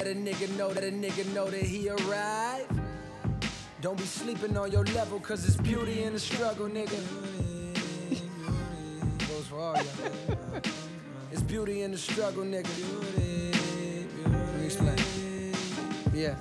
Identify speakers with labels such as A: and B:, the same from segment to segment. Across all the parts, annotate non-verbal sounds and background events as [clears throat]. A: Let a nigga know that a nigga know that he arrived. Don't be sleeping on your level, cause it's beauty in the struggle, nigga. Goes for all y'all. It's beauty in the struggle, nigga. Let me explain. Yeah.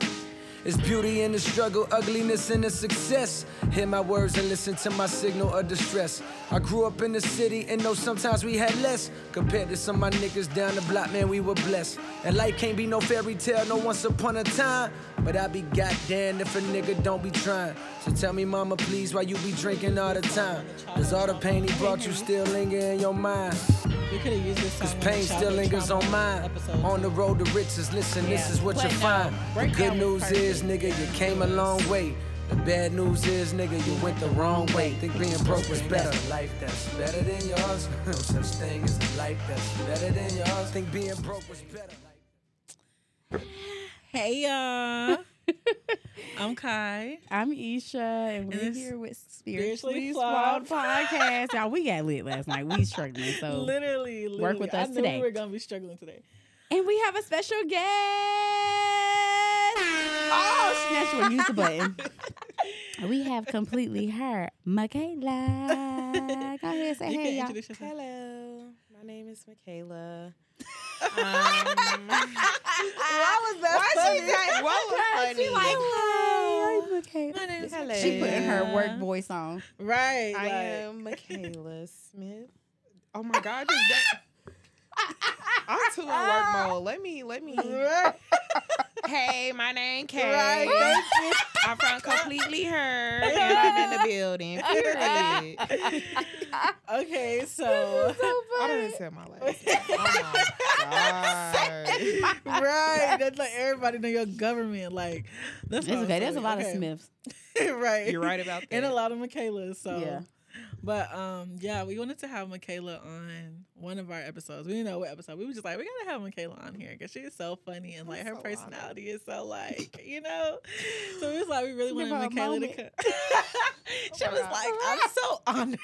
A: It's beauty in the struggle, ugliness in the success. Hear my words and listen to my signal of distress. I grew up in the city and know sometimes we had less. Compared to some of my niggas down the block, man, we were blessed. And life can't be no fairy tale, no once upon a time. But I be goddamn if a nigga don't be trying. So tell me, mama, please, why you be drinking all the time? Does all the pain he brought you still linger in your mind?
B: We could have used this song.
A: Cause
B: on the
A: pain still
B: childhood
A: lingers
B: trauma
A: on mine.
B: episode.
A: On the road to riches, listen, this
B: Yeah.
A: is what you
B: But no,
A: find. The
B: break
A: good
B: down with
A: news is,
B: purpose.
A: nigga, you came a long way. The bad news is, nigga, you went the wrong way. Think being broke was better. Life that's better than yours. [laughs] No such thing as a life that's better than yours. Think being broke was better.
B: Hey y'all. [laughs] I'm Kai.
C: I'm Isha, and we're
B: And this
C: here with
B: Spiritually
C: Spiritually Flawed Podcast. Y'all, we got lit last night. We struggling, so
B: literally, literally.
C: with
B: I
C: us
B: knew
C: today.
B: we were gonna be struggling today.
C: and we have a special guest. Oh, snatch one, use the button. we have completely her, Michaela. Go ahead, say
B: You can
C: hey, y'all.
B: introduce yourself.
D: Hello, my name is [laughs] Michaela.
C: Why was that She like, hi, I'm Michaela.
D: name is
C: She put in her
B: Yeah.
C: work voice on.
B: Right.
D: I
B: like,
D: am Michaela Smith. Oh my God! just that- [laughs] I'm too in work mode. Let me, let me.
B: [laughs] Right.
D: Hey, my name Kay.
B: Right.
D: I'm from completely her, and I'm in the [laughs] building. Period.
B: okay, so
C: [laughs]
D: I didn't say my last. name. Oh [laughs] my God.
B: right. That's like everybody know your government. Like that's
C: It's
B: what I'm
C: okay. There's a
B: saying.
C: lot
B: Okay.
C: of Smiths.
B: [laughs] right.
D: You're right about that.
B: And a lot of Michaela's. So
C: Yeah.
B: But um, yeah, we wanted to have Michaela on one of our episodes. We didn't know what episode. We were just like, we gotta have Michaela on here because she's so funny and like her
D: so
B: personality is so like, you know. So we was like, we really wanted
C: Give her a
B: Michaela to
C: moment. Oh
B: come. [laughs]
C: [laughs]
B: she was
D: God.
B: like, I'm so honored.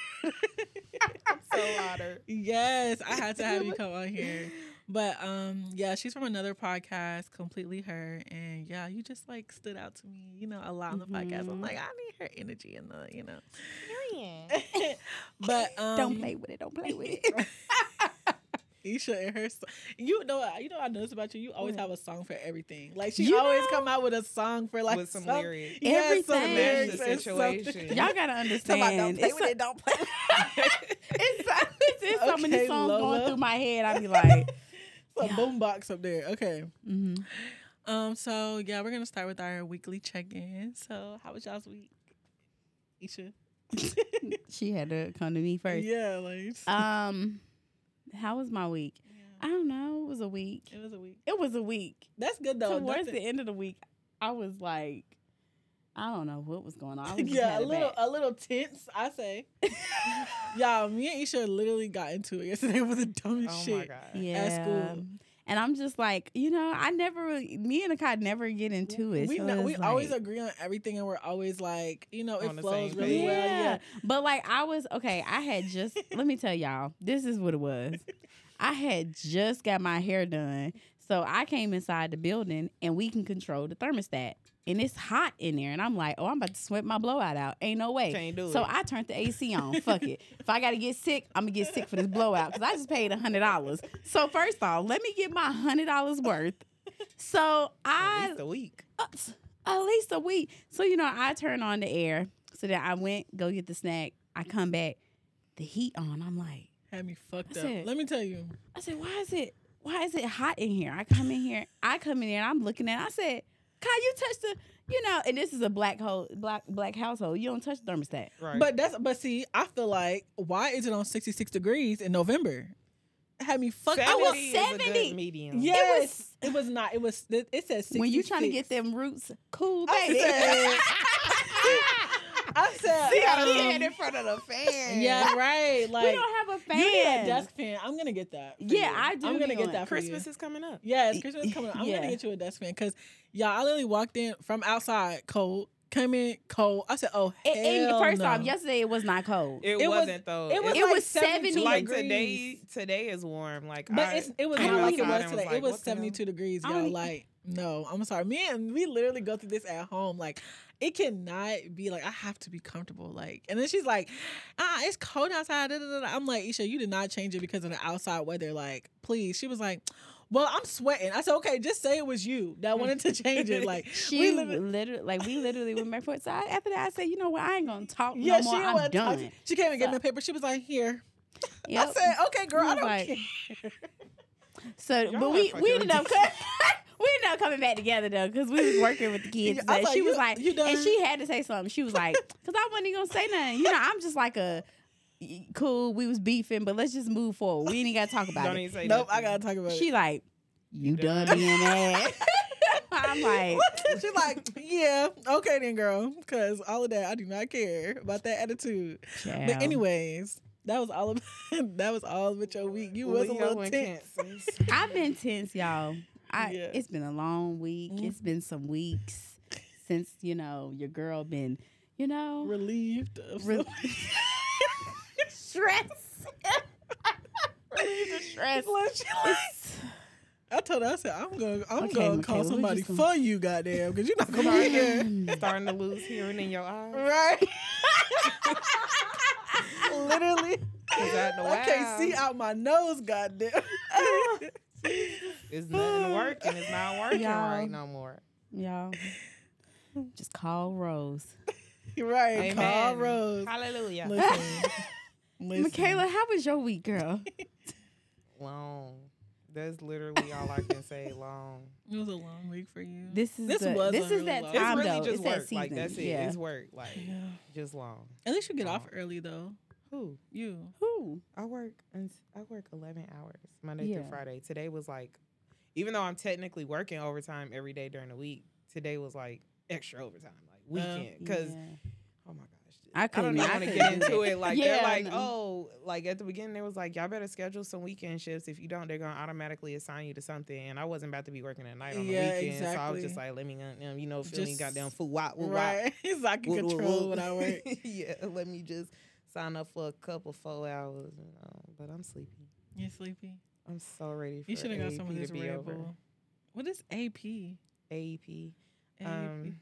D: I'm so honored.
B: yes, I had to have you come on here. But um, yeah, she's from another podcast, completely her, and yeah, you just like stood out to me, you know, a lot on the podcast. I'm
C: Mhm.
B: like, I need her energy in the, you know.
D: Period.
B: But um,
C: Don't play with it. Don't play with it.
B: Isha and her, so- you know, uh, you know, I noticed about you. You always have a song for everything. Like she
C: You
B: always
C: know?
B: come out with a song for [laughs] like
D: With some
B: some- [laughs]
D: lyrics.
B: Yes, some
C: Everything.
D: Match the
B: lyrics and something. [laughs]
D: situation.
C: Y'all gotta understand. It's so-
D: don't play.
C: [laughs] it's, so- it's, it's so
B: Okay,
C: many songs
B: Lola.
C: going through my head. I be like,
B: Some
C: Yeah.
B: boombox up there. Okay.
C: mm-hmm.
B: Um. So yeah, we're gonna start with our weekly check-in. So how was y'all's week, Isha? [laughs]
C: she had to come to me first.
B: Yeah, like
C: Um, how was my week?
B: yeah,
C: I don't know. It was a week.
B: it was a week.
C: It was a week.
B: That's good though.
C: Towards the
B: Nothing-
C: end of the week, I was like, I don't know what was going
B: [laughs]
C: on. I was just
B: yeah, a
C: had it
B: little, uh,
C: bad.
B: a little tense. I say. yeah, me and Isha literally got into it yesterday with the dumbest
D: Oh
B: shit.
D: my god.
C: yeah.
B: school.
C: And I'm just like, you know, I never really, me and Akai never get into
D: Mm-hmm.
C: it.
B: We
C: so
B: know,
C: it's
B: we always
C: like-
B: agree on everything, and we're always like, you know,
D: On
B: it
D: the
B: flows
D: same
B: really
D: page.
B: well. Yeah,
C: But like I was okay, I had just let me tell y'all, this is what it was. I had just got my hair done. So I came inside the building and we can control the thermostat. And it's hot in there. And I'm like, oh, I'm about to sweat my blowout out. Ain't no way.
D: Can't do
C: so
D: it.
C: I turned the AC on. Fuck it. If I gotta get sick, I'm gonna get sick for this blowout because I just paid hundred dollars. So first off, let me get my hundred dollars worth. So
D: At
C: I
D: least a week.
C: ups- uh, at least a week. So you know, I turn on the air so that I went go get the snack. I come back, the heat on. I'm like,
B: had me fucked
C: I
B: up.
C: said-
B: Let me tell you,
C: I said, why is it? Why is it hot in here? I come in here. I come in here. and I'm looking at. it. I said, Kai, you touched the. You know, and this is a black hole, black black household. You don't touch the thermostat.
D: Right.
B: but that's but see, I feel like why is it on sixty six degrees in November? Had me fucked. I was
D: 70 is a good
C: 70.
D: medium. [laughs]
B: yes, it was, not. It was it, it says
C: When you trying to get
B: 66.
C: them roots cool,
B: I
C: baby.
B: said- I said,
D: See how
B: um,
D: to stand in front of the
B: [laughs]
D: fan. [laughs]
B: yeah, right.
C: [laughs] we
B: Like
C: don't have a
B: you need a
C: fan.
B: desk fan. I'm gonna get that. for
C: Yeah,
B: you.
C: I do
B: I'm gonna
C: need
B: get
C: one.
B: that. For you.
D: Christmas is coming up.
B: Yes,
D: e,
B: Christmas coming up. I'm
C: Yeah.
B: gonna get you a desk fan because y'all. I literally walked in from outside cold, came in cold. I said, "Oh,
C: And- and
B: hell
C: first
B: no.
C: off, yesterday it was not cold.
D: It,
B: It was-
D: wasn't though.
B: it was
C: It
D: It's
B: like
C: was
B: 72
C: 70
D: like
B: degrees.
D: today. Today is warm. Like,
B: but
D: I,
B: it's, it was
D: I
B: not
D: went
B: like it
D: outside
B: was
D: and
B: today. it
D: like,
B: was
D: what the hell?
B: 72 degrees,
C: I
B: y'all.
C: don't- e-,
B: Like No, I'm sorry. Me and we literally go through this at home. Like, it cannot be like I have to be comfortable. Like, and then she's like, "Ah, it's cold outside." da, da, da, da." I'm like, "Isha, you did not change it because of the outside weather." Like, please. She was like, "Well, I'm sweating." I said, "Okay, just say it was you
C: Hmm.
B: that wanted to change it." Like,
C: She
B: we live in-
C: literally, like, we literally went back for it. So I, after that, I said, you know what? I ain't gonna talk
B: yeah,
C: [laughs] no more.
B: she
C: I'm
B: went.
C: done.
B: She came and gave me
C: So-
B: a paper. She was like, "Here." I
C: Yep.
B: said, "Okay, girl,
C: We
B: I
C: was
B: don't
C: like-
B: care."
C: So,
D: Y'all
C: but
D: are
C: we
D: fucking
C: we ended up [laughs] we ended up coming back together though, because we was working with the kids.
B: Yeah,
C: and
B: I was
C: stuff.
B: like,
C: she was
B: "You-
C: like,
B: you done?"
C: and she had to say something. She
B: [laughs]
C: was like, because I wasn't even gonna say nothing. You know, I'm just like a cool. We was beefing, but let's just move forward. We ain't got to talk about
D: Don't
C: it.
D: even say
B: Nope, I
D: nothing.
B: gotta talk about
C: She
B: it.
C: like, you done
D: [laughs] done.
C: being mad?
B: [laughs]
C: [laughs] I'm like,
B: She's like, yeah, okay then, girl, because all of that, I do not care about that attitude.
C: "Child."
B: But anyways, that was all of [laughs] that was all about your week. You was a
D: Leo
B: little
D: and
B: tense.
D: Kansas.
C: I've been tense, y'all. I
B: Yeah.
C: it's been a long week.
D: Mm-hmm.
C: It's been some weeks since you know your girl been, you know,
B: Relieved. Of
C: Re-
B: some-
C: [laughs]
B: [laughs]
C: stress. stress.
B: Like, she like-
C: It's-
B: I told her, I said, I'm gonna I'm
C: Okay,
B: gonna
C: Michaela,
B: call
C: we
B: somebody
C: just gonna-
B: for you, goddamn, because you're not gonna
D: [laughs]
B: be
C: [laughs]
B: here.
D: Starting- Starting to lose hearing in your eyes.
B: Right? Literally.
D: Is out in the
B: I can't
D: wild.
B: see out my nose, goddamn. [laughs]
D: It's nothing working. It's not working
C: Y'all.
D: right no more.
C: [laughs] y'all. Just call Rose.
B: right. Call
D: Amen.
B: Rose.
D: Hallelujah.
B: Listen. Listen.
C: [laughs] Michaela, how was your week, girl?
D: Long. That's literally all I can say. Long.
B: It was a long week for you.
C: This is
B: This
C: the-
B: was
C: this
B: a
C: is
B: really
C: that
B: long-
D: It's
C: time
D: really
C: though.
D: just
C: it's
D: work.
C: that season.
D: Like that's it.
C: Yeah.
D: It's work. Like
B: yeah.
D: just long.
B: At least you get off
D: Oh.
B: early though.
D: Who?
B: You.
C: Who?
D: I work. and I work eleven hours Monday
C: Yeah.
D: through Friday. Today was like, even though I'm technically working overtime every day during the week, today was like extra overtime, like weekend. Because
C: Uh, Yeah.
D: oh my gosh,
C: I
D: I
C: couldn't-
D: don't even
C: I
D: want to
C: couldn't
D: get
C: do
D: into
C: that.
D: it. Like
C: Yeah,
D: they're like,
C: no.
D: oh, like at the beginning they was like, y'all better schedule some weekend shifts. If you don't, they're gonna automatically assign you to something. And I wasn't about to be working at night on
B: Yeah,
D: the weekend, so I was just
B: exactly.
D: like, let me, um, you know, feeling
B: Just-
D: goddamn food, wop, wop, [laughs]
B: right. [laughs] so I can
D: whoop, whoop,
B: control
D: whoop.
B: what I work.
D: [laughs] yeah, let me just sign up for a couple four hours. You know, but I'm sleepy.
B: You're sleepy.
D: I'm so ready for
B: You should have got some of
D: AEP
B: this
D: to be
B: Red
D: over.
B: Bull. What is AP?
D: AEP.
B: AEP.
D: Um,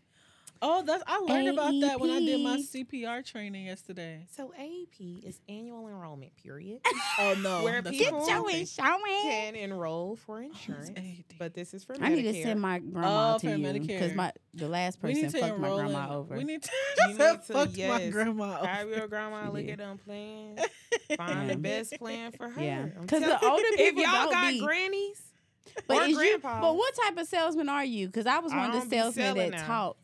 B: oh, that's I learned about that when I did my
C: AEP.
B: CPR training yesterday.
D: so AEP is annual enrollment period.
B: [laughs] Oh no,
D: Where
B: that's not
D: people- Get
C: Show
B: something.
D: your
C: it, show it.
D: Can enroll for
B: It's
D: insurance,
B: AED.
D: but this is for Medicare.
C: I need to send my grandma
B: Oh,
C: to
B: for
C: you because
B: Medicare.
C: my the last
B: we
C: person
B: need to
C: fucked my
B: enroll.
C: grandma
B: in-
C: over.
B: We need to. [laughs]
D: You need to-
B: fuck my
D: yes.
B: grandma.
D: Have
B: Over.
C: [laughs]
D: your grandma look
C: Yeah.
D: at them plans.
B: [laughs]
C: [laughs]
D: Find
C: Yeah.
D: the best plan for her.
C: Yeah,
D: I'm
C: because
D: telling-
C: the older
D: [laughs] if
C: people
D: y'all
C: don't
D: got
C: be.
D: grannies, or
C: but, is you,
D: grandpas.
C: but what type of salesman are you? Because I was
D: I
C: one of
D: don't
C: the
D: be
C: salesmen
D: selling
C: that
D: now.
C: taught.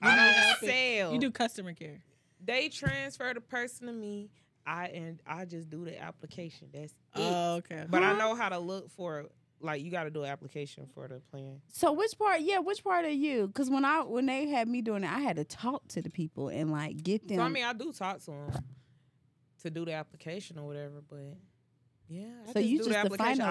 D: I
B: You
D: don't
B: do-
D: sell.
B: You do customer care.
D: They transfer the person to me. I and I just do the application. That's it.
B: Oh, okay.
D: but I
C: Uh, Huh?
D: know how to look for like you got to do an application for the plan.
C: So which part? Yeah, which part are you? Because when I when they had me doing it, I had to talk to the people and like get them.
D: So I mean, I do talk to them to do the application or whatever. But yeah, I
C: So you
D: do
C: just the
D: I, don't,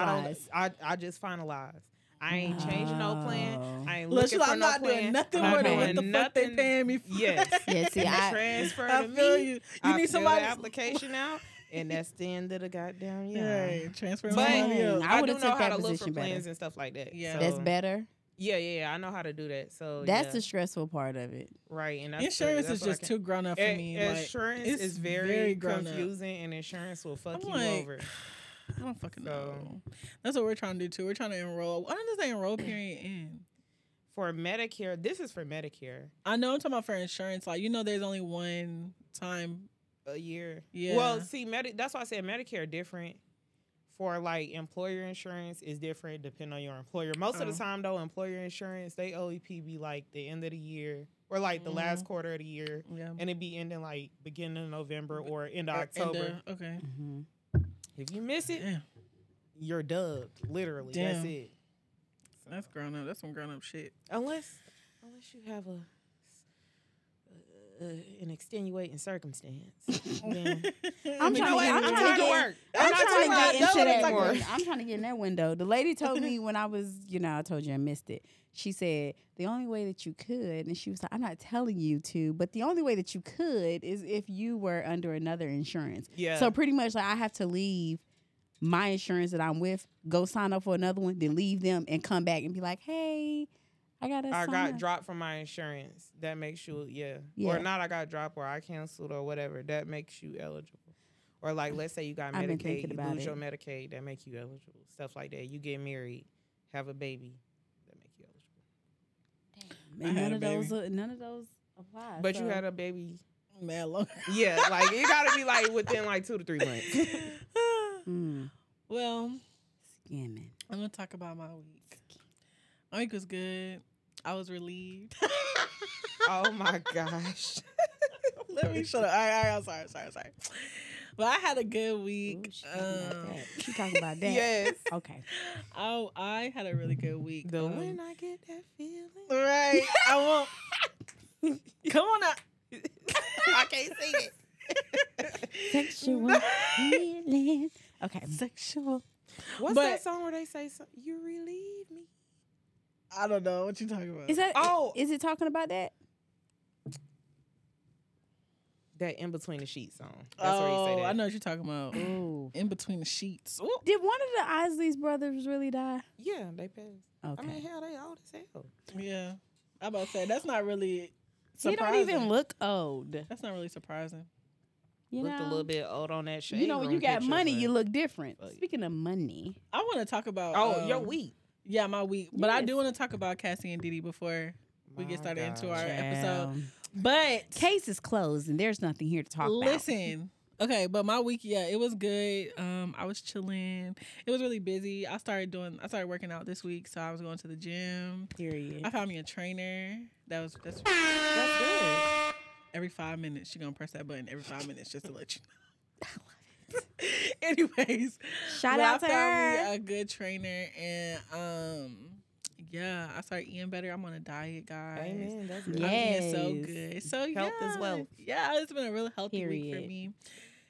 D: I I just finalize. I ain't changing no plan.
C: Oh.
D: I ain't
B: Look, she's
D: looking for
B: like, I'm
D: no
B: not
D: plan.
B: doing nothing
D: I'm
B: more
D: not
B: than what
D: doing
B: the fuck they
D: nothing.
B: paying me for.
D: Yes.
C: yeah,
B: [laughs]
C: see,
D: I,
C: I
D: transfer
B: I
D: to
B: feel
D: me.
B: you. You
D: I
B: need
D: fill the
B: somebody.
D: application out, and that's the end of the
B: [laughs]
D: goddamn
B: Yeah,
D: yeah.
B: transfer
D: But
B: somebody else.
C: I
D: I, do
C: would've
D: know
C: took that
D: how to look for
C: position better.
D: plans and stuff like that.
B: Yeah.
D: so-
C: that's better.
D: Yeah, yeah, yeah, I know how to do that. So
C: That's
D: Oh, yeah,
C: the stressful part of it.
D: right. And that's the-
B: Insurance
D: that's
B: is
D: what I
B: just
D: can-
B: too grown up for
D: Eh,
B: me. like,
D: Insurance
B: it's
D: is
B: very
D: very
B: grown up.
D: confusing, and insurance will fuck
B: I'm
D: you
B: like,
D: over.
B: [sighs] I don't fucking
D: So-
B: know. That's what we're trying to do too. We're trying to enroll. When does the
D: [clears throat]
B: enroll period end?
D: For Medicare, this is for Medicare.
B: I know I'm talking about for insurance. Like you know, there's only one time.
D: a year.
B: Yeah.
D: Well, see, Medi- that's why I said Medicare different. For like employer insurance is different depending on your employer. Most of
B: Oh.
D: the time though, employer insurance they OEP be like the end of the year or like the
B: Mm-hmm.
D: last quarter of the year,
B: Yeah.
D: and it be ending like beginning of November or end of
B: Or
D: October.
B: end of- okay.
D: if you miss it,
B: Damn,
D: you're dubbed. Literally,
B: Damn.
D: that's it.
B: that's grown up. That's some grown up shit.
D: Unless, unless you have a, uh, an extenuating circumstance. then-
C: I'm
D: You
C: trying
D: know
C: to
D: what?
C: get- I'm trying
D: I'm
C: to
D: trying to
C: get-
D: work.
C: I'm,
D: not
C: trying
D: talking
C: to
D: about
C: get into
D: double
C: that.
D: anymore.
C: Window. I'm trying to get in that window. The lady told
D: [laughs]
C: me when I was, you know, I told you I missed it. She said the only way that you could, and she was like, "I'm not telling you to, but the only way that you could is if you were under another insurance."
D: Yeah.
C: So pretty much, like I have to leave my insurance that I'm with, go sign up for another one, then leave them and come back and be like, "Hey, I got a
D: I got
C: sign.
D: dropped from my insurance. That makes you yeah.
C: Yeah.
D: Or not I got dropped or I canceled or whatever. That makes you eligible. Or like let's say you got
C: I've been
D: Medicaid,
C: thinking
D: you
C: about
D: lose
C: it.
D: your Medicaid, that make you eligible. Stuff like that. You get married, have a baby, that make you eligible.
C: And
D: I
C: none
D: had a
C: of those uh, none of those apply.
D: But
C: so-
D: you had a baby.
B: Mad
D: [laughs]
B: long.
D: Yeah, like it gotta be like within like two to three months.
C: mm,
B: [laughs] well,
C: skimming.
B: I'm gonna talk about my week. My week was good. I was relieved.
D: oh my gosh.
B: Let me shut up. All right, all right, I'm sorry, sorry, sorry. Well, I had a good
C: Ooh,
B: week.
C: she talking about
B: Um,
C: that. She talking about
D: [laughs]
C: that.
D: Yes.
C: Okay.
B: Oh, I had a really good week.
D: The
B: Um,
D: when I get that feeling.
B: Right. I won't. Come on up.
D: I can't sing it.
C: [laughs] Sexual healing. Okay.
B: Sexual.
D: What's
B: But-
D: that song where they say so- you relieve me?
B: I don't know what you're talking about.
C: Is that
D: Oh.
C: oh is it talking about that?
D: That in between the sheets song. That's
B: oh,
D: where you say that.
B: I know what you're talking about.
C: Ooh.
B: Mm. In between the sheets. Ooh.
C: Did one of the Isley's brothers really die?
D: Yeah, they passed.
C: Okay.
D: I
B: Mm-hmm.
D: mean, hell, they old as hell.
B: Yeah. I'm about to say that's not really
C: he
B: surprising.
C: don't even look old.
B: That's not really surprising.
C: You
D: Looked
C: know,
D: a little bit old on that shade.
C: you know when you got money, you
D: look.
C: look different.
D: Fuck.
C: Speaking of money,
B: I want to talk about.
D: Oh,
B: um,
D: your week.
B: Yeah, my week. But I do
C: Yes.
B: want to talk about Cassie and Diddy before. We get started into our- episode.
C: Child.
B: But
C: case is closed and there's nothing here to talk about.
B: Listen. Okay, but my week, yeah, it was good. Um, I was chilling. It was really busy. I started doing, I started working out this week, so I was going to the gym.
C: Period.
B: I found me a trainer. That was that's
D: That's good.
B: every five minutes. She gonna press that button every five minutes just to let you know. [laughs] Anyways,
C: [laughs] Shout
B: but
C: out
B: I
C: to her.
B: found me a good trainer, and um, yeah, I started eating better. I'm on a diet, guys.
D: Amen. That's good.
C: Yeah.
B: I'm eating so
C: Yes.
B: good. So
D: Health
B: yeah,
D: is wealth.
B: Yeah, it's been a real healthy week for
C: Period.
B: me.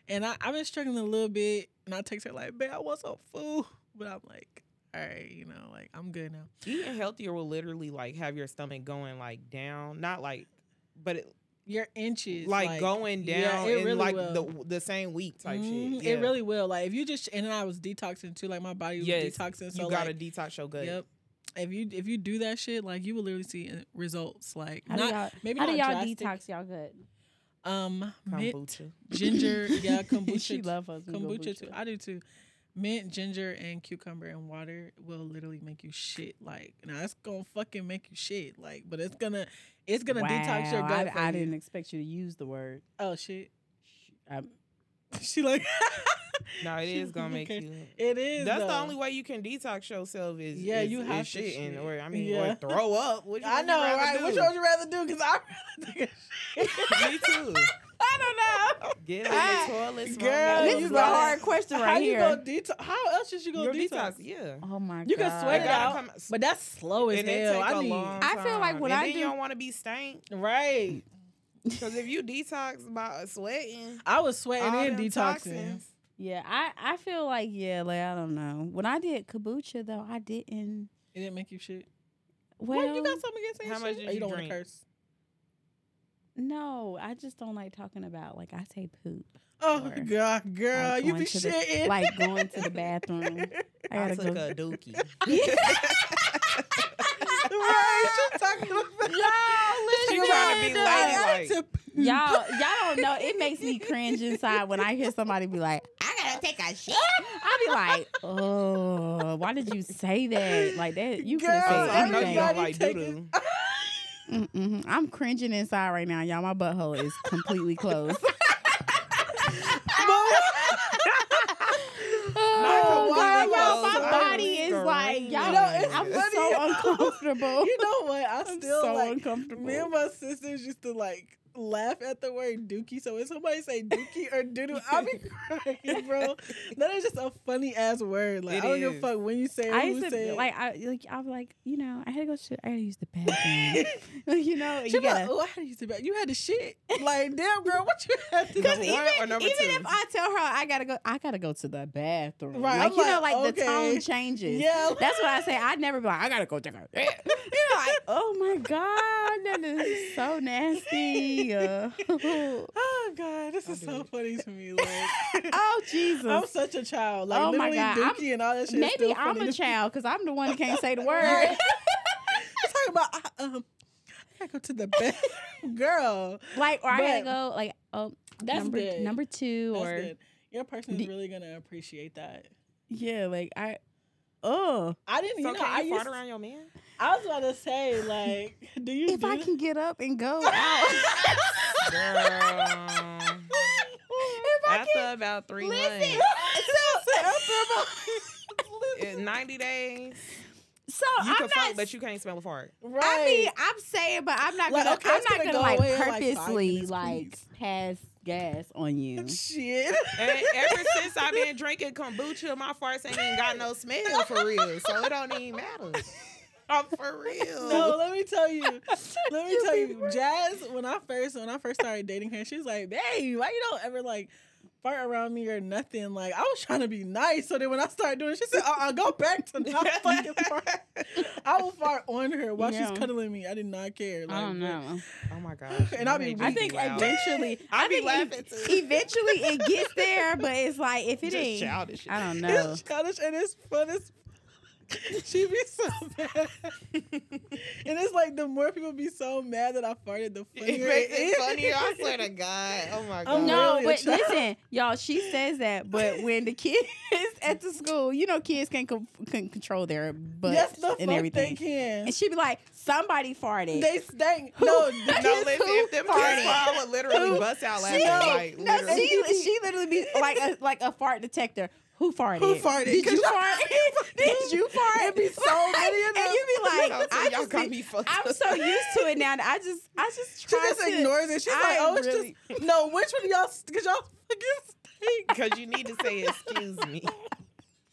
B: And I, I've been struggling a little bit. And I text her like, "Babe, I want some food," but I'm like, "All right, you know, like I'm good now."
D: Eating healthier will literally like have your stomach going like down, not like, but it,
B: Your inches,
D: like, going down
B: yeah, it
D: in
B: really
D: like
B: will.
D: the the same week type
B: Mhm,
D: shit. Yeah.
B: It really will. Like if you just and then I was detoxing too. Like my body was
D: Yes,
B: detoxing. So
D: you gotta
B: like,
D: detox your gut.
B: yep. If you if you do that shit, like you will literally see uh, results. Like
C: how
B: not
C: do y'all,
B: maybe
C: how
B: not
C: do y'all
B: drastic.
C: detox y'all good?
B: um mint,
D: Kombucha.
B: [laughs] ginger
D: [laughs]
B: yeah kombucha
C: [laughs] she love us some
B: kombucha, too. I do too. Mint, ginger, and cucumber and water will literally make you shit. Like now, it's gonna fucking make you shit. Like, but it's gonna, it's gonna detox your
C: Wow,
B: gut. for
C: I, I
B: you.
C: didn't expect you to use the word.
B: Oh shit! [laughs]
C: Um,
B: she like, [laughs]
D: No, it
B: She
D: is gonna make
B: okay.
D: you.
B: it is.
D: That's the
B: though.
D: only way you can detox yourself is
B: Yeah,
D: is-
B: you
D: is
B: have to
D: shitting
B: shit.
D: or I mean
B: Yeah.
D: or throw
B: [laughs]
D: up. What you,
B: I
D: what
B: know,
D: you rather
B: right?
D: Do?
B: Which one would you rather do? Because I rather take a [laughs] shit.
D: [laughs] Me too.
C: I don't know.
D: Get on the toilet, smoke
B: Ah, Girl,
D: more
B: Uh, you
C: this is a
D: blood.
B: got-
C: hard question
B: how
C: right
B: you
C: here.
B: gonna detox? How else is you gonna
D: Your
B: detox?
D: detox, yeah.
C: oh my
B: You
C: god.
B: can
D: It
B: sweat it
D: gotta
B: out,
D: come,
B: but that's slow as
D: and it
B: hell.
D: take a
B: I need
D: long
C: I feel like
D: time.
C: when I
D: and then
C: do-
D: you don't want to be stank
B: right.
D: because if you detox by sweating,
B: I was sweating
D: all
B: and
D: them
B: detoxing.
D: toxins,
C: Yeah, I, I feel like yeah, like I don't know. When I did kombucha though, I didn't.
B: It didn't make you shit.
C: Well,
B: what you got something against saying
D: How much
B: shit?
D: did
B: Or
D: you
B: don't want
D: drink?
B: to curse?
C: no, I just don't like talking about like I say poop,
B: Oh
C: or,
B: god, girl,
C: like,
B: you
C: going
B: be
C: to the-
B: shitting.
C: like going to the bathroom. I
D: I
C: gotta [laughs]
D: took
C: go.
D: a dookie.
B: [laughs] right, you talking
C: [laughs]
B: about
D: She
B: y'all
D: trying to be ladylike.
B: [laughs]
C: Y'all, y'all don't know. It makes me cringe inside when I hear somebody be like, "I gotta take a shit." [laughs] I be
B: [laughs]
C: like, "Oh, why did you say that? Like that? You could
B: Girl,
C: say
D: I know you
C: anything."
D: don't
B: everybody
D: like
B: take it.
D: doo-doo.
C: Mm-mm. Mm-hmm. I'm cringing inside right now, y'all. My butthole is completely closed. [laughs]
D: Not
C: oh,
D: completely
C: God, y'all,
D: closed.
C: my
D: I
C: body is
D: was
C: like, y'all,
D: screaming.
B: You know, it's
C: I'm
B: funny,
C: so [laughs]
B: y'all.
C: uncomfortable.
B: You know what? I
C: I'm
B: still
C: so
B: like
C: uncomfortable.
B: me and my sisters used to like laugh at the word dookie. So when somebody say dookie or doodoo, I'll
C: [laughs]
B: be crying, bro. That is just a funny ass word. Like
D: It
B: I don't give a
D: is.
B: fuck when you say it,
C: I
B: who
C: used
B: say
C: to
B: it.
C: like I like I was like you know I had to go shit I had to use the [laughs] bathroom you know
B: She
C: you
B: be like,
C: gotta
B: oh, I had to use the bath- You had to shit. Like, damn, girl, what you had
C: [laughs]
B: to do?
D: Number one or number
C: even
D: two?
C: if I tell her I gotta go, I gotta go to the bathroom.
B: Right, I'm
C: Like you know,
B: like,
C: like the
B: okay.
C: tone changes.
B: Yeah.
C: That's what I say. I'd never be like, I gotta go check her.
B: [laughs]
C: You know, like, oh my God, that is so [laughs] nasty. Uh,
B: Oh God, this is
D: do
B: so
D: it.
B: funny to me.
C: [laughs]
B: Like,
C: oh
B: I'm
C: Jesus.
B: such a child. Like
C: Oh my
B: literally
C: God,
B: Dookie
C: I'm-
B: and all that shit. is
C: Maybe
B: still funny [laughs]
C: I'm a
B: to me. [laughs]
C: child because I'm the one that can't say the word.
B: Right. I'm talking about I, um, gotta go to the bathroom, girl.
C: Like, or I gotta
B: But-
C: go. Like, oh,
B: That's
C: number
B: good.
C: number two,
B: That's
C: or
B: good. Your person is
C: The-
B: really gonna appreciate that.
C: yeah, like I. Oh,
B: I didn't,
D: So
B: you know, I
D: can you
B: used.
D: fart around your man?
B: I was about to say, like, do you?
C: if
B: do
C: I
B: that? [laughs]
C: can get up and go out.
D: Girl.
C: if I
D: After
C: can
D: about three
C: listen.
D: months,
B: [laughs]
D: [laughs]
C: So,
D: in ninety days,
C: so
D: you
C: I'm
D: can fuck,
C: not.
D: but you can't smell a fart.
B: right.
C: I mean, I'm saying, but I'm not
B: Like,
C: gonna.
B: okay,
C: I'm
B: it's
C: not
B: gonna
C: gonna,
B: go
C: like
B: away in, like, five
C: purposely
B: minutes,
C: like
B: please.
C: pass gas on
B: [laughs]
C: you. [laughs]
B: shit.
D: And ever since I've been drinking kombucha, my farts ain't even got no smell for real. So it don't even matter. I'm for real.
B: No, let me tell
C: [laughs]
B: you. Let me
C: You
B: tell
C: be
B: you, Jazz. When I first when I first started dating her, she was like, "Babe, why you don't ever like fart around me or nothing?" Like I was trying to be nice. So then when I started doing, it, she said, "Uh, uh go back to
C: [laughs]
D: [laughs]
B: not fucking fart." I will fart on her while
C: Yeah.
B: she's cuddling me. I did not care. Like,
C: I don't know.
D: Oh my gosh.
B: And I be weak.
D: Women do
C: I think
D: be wild.
C: eventually,
D: I
C: I
D: be
C: think
D: laughing
C: ev-
D: too.
C: Eventually, it gets there, but it's like if it
D: Just
C: ain't,
D: childish.
C: I
B: [laughs]
C: don't know.
B: It's childish and it's fun as [laughs] she be so
C: [laughs]
B: mad. and it's like the more people be so mad that I farted, the funnier [laughs]
D: It
B: it,
D: makes it
B: is.
D: funnier.
B: [laughs]
D: I swear to God. Oh my God.
B: I'm
C: No,
B: really a
C: but
B: child.
C: listen, y'all. She says that, but when the kids [laughs] at the school, you know, kids can, com- can control their butts
B: Yes, the
C: and
B: fuck
C: everything.
B: they can.
C: And she'd be like, "Somebody farted."
B: They stank. No,
D: No,
C: Just
D: listen,
C: who
D: if them
C: farted?
D: kids fall, I would literally
C: Who-
D: bust out laughing.
C: she,
D: like,
C: no,
D: literally.
C: she, she literally be like a like a fart detector. Who farted?
B: Who farted?
C: Did
B: 'Cause
C: you
B: y'all-
C: fart?
B: [laughs]
C: [laughs] Did you fart?
B: It'd be so many of
C: And
B: them.
C: you
B: [laughs]
C: be
D: Like,
C: like, I
D: y'all
C: just
D: got
C: be-
D: me fucked
C: I'm
D: up.
C: so used to it now. That I just, I just
B: she
C: try
B: just
C: to.
B: ignores it. She's like,
C: I
B: oh, it's
C: really-
B: just [laughs] no. Which one of y'all? Because y'all
D: [laughs]
B: fucking stink.
D: Because you need to say, excuse me.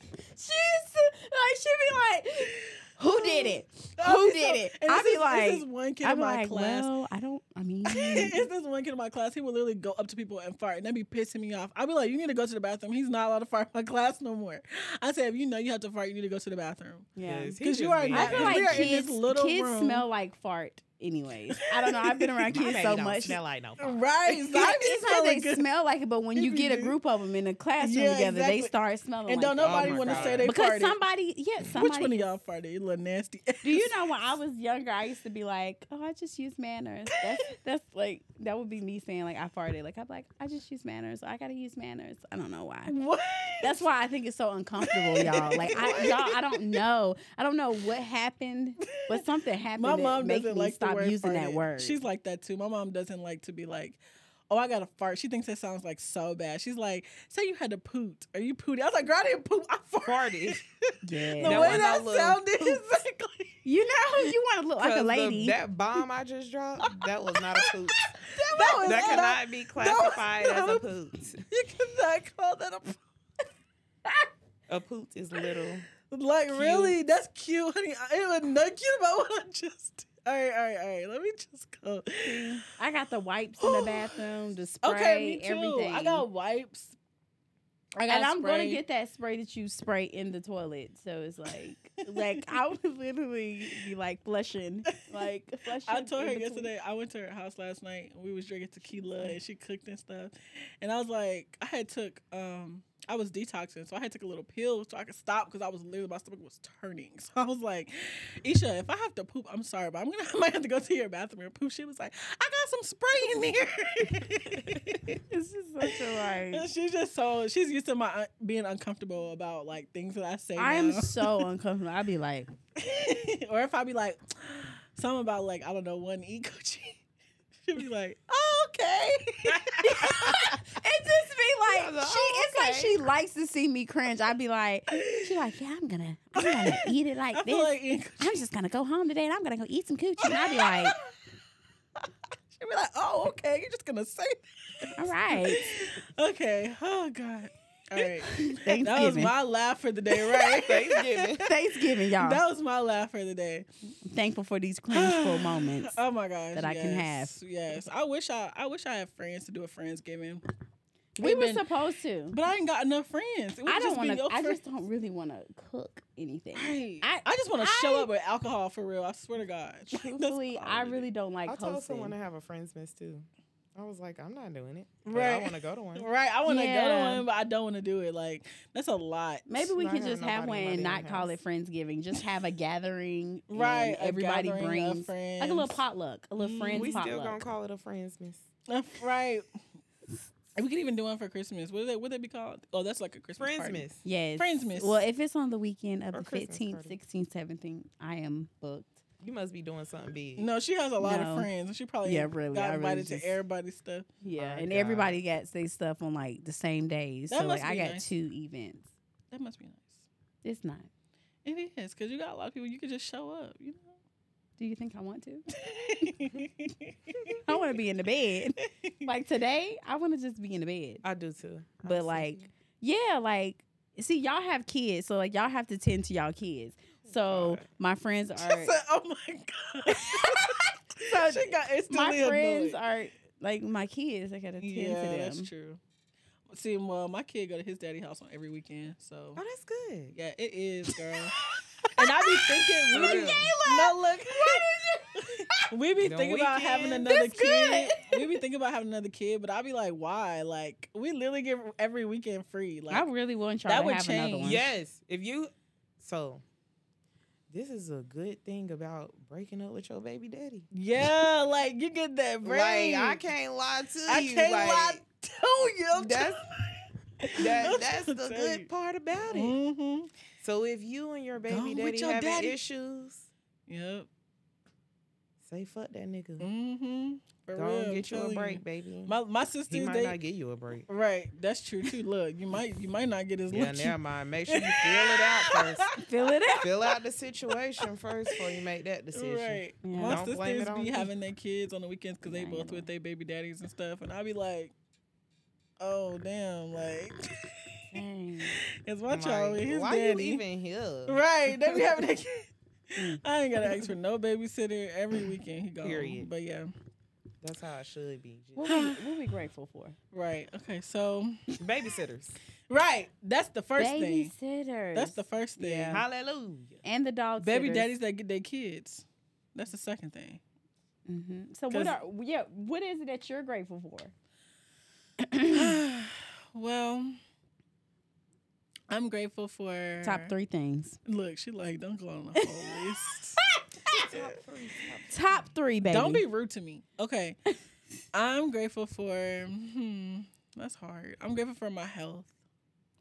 C: She's like, she be like,
B: [sighs]
C: who did it?
B: I'll
C: Who
B: be
C: did it?
B: And
C: I'll
B: Oh, it's
C: be
B: this- it's
C: like-
B: this one kid
C: I'm
B: in my
C: like,
B: class.
C: well, I don't. I
B: [laughs]
C: mean, Mm-hmm.
B: it's this one kid in my class. He would literally go up to people and fart, and that'd be pissing me off. I'd be like, "You need to go to the bathroom." He's not allowed to fart in my [laughs] class no more. I said, "If you know you have to fart, you need to go to the
C: [laughs]
B: bathroom."
C: yeah.
D: Yes, he
B: Because
D: just
B: you are
D: be
B: not-
C: I
D: out
C: feel
D: here.
B: we
C: like
B: are in this
C: kids,
B: little
C: kids
B: room.
C: smell like fart. Anyways, I don't know.
B: [laughs]
C: I've been around
D: My
C: kids
D: baby
C: so
D: don't
C: much.
D: Smell like no fart.
B: Right? So [laughs] I be
C: it's not
B: smelling
C: they
B: good.
C: smell like it, but when
B: It
C: you
B: be
C: get a
B: good.
C: group of them in a classroom
B: Yeah,
C: together, they
B: exactly.
C: start smelling.
B: and
C: like
B: don't
C: that. Oh
B: nobody
D: my
B: want to
D: God.
B: say they
C: because
B: farted.
C: somebody, yeah, somebody.
B: Which one of y'all farted? You little
C: [laughs]
B: nasty.
C: do you know when I was younger, I used to be like, "Oh, I just use manners."
B: [laughs]
C: That's that's like that would be me saying like I farted. Like I'm like I just use manners. I gotta use manners. I don't know why.
B: [laughs] what?
C: That's why I think it's so uncomfortable,
B: [laughs]
C: y'all. Like I, y'all, I don't know. I don't know what happened, but something happened.
B: My mom
C: that made me
B: doesn't like
C: stop
B: the word
C: using that
B: farted.
C: word.
B: She's like that too. My mom doesn't like to be like, "Oh, I got to fart." She thinks that sounds like so bad. She's like, "Say you had to poot. Are you pooting?" I was like, "Girl, I didn't poop. I farted."
D: Farted.
C: yeah.
B: The
D: That
B: way [laughs]
D: wasn't
B: that
D: no little
B: sounded exactly.
C: you know, you want to look like
D: 'Cause
C: a
D: the-
C: lady.
D: that bomb I just dropped, that was not a poot.
B: That was
D: that
B: not-
D: cannot be classified
B: that
D: as a
B: was-
D: poot.
B: [laughs] You cannot call that a
D: A poot is little.
B: like really. That's cute, honey. I- It was not cute about what I just. did. All right, all right, all right. Let me just go.
C: I got the
B: [gasps]
C: wipes in the bathroom, the spray,
B: Okay, me too.
C: everything.
B: I got wipes. I got
C: and I'm gonna
B: spray.
C: get that spray that you spray in the toilet. So it's like,
B: [laughs]
C: like I would literally be like flushing, like flushing.
B: I told
C: in
B: her
C: the
B: yesterday. I went to her house last night. and We was drinking tequila and she cooked and stuff. And I was like, I had took um, I was detoxing, so I had took a little pill so I could stop because I was literally my stomach was turning. [laughs] So I was like, Isha, if I have to poop, I'm sorry, but I'm gonna [laughs] I might have to go to your bathroom and poop. She was like, I got some spray in there.
C: toilet. It's just such a
B: [laughs]
C: like.
B: And she's just so she's used to my un- being uncomfortable about like things that I say.
C: I am
B: now.
C: so uncomfortable. I'd be like,
B: [laughs] or if I be like [gasps] something about like I don't know one e coochie, [laughs] she'd be like, oh, okay. [laughs]
C: it just be
D: I
C: like
D: was like,
C: she.
D: "Oh,
C: It's like
D: okay."
C: she likes to see me cringe. I'd be like, she's like, yeah, I'm gonna, I'm gonna eat it like
B: [laughs] I
C: this.
B: feel like e coochie.
C: I'm just gonna go home today and I'm gonna go eat some coochie. And I'd
B: [laughs]
C: be like,
B: She'd be like, oh, okay. You're just gonna say
C: all right,
B: that. okay. Oh God. All
C: [laughs]
B: right.
C: Thanksgiving,
B: That was my laugh for the day, right? [laughs]
C: [laughs]
D: Thanksgiving.
C: Thanksgiving, y'all.
B: That was my laugh for the day.
C: I'm thankful for
B: [sighs]
C: these
B: [laughs]
C: cringeful moments.
B: Oh my gosh.
C: That I can
B: yes, Yes. I wish I I wish I had friends to do a friendsgiving.
C: We
B: We've
C: were
B: been-
C: supposed to.
B: but I ain't got enough friends. It would
C: I
B: just
C: don't
B: be
C: want to.
B: your
C: I
B: friend-
C: just don't really want to cook anything.
B: Right. I,
C: I-
B: just want to show
C: I-
B: up with alcohol for real. I swear to God. [laughs] Like, that's
C: Truthfully,
B: all
C: I
B: it is.
C: really don't like
D: I told
C: hosting.
D: someone to have a friends miss too. I was like, I'm not doing it. Right. I
B: Right.
D: want to go to one.
B: Right. I want to go to
C: Yeah.
B: one, but I don't want to do it. Like that's a lot.
C: Maybe we
D: Not
C: could
D: having
C: just have one
D: nobody in my
C: and
D: damn
C: not call it
D: house.
C: Friendsgiving. Just have
B: [laughs]
C: a gathering. and
B: Right, a
C: everybody
B: gathering of
C: brings like a little
B: friends.
C: potluck, a little
B: Mm,
C: friends
D: We still gonna
C: potluck.
D: call it a friends miss.
B: right. And we could even do one for Christmas. What would that, what that be called? Oh, that's like a Christmas
D: Friends
B: party.
D: miss.
C: Yes.
B: Friendsmas.
C: Well, if it's on the weekend of
D: Or
C: the
D: Christmas
C: fifteenth,
D: party.
C: sixteenth, seventeenth, I am booked.
D: You must be doing something big.
B: No, she has a lot
C: No.
B: of friends. She probably
C: Yeah, really, I
B: got
C: really
B: invited
C: just-
B: to everybody's stuff.
C: Yeah,
D: My
C: Uh, and
D: God.
C: everybody gets their stuff on like the same days.
B: That
C: so like
B: must
C: I
B: be
C: got
B: nice.
C: two events.
B: That must be nice.
C: It's not.
B: It is because you got a lot of people. You could just show up. You
D: [laughs]
C: Do you think I want to? [laughs] I
B: know.
C: want
B: [laughs]
C: to be in the bed. like today, I want to just be in the bed.
D: I do too.
C: But like, yeah, like see, y'all have kids, so like y'all have to tend to y'all kids. So
D: God.
C: my friends
B: She
C: are
B: [laughs] said, "Oh my [laughs] god!" [laughs] she got
C: [laughs] my
B: instantly
C: friends
B: annoyed.
C: are like my kids. I gotta tend
B: yeah,
C: to them.
B: that's true. See, well, my kid go to his daddy house on every weekend, so
D: oh, that's good.
B: yeah, it is, girl. [laughs] and I be thinking, we be, no, look, [laughs] we be
D: Get on
B: thinking about having
D: weekends.
B: another
C: That's
B: kid.
C: good.
B: [laughs] we be thinking about having another kid, but I be like, why? Like, we literally get every weekend free. Like,
C: I really want y'all
B: That
C: to
B: would
C: have another
B: change.
C: one. [laughs]
D: Yes. If you so this is a good thing about breaking up with your baby daddy.
B: yeah, like you get that brain.
D: Like I can't lie to
B: I
D: you.
B: can't
D: like,
B: lie to you. I'm
D: [laughs] That's
B: [laughs]
D: that,
B: I'm trying
D: that's
B: to
D: the
B: tell
D: good
B: you.
D: part about it.
B: Mm-hmm.
D: So if you and your
B: Gone
D: baby
B: with
D: daddy
B: your
D: having
B: daddy.
D: issues,
B: Yep.
D: say fuck that nigga.
B: Mm-hmm. For
D: Go
B: real,
D: and
B: I'm
D: get you a
B: telling
D: break, baby.
B: My my sisters
D: he might
B: they
D: not give you a [laughs] break.
B: right. That's true too. Look, you might you might not get as
D: Yeah,
B: lucky. [laughs]
D: never mind. Make sure you fill it out [laughs] first.
C: Fill it out.
D: fill out the situation first before you make that decision.
B: Right.
C: Yeah.
B: My
D: Don't blame it
B: sisters
D: on
B: be
D: me.
B: having their kids on the weekends because they
C: Yeah, you
B: both
C: know.
B: with their baby daddies and stuff, and I be like, oh damn, like [laughs]
C: Dang.
B: it's my
D: Like,
B: child with his
D: why
B: daddy.
D: you even here?
B: [laughs] Right, they be
D: [laughs]
B: having their [laughs] kids.
C: Mm.
B: I ain't gotta ask for no babysitter every weekend. He gone.
D: Period.
B: But yeah,
D: That's how it should be. Just-
C: What we, what we grateful for?
B: right. Okay, so
D: [laughs] Babysitters.
B: right, that's the first thing.
C: Babysitters.
B: That's the first thing.
C: Yeah.
D: Hallelujah.
C: and the dog.
B: Baby
C: sitters.
B: daddies that get their kids. That's the second thing.
C: hmm So
B: 'Cause-
C: what are yeah? What is it that you're grateful for?
B: well, I'm grateful for
C: Top three things.
B: Look, she like don't go
C: [laughs]
B: on the whole list.
C: Top three, baby.
B: Don't be rude to me.
C: [laughs]
B: Okay, I'm grateful for. Hmm, that's hard. I'm grateful for my health.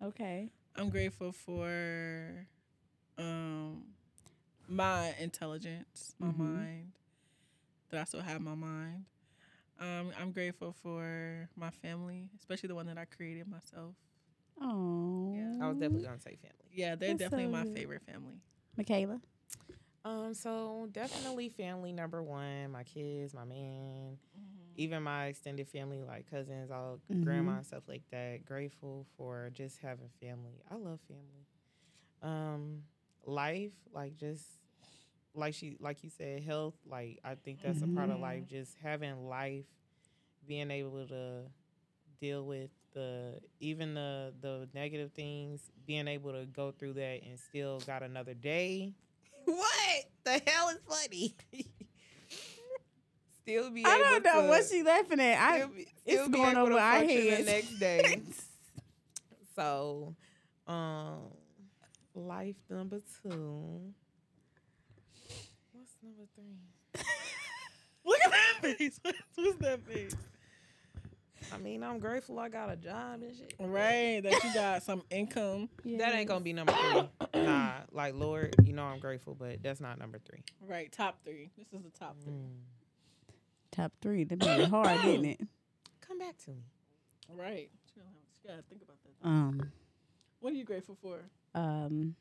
C: okay.
B: I'm grateful for, um, my intelligence, my
C: Mhm.
B: mind. That I still have my mind. Um, I'm grateful for my family, especially the one that I created myself.
C: Oh,
B: Yeah.
D: I was definitely gonna say family.
B: Yeah, they're
C: That's so
B: definitely my
C: good.
B: favorite family.
C: Michaela.
D: Um, so definitely family number one. My kids, my man, even my extended family, like cousins, all
C: Mhm.
D: grandma and stuff like that. Grateful for just having family. I love family. Um, life, like just like she like you said, health, like I think that's a part of
C: Mhm.
D: life. Just having life, being able to deal with the even the the negative things, being able to go through that and still got
C: [laughs]
D: another day. what the hell is funny? [laughs] still be
C: I don't
D: able
C: know
D: to-
C: what she laughing at. I
D: still be, still be
C: going
D: able
C: over
D: to
C: our
D: function
C: heads.
D: the next
C: [laughs]
D: day. so, um, life number two. What's number three?
B: Look at that face. [laughs] What's that face?
D: I mean, I'm grateful I got a job and shit.
B: Right, that you [laughs] got some income.
D: That ain't gonna be number three. [coughs] nah, like Lord, you know I'm grateful, but that's not number three.
B: Right, top three. This is the top three.
C: top three. That made it hard, didn't it? [coughs]
D: Come back to me.
B: Right. She don't have- she gotta think about that.
C: Um,
B: What are you grateful for?
C: um,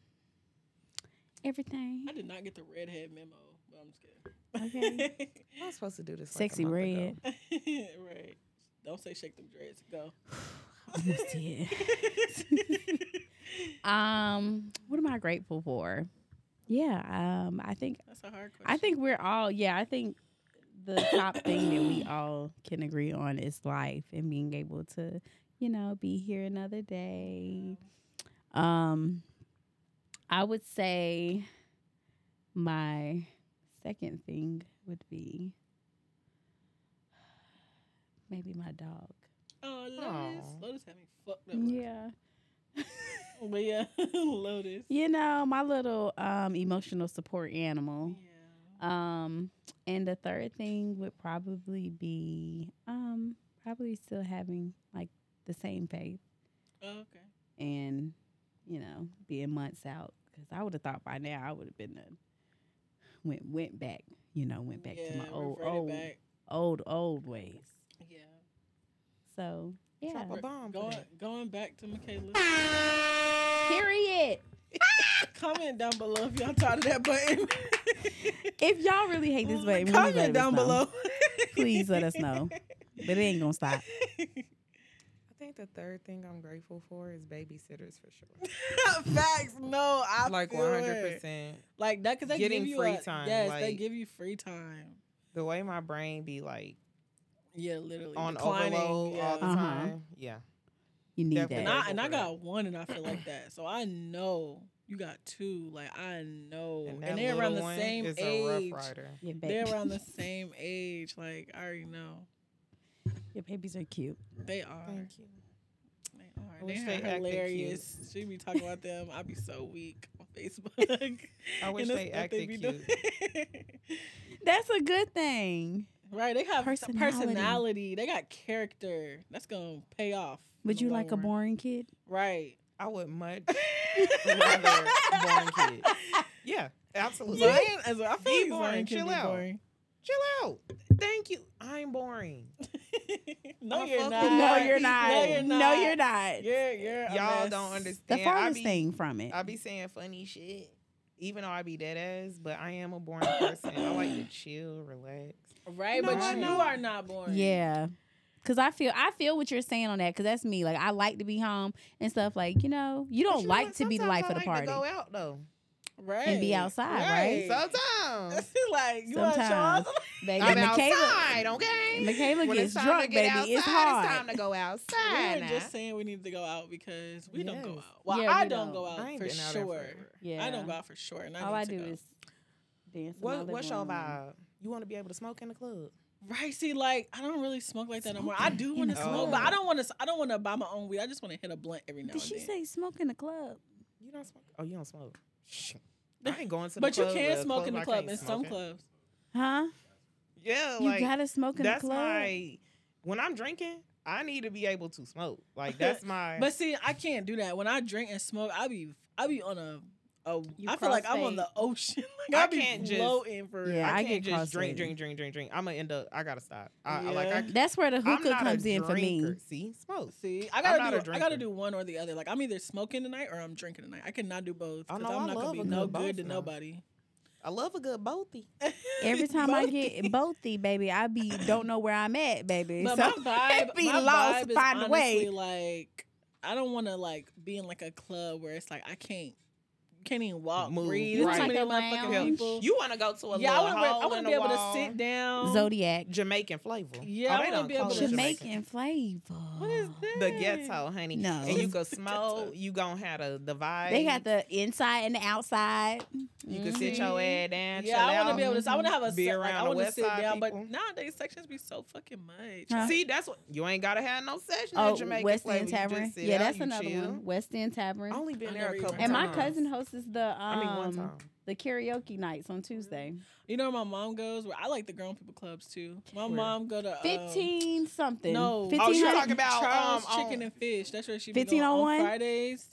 C: everything.
B: I did not get the redhead memo, but I'm just
C: Okay.
B: kidding.
D: I was supposed to do this.
C: Sexy
D: like a
C: [laughs]
D: month ago.
C: red.
B: [laughs] right. Don't say shake them dreads. [laughs] Go.
C: Almost did. Um, what am I grateful for? Yeah. Um, I think
B: That's a hard question.
C: I think we're all, yeah, I think the top thing that we all can agree on is life and being able to, you know, be here another day. Um I would say my second thing would be Maybe my dog.
B: Oh, Lotus.
D: Aw.
B: Lotus had me fucked up. Oh,
C: Yeah.
B: But yeah, [laughs] Lotus.
C: You know, my little um, emotional support
B: Yeah.
C: animal. Um, and the third thing would probably be um, probably still having like the same faith
B: Oh, okay.
C: and you know being months out because I would have thought by now I would have been a, went went back you know went back to my
B: Yeah,
C: old
B: reverted
C: old
B: back.
C: old old ways.
B: Yeah.
C: So yeah,
D: Drop a bomb. for
B: Going
D: that.
B: going back to Michaela.
C: period.
B: Comment down below if y'all tired of that
C: [laughs]
B: button.
C: If y'all really hate
B: [laughs] Oh
C: this button, really let
B: Comment
C: us
B: down
C: know.
B: below.
C: Please let us know. but it ain't gonna stop.
D: I think the third thing I'm grateful for is babysitters for sure.
B: [laughs] Facts. No, [laughs] I
D: like
B: feel it.
D: 100%.
B: Like that because they
D: Getting
B: give you
D: free
B: a-
D: time,
B: Yes, they
D: like-
B: give you free time.
D: The way my brain be like
B: Yeah, literally
D: on
B: declining,
D: overload
B: yeah.
D: all the
C: Uh-huh.
D: time. Yeah.
C: You need
D: Definitely.
B: and
C: that.
B: I
D: grateful
B: and I
D: for that.
B: got one, and I feel like that. So I know you got two. Like I know, and,
D: that
B: they're around
D: little
B: the
D: one
B: same
D: is
B: age.
D: a rough rider.
C: Your,
B: They're
C: baby, [laughs]
B: around the same age. Like I already know
C: your babies are cute.
B: they are.
D: Thank you.
B: They are.
D: I
B: They
D: wish they
B: are
D: acted cute.
B: hilarious. She be talking about them. I be so weak on Facebook.
D: [laughs]
B: [laughs]
D: I wish they acted cute.
B: cute.
C: That's a good thing.
B: [laughs] right, they have s- personality.
C: Personality.
B: They got character. That's gonna pay off. in
C: Would
B: the
C: you like a
B: long run.
C: boring kid?
B: Right. [laughs]
D: I would much rather born kid. Yeah, absolutely.
B: Zion, as well, I feel
D: Be
B: like
D: boring,
B: Zion can
D: chill
B: be
D: out.
B: boring. [laughs]
D: Chill out. Thank you. I'm [laughs] boring.
B: no,
D: I
B: you're
D: fuck with
B: not.
C: [laughs]
D: No,
C: No,
D: Right.
C: you're not. No, you're not.
B: You're, you're a
D: Y'all
B: mess.
D: don't
C: The
D: understand. I
C: farthest
D: be,
C: thing from it.
D: I be saying funny shit, even though I be dead ass. But I am a boring person. I like to chill, relax.
B: Right,
D: No,
B: but
D: I
B: you
D: know.
B: are not boring.
C: yeah. Cause I feel I feel what you're saying on that. Cause that's me. Like I like to be home and stuff. Like you know, you
D: But
C: don't
D: you know
C: like
D: what?
C: to be the
D: Sometimes
C: life
D: I
C: of the
D: like
C: party
D: to go out though.
B: Right.
C: and be outside, right? [laughs]
D: Sometimes.
B: like you are
C: Sometimes,
B: Charles.
C: baby,
D: I'm
C: Michaela,
D: outside, okay?
C: [laughs] Michaela
D: When
C: gets
D: it's time
C: drunk,
D: to get
C: baby.
D: outside,
C: it's hard.
D: It's time to [laughs] go outside.
B: We
D: now.
B: were just saying we need to go out because we don't go
D: Yes.
B: out. Well,
C: Yeah,
B: I
C: we
B: don't
C: don't.
B: go out
D: I ain't
B: for
D: been out there
B: sure.
D: forever.
C: yeah.
B: I don't go out for sure. And I
C: All
B: need
C: I
B: to
C: do
B: go.
C: is dance. in my
D: What,
C: living
D: what's your
C: room.
D: vibe? You want to be able to smoke in the club?
B: right. See, like I don't really smoke like that no more. I
C: Smoking
B: do
C: in
B: want to
D: the
B: smoke,
D: club.
B: but I don't want to. I don't want to buy my own weed. I just want to hit a blunt every now
C: Oh. Did
B: and
C: she
B: then.
C: say smoke in the club?
D: You don't smoke? Oh, you don't smoke. I ain't going to the
B: but you
D: club.
B: can
D: uh,
B: smoke in the
D: I
B: club
D: can't
B: in some
D: smoke in.
B: clubs.
C: Huh?
D: Yeah, like
C: you gotta smoke in the
D: that's
C: club.
D: my. When I'm drinking, I need to be able to smoke. Like that's my.
B: But see, I can't do that. When I drink and smoke, I be I be on a, a
C: You
B: I feel like I'm on
C: cross-fade.
B: the ocean. [laughs] Like I,
D: I
B: be
D: can't just-
B: floating for
C: Yeah,
D: I
C: I
D: can't
C: get
D: just drink,
C: cross-legged.
D: drink, drink, drink, drink. I'm gonna end up. I gotta stop. I, I- like
B: Yeah.
D: I.
C: That's where the
D: I'm
C: hookah
D: not
C: comes
D: a
C: in for me.
D: drinker. See, smoke.
B: See, I
D: not
B: gotta
D: a
B: do I gotta
D: drinker.
B: do one or the other. Like I'm either smoking tonight or I'm drinking tonight. I cannot do both
D: I
B: because
D: know,
B: I'm
D: I
B: not gonna
D: love
B: be
D: a
B: no
D: good
B: good
D: both
B: to
D: now.
B: nobody.
D: I love a good bothy.
C: [laughs]
B: [laughs]
C: Every time I
B: Both.
C: get bothy, baby, I be don't know where I'm at, baby.
B: But
C: so [laughs]
B: my vibe,
C: be
B: my
C: lost,
B: vibe is
C: find a way.
B: honestly like I don't want to like be in like a club where it's like I can't can't even walk,
D: Move,
B: breathe.
D: You
B: There's
D: like
B: too many
C: a
B: motherfucking
C: lounge?
B: people.
D: You want to go to a
B: yeah, I
D: little
B: want to. I
D: hole
B: want
D: in
B: to
D: the
B: be able to
D: wall.
B: sit down.
C: Zodiac,
D: Jamaican flavor. Oh,
B: Yeah, I
D: they
B: wanna
D: don't
B: be able
D: call
B: to-
D: it
C: Jamaican flavor.
B: What is this?
D: The ghetto, honey.
C: No.
D: And you
B: Ghetto.
D: can smoke. You gonna have a, the vibe.
C: They got the inside and the outside. Mm-hmm.
D: You can sit your ass down.
B: Yeah, I
D: want
B: want to be able to. I want to have a
D: Be
B: se- like,
D: around
B: I
D: the
B: want to
D: West
B: sit
D: Side
B: down,
D: people.
B: but nowadays sections be so fucking much.
C: Huh?
D: See, that's what you ain't gotta have no session
C: Oh,
D: in Jamaica.
C: West
D: flavor.
C: End
D: You just
C: Tavern.
D: sit
C: Yeah,
D: out,
C: that's
D: you
C: another
D: chill.
C: one. West End Tavern.
D: I only been
B: I
D: there
B: never
D: a couple
B: even
C: and my
D: times.
C: cousin hosts the um,
D: I mean, one time.
C: the karaoke nights on Tuesday.
B: You know where my mom goes? Where I like the grown people clubs too. My
D: Where?
B: mom go to um,
C: Fifteen something.
B: No,
D: Oh, you
C: 1500
D: talking about
B: Charles
D: um,
B: Chicken
D: on-
B: and Fish? That's where she be going on
C: 1501?
B: Fridays.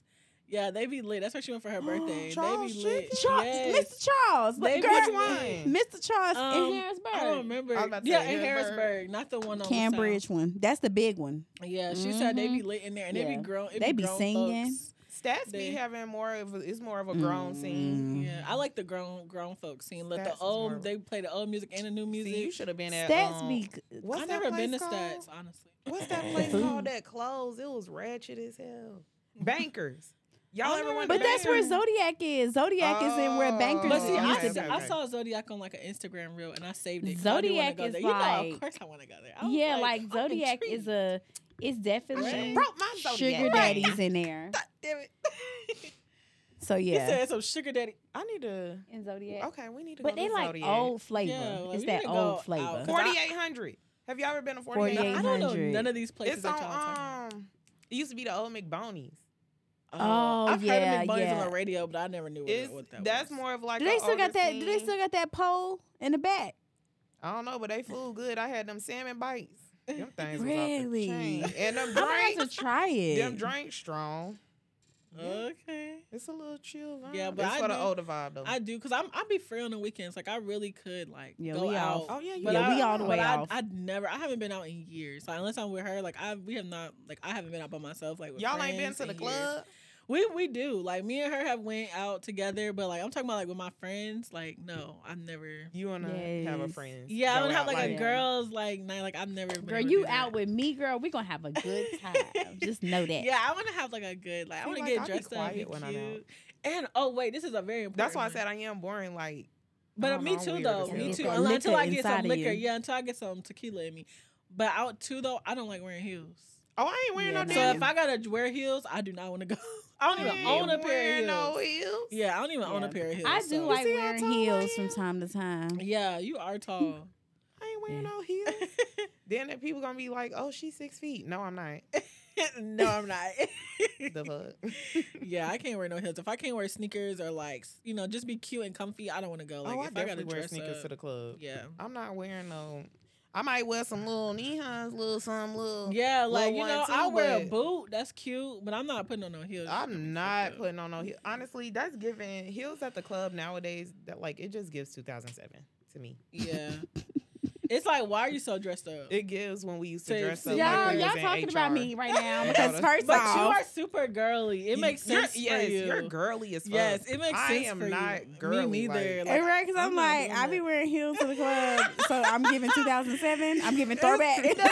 B: Yeah, they be lit. That's where she went for
C: [gasps]
B: her birthday. they
D: Charles
B: be lit.
D: Chicken?
C: Charles,
B: Yes.
C: Mr. Charles,
B: They-
C: but girl,
D: Which one?
C: Mr. Charles
B: Um,
C: in Harrisburg,
B: I don't remember.
D: I was about to
B: yeah,
D: say
B: in Harrisburg.
D: Harrisburg.
B: not the one on
C: Cambridge one. That's the big one.
B: The south. Yeah, she said they be lit in there, and they
C: Yeah.
B: be grown. It
C: They
B: be
C: be
B: grown
C: singing.
B: folks.
D: Stats
B: They-
D: be having more of a, it's more of a grown scene.
B: Yeah, I like the grown grown folks scene. Let the
D: Stats is
B: old
D: more-
B: they play the old music and the new music.
D: See, you should have been at
C: Mm. Stats
D: um,
C: be
D: What's
B: I've
D: that
B: never been to
D: place called?
B: stats, honestly.
D: What's
C: [laughs]
D: that place called that closed? It was ratchet as hell. Bankers. Y'all
B: I
D: ever
B: never
D: went?
C: But
D: to
C: that's
D: Bankers?
C: where Zodiac is. Zodiac is in where
D: Oh.
C: bankers
B: But
D: But
B: see,
D: okay,
B: I,
C: used
D: okay,
C: to
B: sa-
C: be.
B: I
D: okay.
B: saw Zodiac on like an Instagram reel, and I saved it. 'cause I
C: Zodiac
B: do wanna go
C: is
B: there. you know,
C: like-
B: of course I want to go there. I was
C: Yeah, like,
B: I'm
C: Zodiac is
B: intrigued.
C: a. It's definitely
D: broke my Zodiac.
C: sugar
D: Right.
C: daddies in there.
D: Damn it. [laughs]
C: So
B: He
C: yeah,
B: said some sugar daddy.
D: I need to.
C: in Zodiac.
D: Okay, we need to.
C: But
D: go
C: they
D: to
C: like
D: Zodiac.
C: old flavor.
B: Yeah, like,
C: it's
B: we
C: that
B: need to go
C: old
B: out.
C: flavor.
B: Cause I-
D: Forty eight hundred. Have you all ever been to 48?
C: 48.
B: I don't know
C: 800.
B: none of these places
D: It's
B: that y'all talking about.
D: on, um, it used to be the old McBonies.
C: Oh,
B: I've
C: yeah,
B: heard of McBunnings
C: yeah.
B: on the radio, but I never knew what,
D: It's,
B: what that
D: that's
B: was.
D: more of like
C: Do they
D: a
C: still
D: older
C: got that? Do they
D: scene.
C: still got that pole in the back?
D: I don't know, but they food good. I had them salmon bites.
C: [laughs]
D: Them things was off the
C: Really?
D: chain. And them
C: I'm gonna have
D: drinks,
C: to try it.
D: them drinks strong.
B: Okay.
D: It's a little chill vibe.
B: Yeah, but
D: it's
B: I
D: for the
B: do-
D: older vibe though.
B: I do, cause I'm I be free on the weekends. Like I really could like
C: Yeah,
B: go
C: we
B: out.
C: off.
D: oh yeah, you
B: But
C: Yeah,
B: I,
C: we all the
B: but
C: way
B: I,
C: off.
B: I'd never. I haven't been out in years. Like unless I'm with her, like I we have not. Like I haven't been out by myself. Like with
D: Y'all ain't been
B: friends
D: to the
B: in years.
D: club.
B: We we do. Like me and her have went out together, but like I'm talking about like with my friends. Like no, I've never.
D: You wanna have a
C: Yes.
D: friend?
B: Yeah, I
D: go
B: would have
D: out
B: like, a
C: like-
B: girls like night. Like I've never. Been
C: girl,
B: able to
C: you
B: do
C: out
B: that.
C: with me, girl. We gonna have a good time.
B: [laughs]
C: Just know that.
B: Yeah, I want to have like a good like. I
D: See,
B: want to
D: like, I
B: get
D: be
B: dressed up, be
D: quiet when I'm
B: cute.
D: out.
B: And oh wait, this is a very important.
D: That's why I
B: one.
D: said I am boring. Like
B: But
D: I
B: uh,
D: don't
B: me
D: know, I'm
B: too,
D: weird
B: though.
D: as hell.
B: Me
C: Get
B: too.
C: that
B: Unless,
C: liquor
B: until I get
C: inside
B: some
C: of
B: liquor,
C: you.
B: yeah. Until I get some tequila in me. But out too, though. I don't like wearing heels.
D: oh, I ain't wearing
C: Yeah,
D: no
B: So
D: damn.
B: if I gotta wear heels, I do not want to go. [laughs] I don't even
D: ain't
B: own a pair
D: wearing
B: of heels.
D: no heels.
B: Yeah, I don't even own a
C: Yeah.
B: pair of heels.
C: I do
B: so-
C: like
D: see how
C: wearing
D: tall I
C: heels from
D: am?
C: time to time.
B: Yeah, you are
C: [laughs]
B: tall.
D: I ain't wearing
C: Yeah. [laughs]
D: no heels. then the people gonna be like, "Oh, she's six feet." No,
C: [laughs]
D: I'm not.
B: no, I'm not.
D: The fuck.
B: yeah, I can't wear no heels. If I can't wear sneakers or like, s- you know, just be cute and comfy, I don't want to go. Like,
D: oh, I
B: if I, gotta
D: definitely wear
B: dress
D: sneakers
B: up,
D: to the club.
B: yeah,
D: I'm not wearing no. I might wear some little knee highs, little some little.
B: yeah, like you
D: one
B: know,
D: too,
B: I wear a
D: but-
B: boot. That's cute, but I'm not putting on no heels.
D: I'm
B: up.
D: not putting on no heels. Honestly, that's giving heels at the club nowadays. That like it just gives 2007 to me.
B: [laughs] Yeah, it's like, why are you so dressed up?
D: It gives when we used to
B: Same,
D: dress up.
B: same.
D: like
C: y'all,
D: we
B: Like
C: y'all
D: was in
C: talking about
D: HR.
C: me right now
D: Yeah,
C: because
D: that's-
C: first
B: But
C: off,
B: you are super girly. It
D: You-
B: makes
D: you're-
B: sense
D: yes,
B: for you.
D: you're girly as fuck.
B: Yes, it makes
D: I
B: sense
D: am
B: for
D: not
B: you.
D: girly,
B: Me neither.
D: like-
C: Hey, right, because
B: I'm
C: I'm,
B: not
C: like,
B: doing
C: I be
B: that.
C: wearing heels to the club, so I'm giving 2007. I'm giving throwback. [laughs]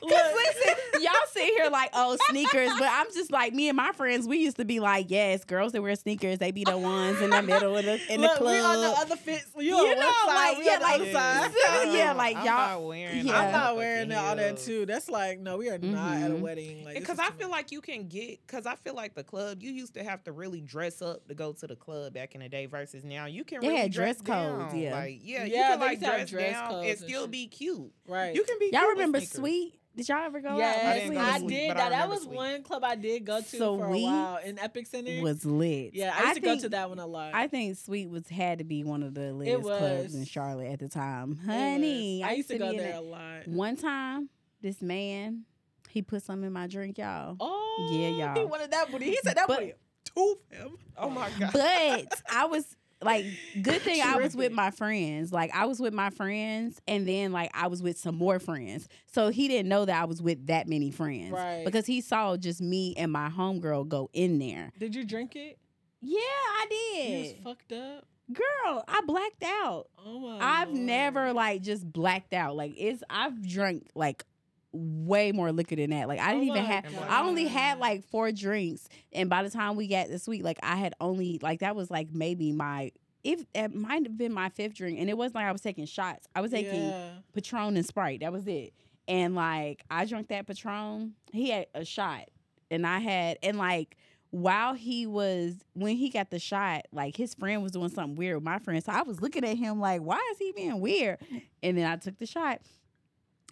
C: Because
B: Look,
C: listen, y'all sit here like, oh, sneakers. But I'm just like, me and my friends, we used to be like, yes, girls that wear sneakers, they be the ones in the middle of the, in
B: look,
C: the club.
B: we on the other fits. You,
C: You
B: on one
C: know,
B: side,
C: like,
B: we
C: yeah,
B: on the
C: like,
B: other side.
D: [laughs]
C: So, yeah, like,
D: I'm
C: y'all-
D: not wearing.
C: yeah.
B: I'm not
D: fucking
B: wearing all that
D: heels.
B: too. That's like, no, we are not at a
C: Mhm.
B: wedding. Like,
D: because I feel like you can get because I feel like the club you used to have to really dress up to go to the club back in the day versus now you can
C: They
D: really
C: had
D: dress,
C: dress codes,
D: down.
C: yeah.
D: like yeah, you
B: Yeah,
D: can
B: they
D: like
B: used to have
D: dress,
B: dress
D: down and
B: codes and
D: still
B: shit.
D: be cute.
B: right.
D: You can be
C: y'all
D: cute with
C: remember
D: sneakers.
C: Sweet? Did y'all ever go
D: I
B: Yes,
D: didn't go
B: I,
D: to
C: out? with Sweet?
D: sleep,
B: did
D: but I
B: that. That
D: remember
B: was
D: sleep.
B: one club I did go to for a
C: Sweet
B: while in Epic Center.
C: was lit.
B: yeah, I used to
C: think,
B: go to that one a lot.
C: I think Sweet was had to be one of the
B: It
C: littlest clubs in
B: was.
C: Charlotte at the time.
B: It was-
C: Honey,
B: I used to go
C: be in
B: there
C: it.
B: a lot.
C: One time, this man, he put something in my drink, y'all.
B: Oh,
C: Yeah,
B: He
C: y'all.
B: wanted that booty. He said that
C: But-
B: booty. Tooth him.
D: Oh my god!
C: But I was like, good thing I was with
B: Tripping.
C: my friends. Like I was with my friends, and then like I was with some more friends. So he didn't know that I was with that many friends,
B: Right.
C: Because he saw just me and my homegirl go in there.
B: Did you drink it?
C: Yeah, I
B: You was
C: did,
B: fucked up.
C: girl. I blacked out.
B: Oh my.
C: I've
B: Lord.
C: never like just blacked out. Like it's I've drunk like way more liquor than that. Like I didn't
B: Oh
C: even
B: my
C: have
D: God.
C: I only had like four drinks and by the time we got this week like I had only like that was like maybe my if it might have been my fifth drink and it wasn't like I was taking shots. I was taking
B: Yeah.
C: Patron and Sprite. That was it. And like I drank that Patron. He had a shot, and I had and like while he was when he got the shot, like his friend was doing something weird with my friend. So I was looking at him like, why is he being weird? And then I took the shot.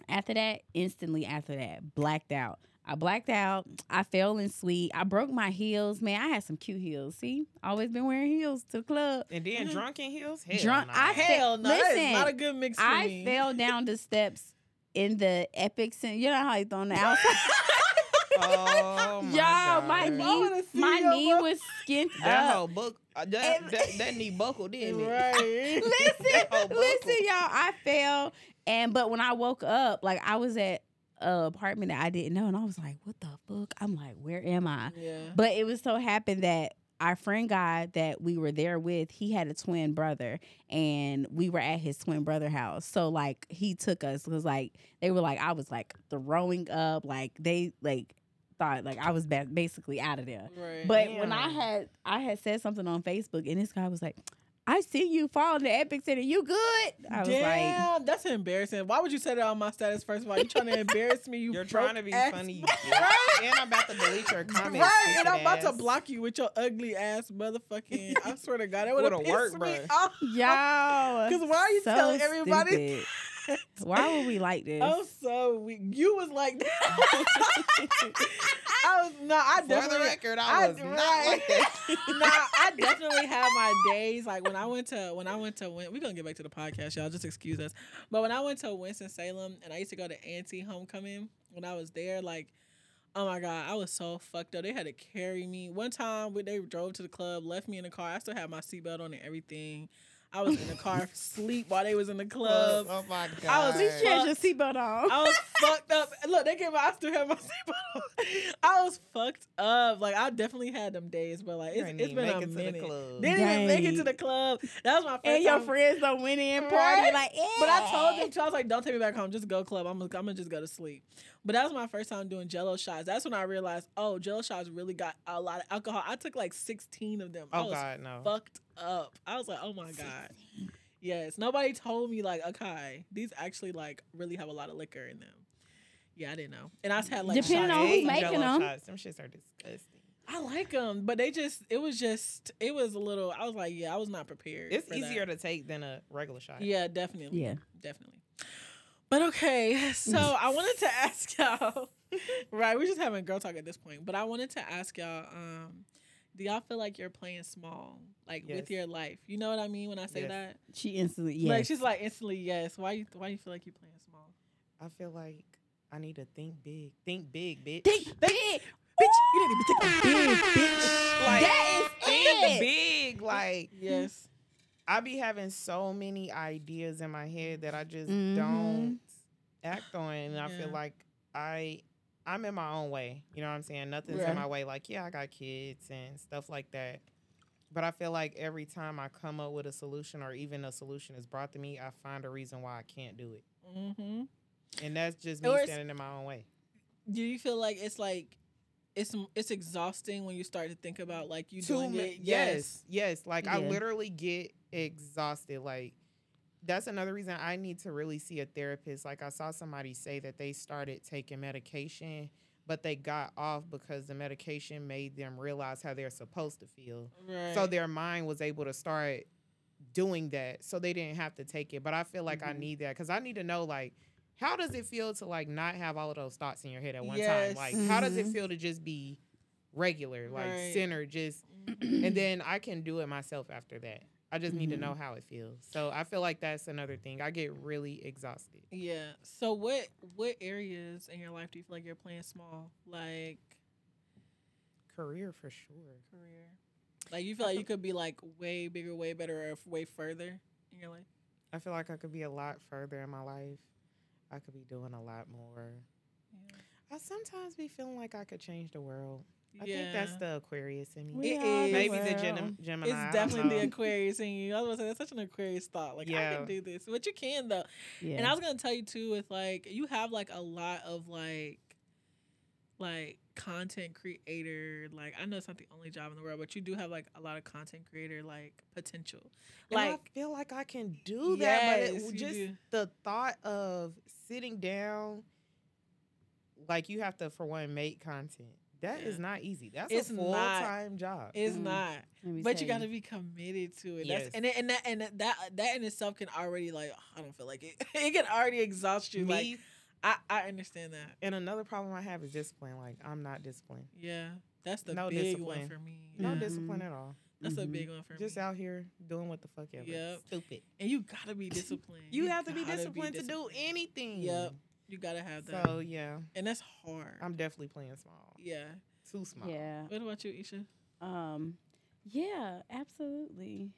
C: After that, instantly after that, blacked out. I blacked out. I fell in sleep. I broke my heels. Man, I had some cute heels. See, always been wearing heels to the club.
D: and then drunken heels, hell
C: Drunk-
D: nah.
C: I had-
B: Hell no, that is
C: Listen,
B: not a good mix for
C: I
B: me.
C: fell down the steps in the Epic Center. You know how it's on the outside. [laughs]
D: oh my
C: Y'all, my
D: God.
B: I wanna
C: knee,
B: see
C: my
B: your
C: knee
B: butt.
C: was skinned
D: That
C: up. [laughs]
D: whole book, uh, that,
C: And-
D: that, that knee buckled, didn't it? [laughs]
B: Right.
C: [laughs] Listen,
D: whole buckle.
C: listen, y'all. I fell, and but when I woke up, like I was at a apartment that I didn't know, and I was like, "What the fuck?" I'm like, "Where am I?"
B: yeah.
C: But it was so happened that our friend guy that we were there with, he had a twin brother, and we were at his twin brother house. So like he took us because like they were like I was like throwing up, like they like thought like I was ba- basically out of there.
B: Right.
C: But when I
D: Damn.
C: had I had said something on Facebook, and this guy was like, "I see you falling to Epic Center. You good?" I was like.
B: Damn, that's embarrassing. Why would you say that on my status first of all? You trying to embarrass me? You
D: You're trying to
B: broke
D: be
B: ass- [laughs]
D: funny, you bitch. and I'm about to delete your comments.
B: Right, and I'm
D: stupid
B: about to
D: ass.
B: block you with your ugly ass motherfucking.
D: [laughs]
B: I swear to God, that would have
D: Would've
B: pissed
D: worked,
B: me
D: bruh.
B: off. [laughs]
C: Yo,
B: 'Cause why are you telling everybody?
C: stupid.
B: that.
C: Why were we like this?
B: Oh, so we, you was like
D: [laughs]
B: that. [laughs] I was no, I
D: For the
B: definitely.
D: record, I,
B: I-
D: was not
B: right. [laughs]
D: like that.
B: no, I definitely had my days. Like when I went to when I went to Win- we're gonna get back to the podcast, y'all. Just excuse us. But when I went to Winston Salem and I used to go to Auntie Homecoming when I was there, like oh my god, I was so fucked up. They had to carry me. One time when they drove to the club, left me in the car. I still had my seatbelt on and everything. I was in the
D: [laughs]
B: car sleep while they was in the
D: Oh,
B: club.
D: oh my god.
B: I was
C: you should have your
B: fucked.
C: seatbelt on.
B: I was fucked up. Look, they came out. I still had my [laughs] seatbelt on. I was fucked up. Like I definitely had them days, but like it's,
D: Couldn't
B: it's been
D: even make
B: a
D: it to the
B: minute.
D: club.
B: Didn't even make it to
C: Dang.
B: the club. That was my first
C: and your
B: time.
C: friends don't went in party
B: Right?
C: like. Yeah.
B: But I told them, too, I was like, "Don't take me back home. Just go club. I'm, I'm gonna just go to sleep." But that was my first time doing Jello shots. That's when I realized, oh, Jello shots really got a lot of alcohol. I took like 16 of them. I
D: Oh
B: was
D: god, no.
B: fucked up. I was like, oh my god. Yes, nobody told me like, okay, these actually like really have a lot of liquor in them. Yeah, I didn't know, and I just had like
C: Depending
B: shots.
C: on
D: I hate
C: who's making
D: Jell-O
C: them.
D: Shots. Them shits are disgusting.
B: I like them, but they just it was just it was a little. I was like, yeah, I was not prepared.
D: It's
B: for that.
D: easier to take than a regular shot.
B: Yeah, definitely.
C: Yeah.
B: definitely. But okay, [laughs] so I wanted to ask [laughs] y'all. Right, we're just having girl talk at this point. But I wanted to ask y'all, um, do y'all feel like you're playing small, like
D: Yes.
B: with your life? You know what I mean when I say
D: Yes.
B: that?
C: She instantly.
B: Like
C: Yes.
B: she's like instantly yes. Why you why you feel like you playing small?
D: I feel like I need to think big. Think big, bitch.
C: Think big, bitch. You didn't even think big, bitch.
D: Like,
C: that is
D: Think
C: it.
D: big. Like
B: Yes.
D: I be having so many ideas in my head that I just
C: Mhm.
B: Mm-hmm.
D: don't act on, and I
B: Yeah.
D: feel like I I'm in my own way. You know what I'm saying? Nothing's
B: Right.
D: in my way. Like yeah, I got kids and stuff like that. But I feel like every time I come up with a solution or even a solution is brought to me, I find a reason why I can't do it.
B: Mm-hmm.
D: And that's just me
B: Or it's-
D: standing in my own way.
B: Do you feel like it's like it's it's exhausting when you start to think about like you doing
D: mi-
B: it?
D: yes yes like i
C: Yeah.
D: literally get exhausted like that's another reason i need to really see a therapist like i saw somebody say that they started taking medication but they got off because the medication made them realize how they're supposed to feel
B: Right.
D: so their mind was able to start doing that so they didn't have to take it but i feel like
B: Mhm.
D: i need that because i need to know like how does it feel to like not have all of those thoughts in your head at one
B: Yes.
D: time like how does it
C: Mhm.
D: feel to just be regular like
B: Right.
D: center just
B: Mm.
C: [clears throat]
D: and then i can do it myself after that i just need to
C: Mhm.
D: know how it feels so i feel like that's another thing i get really exhausted
B: Yeah. So what what areas in your life do you feel like you're playing small? Like
D: career for sure
B: career. Like you feel like you could be like way bigger, way better, or f- way further in your life.
D: i feel like i could be a lot further in my life i could be doing a lot more i sometimes be feeling like i could change the world I think that's the Aquarius in
B: We
D: me.
B: It are the is.
D: Maybe the
C: world.
D: Gem- Gemini. I
B: It's
D: don't
B: definitely
D: [laughs]
B: the
D: know.
B: Aquarius in you. I was gonna say that's such an Aquarius thought. Like I
D: Yeah.
B: can do this, but you can though.
C: Yeah.
B: And I was gonna tell you too, with like you have like a lot of like, like content creator. Like I know it's not the only job in the world, but you do have like a lot of content creator like potential.
D: And
B: Like
D: I feel like I can do that,
B: Yes,
D: but
B: you
D: it, just
B: do.
D: the thought of sitting down, like you have to for one make content. That is
B: Yeah.
D: not easy. That's
B: It's
D: a
B: not.
D: full time job.
B: it's
C: Mm.
B: not.
C: Let me
B: But
C: tell
B: you got to be committed to it. That's
D: Yes.
B: and it- and that and that- that that in itself can already like I don't feel like it. [laughs] It can already exhaust you.
D: Me
B: Like I I understand that.
D: and another problem I have is discipline. Like I'm not disciplined.
B: Yeah, that's the
D: No
B: big one
D: discipline.
B: for me.
D: No
C: Mhm.
D: discipline at all.
B: That's a
C: Mhm.
B: big one for
D: Just
B: me.
D: out here doing what the fuck ever.
B: Yep.
D: Stupid.
B: and you gotta be disciplined.
D: You, have to be
B: gotta
D: disciplined, to do
B: disciplined.
D: anything.
B: Yep. You gotta have that,
D: So yeah,
B: and that's hard.
D: I'm definitely playing small.
B: yeah.
D: Too small.
C: Yeah.
B: What about you, Isha? You
C: Um. Yeah. Absolutely.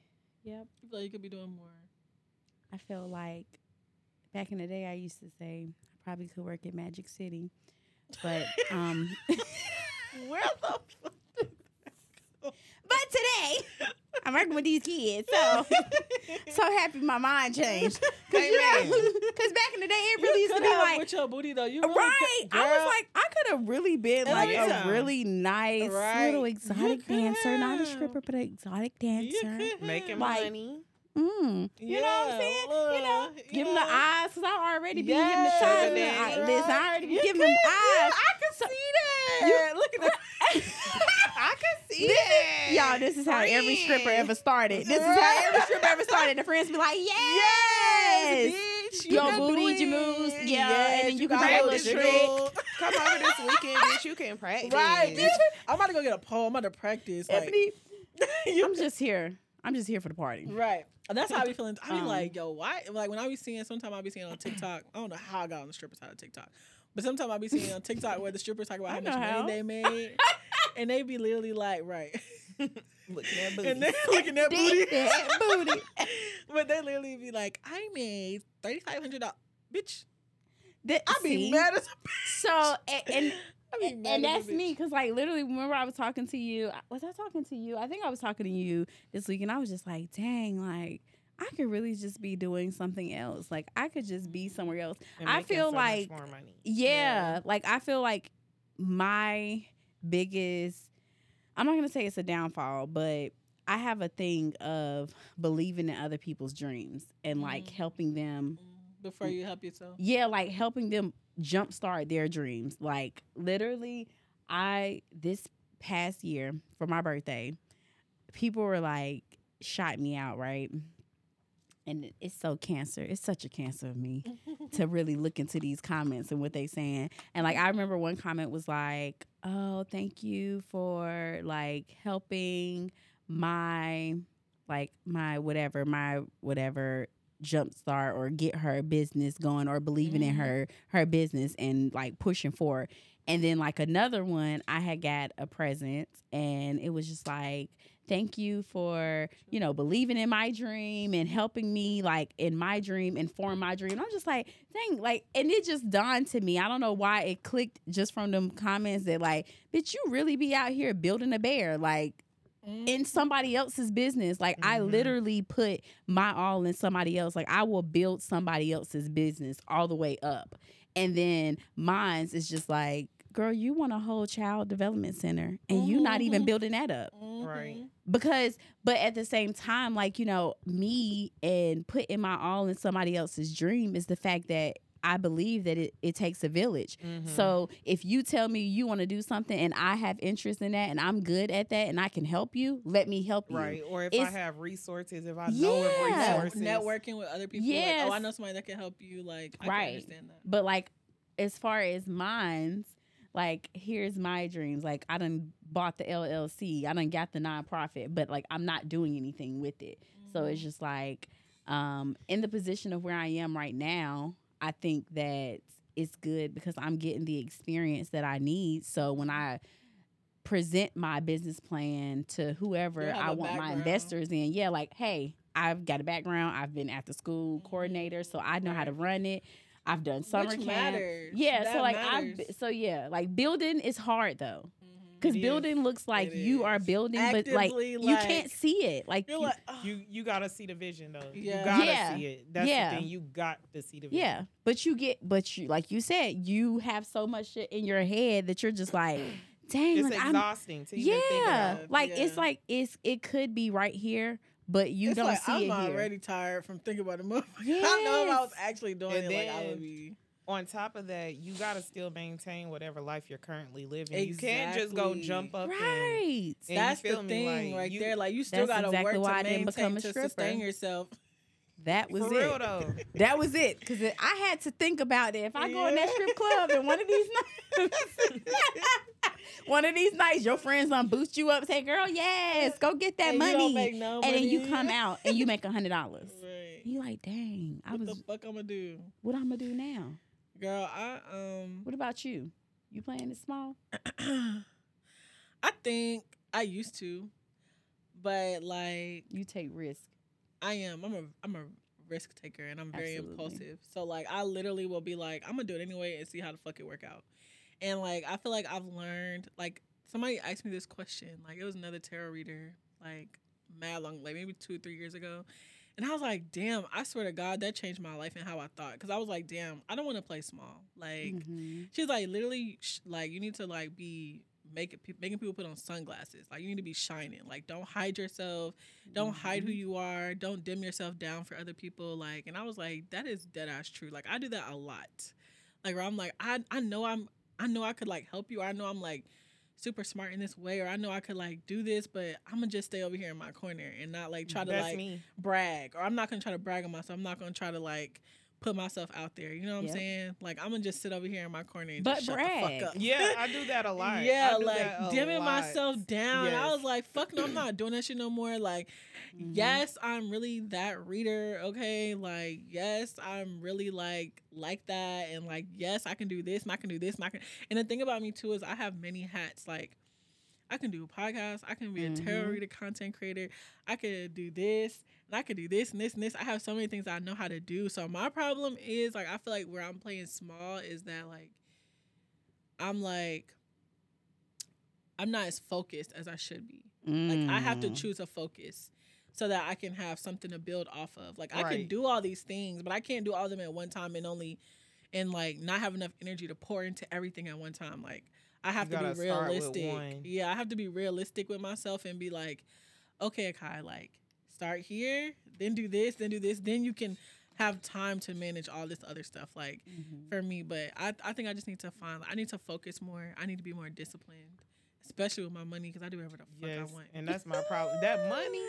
C: Yep.
B: feel like you could be doing more.
C: I feel like back in the day, I used to say I probably could work at Magic City, but um,
B: [laughs] Where the fuck?
C: but today I'm working with these kids,
B: [laughs]
C: so so happy my mind changed. Cause you know,
D: Amen.
C: 'cause back in the day, it really used to
B: could
C: be
B: have
C: like.
B: with your booty though. You really
C: Right,
B: could-
C: I was
B: girl,
C: like, I could have really been
B: And
C: like
B: let me tell
C: a
B: 'em.
C: really nice
B: Right.
C: little
B: You
C: exotic
B: could
C: dancer, not a
B: have.
C: stripper, but an exotic
B: you
C: dancer.
B: could
D: Making
B: have.
C: Like-
D: money.
C: Mm. You know what
B: Yeah,
C: I'm saying? you know,
B: look, you
C: give him
B: know.
C: the eyes because I already be
B: Yes,
C: hypnotized.
D: yes,
C: I, listen, I already be
B: You
C: giving him
B: could, yeah,
C: eyes.
B: I can see that. look at that.
D: I could see
C: This is- [laughs]
D: it.
C: Y'all, this is how every stripper
B: [laughs]
D: Friend.
C: ever started. This is how every stripper ever started. The friends be like, yes.
B: bitch. beach. You
C: Your
B: can
C: booty,
B: do
C: your
B: it.
C: moves, yeah, and then you can
B: got
C: do
B: all
C: a
B: the
C: little
B: tricks.
D: Come over this
C: [laughs]
D: weekend, bitch. You can practice.
B: Right, bitch. I'm about to go get a pole. I'm about to practice. Like, [laughs]
C: Ebony,
B: you-
C: [laughs] I'm just here. I'm just here for the party.
B: right. And that's how I be feeling. I be
C: Um,
B: like, yo, why? Like when I be seeing, sometimes I be seeing on TikTok. I don't know how I got on the stripper side of TikTok, but sometimes I be seeing on TikTok where the strippers talk about
C: I
B: how
C: know
B: much money
C: how. [laughs]
B: they made, and they be literally like, right, [laughs]
D: Looking
B: and
D: at [laughs] booty.
B: they looking at booty,
C: That booty.
B: [laughs] but they literally be like, I made thirty five hundred dollars, bitch.
C: That,
B: I be
C: see?
B: mad as a
C: So a- and
B: [laughs] I be
C: and,
B: mad as a
C: that's
B: bitch.
C: me because like literally remember i was talking to you was i talking to you i think i was talking to you this week and i was just like dang like i could really just be doing something else like i could just be somewhere else
D: And
C: I
D: making
C: feel
D: so much
C: like-
D: more money.
C: Mm-hmm. yeah, like i feel like my biggest i'm not gonna say it's a downfall but i have a thing of believing in other people's dreams and like
B: Mhm.
C: helping them
B: Before you help yourself.
C: yeah like helping them jumpstart their dreams like literally i this past year for my birthday people were like shot me out right and it- it's so cancer it's such a cancer of me to really look into these comments and what they saying and like i remember one comment was like oh thank you for like helping my like my whatever my whatever jumpstart or get her business going or believing in
B: Mhm.
C: her her business and like pushing forward. And then like another one, I had got a present and it was just like, thank you for, you know, believing in my dream and helping me like in my dream and form my dream. And I'm just like, dang, like, and it just dawned to me. I don't know why it clicked just from them comments that like, bitch, you really be out here building a bear. Like in somebody else's business. Like I
D: Mhm.
C: literally put my all in somebody else. Like I will build somebody else's business all the way up. And then mine's is just like, girl, you want a whole child development center and you not even
B: Mhm.
C: building that up
D: Right.
C: because but at the same time like you know me and putting my all in somebody else's dream is the fact that i believe that it, it takes a village
D: Mhm.
C: so if you tell me you want to do something and i have interest in that and i'm good at that and i can help you let me help you
D: right. Or if I
C: It's-
D: have resources, if I know of
C: Yeah.
B: Net-
D: resources,
B: networking with other people. Like, oh, I
C: Yes.
B: know somebody that can help you. Like, I
C: Right.
B: can understand that.
C: But like, as far as mine's, like, here's my dreams. Like, I done bought the LLC, I done got the nonprofit, but like, I'm not doing anything with it. So
B: Mm. Mm-hmm.
C: it's just like, um, in the position of where I am right now, I think that it's good because I'm getting the experience that I need. So when I present my business plan to whoever
B: You'll have
C: I
B: a
C: want my
B: background.
C: investors in, yeah, like, hey, I've got a background. I've been after school coordinator, so I know how to run it. I've done summer
B: Mm-hmm. Which
C: camp.
B: matters.
C: Yeah, so
B: That
C: like I
B: matters. Mm-hmm.
C: so yeah, like building is hard though. Cuz
D: It is.
C: building looks like you are
B: is.
C: building but like
B: Actively,
C: you can't
B: like,
C: see it. Like,
B: You're
C: you-
B: like, oh,
D: you you gotta see the vision though.
B: Yeah.
D: You gotta
C: Yeah.
D: see it. That's
C: Yeah.
D: the thing. You got to see the vision.
C: yeah, but you get but you like you said you have so much shit in your head that you're
B: [clears throat]
C: just like dang,
D: It's
C: like, I'm
D: exhausting to even think
C: yeah,
D: about.
C: like it's
B: Yeah.
C: like it's it could be right here, but you
B: it's
C: don't
B: like,
C: see
B: I'm
C: it here.
B: already tired from thinking about the movie. [laughs] I know if I was
C: Yes.
B: actually doing
D: And
B: it, like I
D: then-
B: would be.
D: On top of that, you gotta still maintain whatever life you're currently living. You can't just go
B: Exactly.
D: jump up and
C: right.
D: And you
B: that's the
D: feel me?
B: thing
D: Like,
B: right
D: you-
B: there. Like you still
C: That's
B: gotta
C: exactly
B: work
C: why
B: to
C: I didn't become
B: maintain
C: a
B: to sustain
C: stripper.
B: yourself.
C: That was
D: For
C: it.
D: real though.
C: That was it. Cause it, I had to think about it. If I go in that
B: Yeah.
C: strip club and one of these nights, [laughs] one of these nights, your friends done boost you up, say, "Girl, yes, go get that
B: And you don't
C: money,"
B: make no
C: and then you
B: money.
C: come out and you make a
B: [laughs]
C: hundred dollars.
B: Right.
C: You like, dang, I
B: What
C: was.
B: the fuck I'm gonna do,
C: what I'm gonna do now?
B: girl? I um.
C: What about you? You playing it small?
B: I think I used to, but like
C: You take risk.
B: I am. I'm a I'm a risk taker and I'm very
C: Absolutely.
B: impulsive. So like I literally will be like, I'm gonna do it anyway and see how the fuck it work out. And like I feel like I've learned like somebody asked me this question. Like it was another tarot reader, like mad long like maybe two, three years ago. And I was like, damn, I swear to God, that changed my life and how I thought. Cause I was like, damn, I don't wanna play small. Like
C: Mhm.
B: She's like, literally, sh- like you need to like be making pe- making people put on sunglasses. Like you need to be shining. Like don't hide yourself. Don't hide who you are. Don't dim yourself down for other people. Like, and I was like, that is dead ass true. Like I do that a lot. Like where I'm like, I I know I'm I know I could like help you. Or I know I'm like super smart in this way, or I know I could like do this, but I'm gonna just stay over here in my corner and not like try to
D: That's
B: like
D: me.
B: brag or I'm not gonna try to brag on myself. I'm not gonna try to like put myself out there. You know what
C: Yeah.
B: I'm saying? Like I'm gonna just sit over here in my corner and
C: But
B: just shut
C: brag.
B: the fuck up. [laughs]
D: Yeah, I do that a lot.
B: Yeah,
D: I do that
B: like
D: a
B: dimming
D: lot.
B: myself down. I
D: Yes.
B: was like, fuck no, I'm not doing that shit no more. Like,
C: Mm-hmm.
B: yes, I'm really that reader, okay? Like, yes, I'm really like like that and like yes, I can do this and I can do this and I can and the thing about me too is I have many hats. Like I can do a podcast, I can be a tarot
C: Mhm.
B: reader, content creator, I could do this and I could do this and this and this. I have so many things I know how to do. So my problem is like I feel like where I'm playing small is that like I'm like I'm not as focused as I should be. Like I have to
C: Mm.
B: choose a focus so that I can have something to build off of. Like I can
D: Right.
B: do all these things, but I can't do all of them at one time and only and like not have enough energy to pour into everything at one time. Like I have to
D: gotta
B: be
D: start with
B: realistic.
D: one.
B: Yeah, I have to be realistic with myself and be like, okay, Kai, like start here, then do this, then do this, then you can have time to manage all this other stuff. Like
C: Mhm.
B: for me, but I, I think I just need to find, I need to focus more. I need to be more disciplined, especially with my money because I do whatever the fuck
D: Yes,
B: I want.
D: and that's my problem. That money,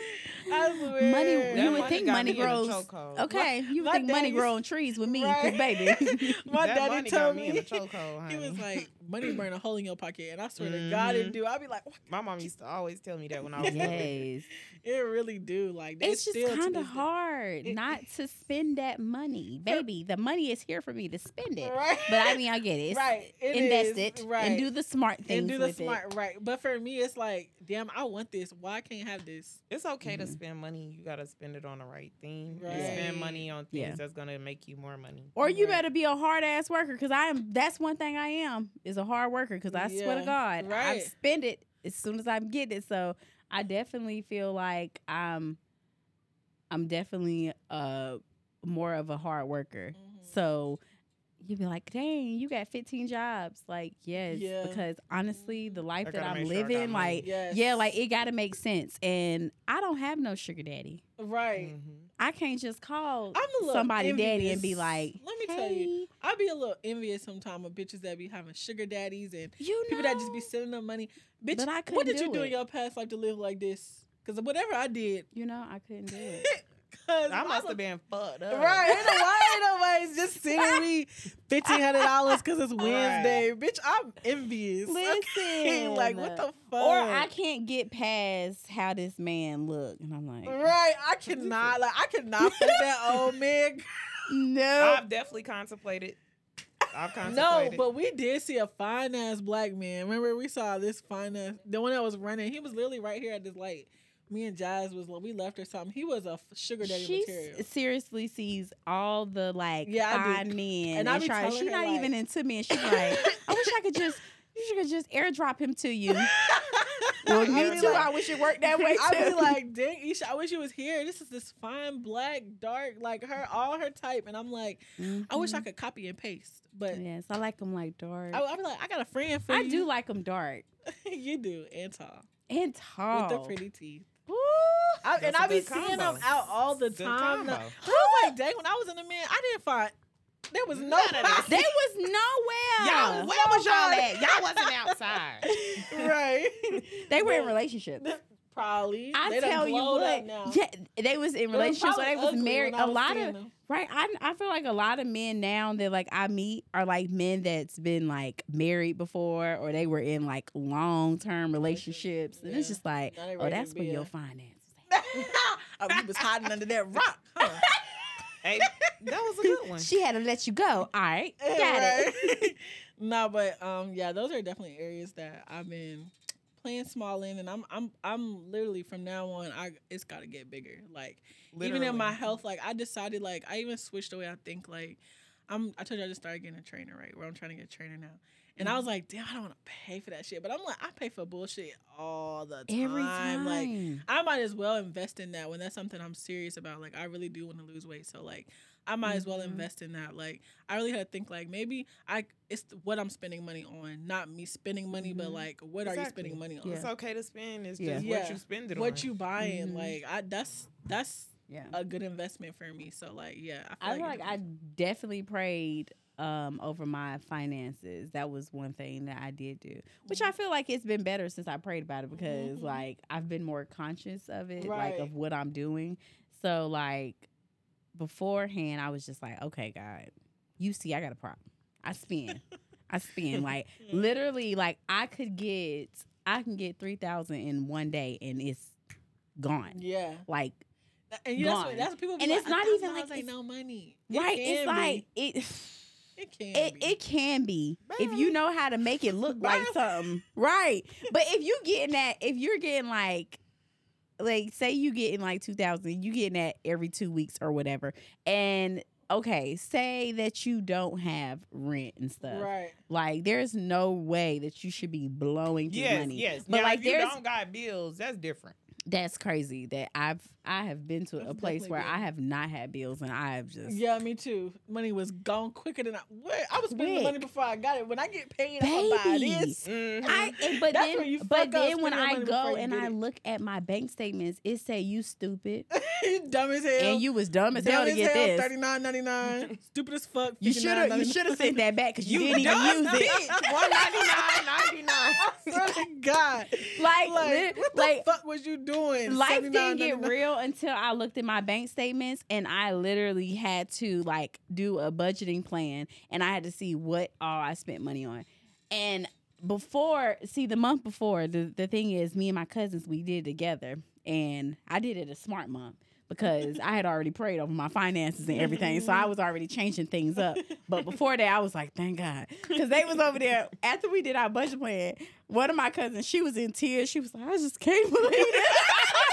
B: [laughs] I swear.
C: Money-
D: that
C: You would
D: money
C: think
D: got
C: money
D: me in a
C: grows-
D: chokehold.
C: Okay, you would
B: my
C: think money
B: daddy's-
C: grow on trees with me,
B: Right. [laughs]
C: 'cause baby. [laughs]
B: my
D: that
B: daddy
D: money
B: told
D: got
B: me.
D: me in a chokehold.
B: [laughs] he was
D: honey.
B: like, money burn a hole in your pocket. And I swear to God, it
C: Mm-hmm.
D: Mhm.
B: do. I'd be like,
D: my mom used to always tell me that when I was little.
C: yes,
B: it really do. Like, they
C: it's
B: still
C: just
B: to
C: kind of
B: this day-
C: hard
B: It-
C: not to spend that money, baby. The money is here for me to spend it,
B: [laughs] Right.
C: but I mean, I get it. It's
B: right. it
C: invest
B: is,
C: it
B: Right.
C: and do the smart things
B: and do the
C: with
B: smart, right. But for me, it's like, damn, I want this. Why I can't have this?
D: It's okay to
C: Mhm.
D: spend money. You gotta spend it on the right thing.
B: Mm-hmm.
D: You
B: Right.
D: Spend money on things
C: Yeah.
D: that's gonna make you more money.
C: it. Or you
B: Right.
C: better be a hard ass worker, because I am. That's one thing I am is a hard worker. Because I swear to
B: Yeah,
C: God, I
B: right.
C: spend it as soon as I get it. So I definitely feel like I'm, I'm definitely uh more of a hard
B: Mm-hmm.
C: worker. So you'd be like, dang, you got 15 jobs. Like, yes,
B: Yeah.
C: because honestly, the life
D: I
C: that
D: gotta
C: I'm
D: make sure I got
C: living,
D: money.
C: like,
B: Yes.
C: yeah, like it got to make sense. And I don't have no sugar daddy. Mm.
B: Right.
D: Mhm.
C: I can't just call
B: I'm a little
C: somebody daddy and be
B: envious.
C: like,
B: Let me tell you,
C: "Hey,
B: I be a little envious sometimes of bitches that be having sugar daddies and
C: you know,
B: people that just be sending them money. Bitch,
C: But I
B: what
C: couldn't
B: did you
C: do
B: do
C: it.
B: in your past life to live like this? Because whatever I did,
C: you know, I couldn't do
B: [laughs]
C: it.
B: Cause
D: I must
B: mama-
D: have been fucked up.
B: Right, ain't no way, ain't no way. It's just sending me fifteen hundred dollars because it's Wednesday, bitch. I'm envious. Okay,
C: Listen,
B: like what the fuck?
C: Or I can't get past how this man look, and I'm like, [laughs]
B: right, I cannot. Like I cannot put that old man.
C: no,
D: I've definitely contemplated. I've
B: No,
D: contemplated.
B: but we did see a fine ass black man. Remember, we saw this fine ass, the one that was running. He was literally right here at this light. Me and Jazz was we left or something. He was a f- sugar daddy
C: she
B: material.
C: s- seriously sees all the like
B: Yeah, I do.
C: fine men, and,
B: And I be
C: try,
B: telling
C: she
B: her,
C: not
B: like-
C: even into me, and she's
B: [laughs]
C: like, I wish I could just, you could just airdrop him
B: [laughs]
C: to you. well,
B: I
C: you
B: be
C: too.
B: like-
C: I wish it worked that [laughs] way too.
B: I'd be [laughs] like, dang, Isha, I wish you was here. This is this fine black, dark, like her, all her type. And I'm like, I wish I could copy and paste. But
C: "Mm-hmm." Yes, I like them like dark.
B: I,
C: I,
B: I'd be like, I got a friend for you.
C: do like them dark
B: [laughs] you do, and tall.
C: and tall.
B: With the pretty teeth.
C: Ooh.
B: Oh. [laughs] I, and
D: That's a
B: I be
D: good
B: seeing them
D: combo.
B: out all the
D: Good
B: time. now.
D: combo.
B: I was like, dang, when I was in the man, I didn't find, there was no [laughs]
C: There was nowhere.
D: Y'all, where was y'all at? Y'all wasn't outside.
B: right.
C: They were in
B: But-
C: relationships.
B: Probably.
C: I
B: They done
C: tell you
B: glowed up
C: what,
B: now.
C: yeah, they was in
B: They were
C: relationships. Or
B: probably
C: they was
B: ugly
C: married.
B: when I
C: A
B: was
C: lot
B: seeing
C: of
B: them.
C: Right. I I feel like a lot of men now that like I meet are like men that's been like married before or they were in like long term relationships. And it's
B: Yeah.
C: just like,
B: Now they
C: oh,
B: ready to
C: that's where
B: be
C: your
B: a-
C: finances. at.
B: oh, you was hiding under that
C: [laughs]
B: rock, huh?
D: Hey, that was a good one.
C: She had to let you go. All right. Got it.
B: [laughs] Right. no, but um, yeah, those are definitely areas that I've been playing small in, and I'm I'm I'm literally from now on, I it's got to get bigger. Like even in my
D: Literally.
B: health, like I decided, like I even switched the way I think. Like I'm, I told you I just started getting a trainer, right? Where I'm trying to get a trainer now. And
C: Mm-hmm.
B: I was like, damn, I don't want to pay for that shit. But I'm like, I pay for bullshit all the time.
C: Every time.
B: Like, I might as well invest in that when that's something I'm serious about. Like I really do want to lose weight, so like I might as well
C: Mhm.
B: invest in that. Like I really had to think like maybe I it's th- what I'm spending money on, not me spending money, but
C: Mhm.
B: like what are you spending money on?
D: It's okay to spend. It's
C: Yeah.
D: just
B: Yeah.
D: what you spend it on.
B: What you buying?
C: Mhm.
B: Like I that's that's
C: yeah.
B: a good investment for me. So like yeah,
C: I feel
B: it
C: like I
B: depends.
C: definitely prayed um over my finances. That was one thing that I did do. Which
B: Mm-hmm.
C: I feel like it's been better since I prayed about it because
B: Mhm.
C: like I've been more conscious of it, like
B: Right.
C: of what I'm doing. So like beforehand, I was just like, okay, God, you see, I got a problem. I spin. I
B: [laughs]
C: spin. Like, literally, like, I could get, I can get 3,000 in one day and it's gone.
B: Yeah.
C: Like,
B: And you know, that's, what,
C: Gone.
B: that's what people be
C: And
B: like,
C: it's not even
B: $1,000
C: like
B: ain't
C: it's-
B: no money. It
C: right.
B: can
C: It's
B: be.
C: like, it,
B: it
C: [laughs]
B: can
C: it,
B: be.
C: it can be if you
B: Right.
C: know how to make it look like
B: Right.
C: something. Right. But if you getting that, if you're getting like, like say you getting like 2000 you getting that every two weeks or whatever and okay say that you don't have rent and stuff
B: right.
C: Like, there's no way that you should be blowing through
D: Yes,
C: money.
D: yes.
C: But
D: now,
C: like,
D: if you
C: there's
D: don't got bills, that's different.
C: that's crazy that I've I have been to a
B: That's
C: place
B: definitely
C: where I
B: good.
C: have not had bills and I have just
B: Yeah, me too. Money was gone quicker than I. What? I was spending the money
C: Quick.
B: before I got it. When I get paid, I'll buy
C: Baby.
B: this. [laughs]
D: Mm-hmm.
C: I and- but
B: That's when
C: then
B: you fuck
C: but
B: up
C: then
B: spending
C: when I
B: money before
C: go
B: you
C: and
B: get
C: I
B: it.
C: look at my bank statements, it say
B: [laughs]
C: you stupid
B: you dumb as hell.
C: and you was dumb as
B: dumb
C: hell to
B: as
C: get
B: hell.
C: this.
B: Thirty nine ninety
C: [laughs]
B: nine. Stupid as fuck.
C: You should have you
B: $59.99. [laughs]
C: should have sent that back because you,
D: You
C: didn't even
D: dumb
C: use it.
D: bitch. One ninety nine ninety nine.
B: Swear to God.
C: Like
B: Like,
C: lit-
B: what the
C: like
B: fuck was you doing?
C: life didn't get
B: $79.99.
C: real until I looked at my bank statements and I literally had to like do a budgeting plan and I had to see what all I spent money on. And before, see, the month before, the, the thing is, me and my cousins, we did it together and I did it a smart month because I had already prayed over my finances and everything. So
D: Mm-hmm.
C: I was already changing things up. But before that, I was like, thank God. Because they was over there after we did our budget plan. One of my cousins, she was in tears. She was like, I just can't believe it. [laughs]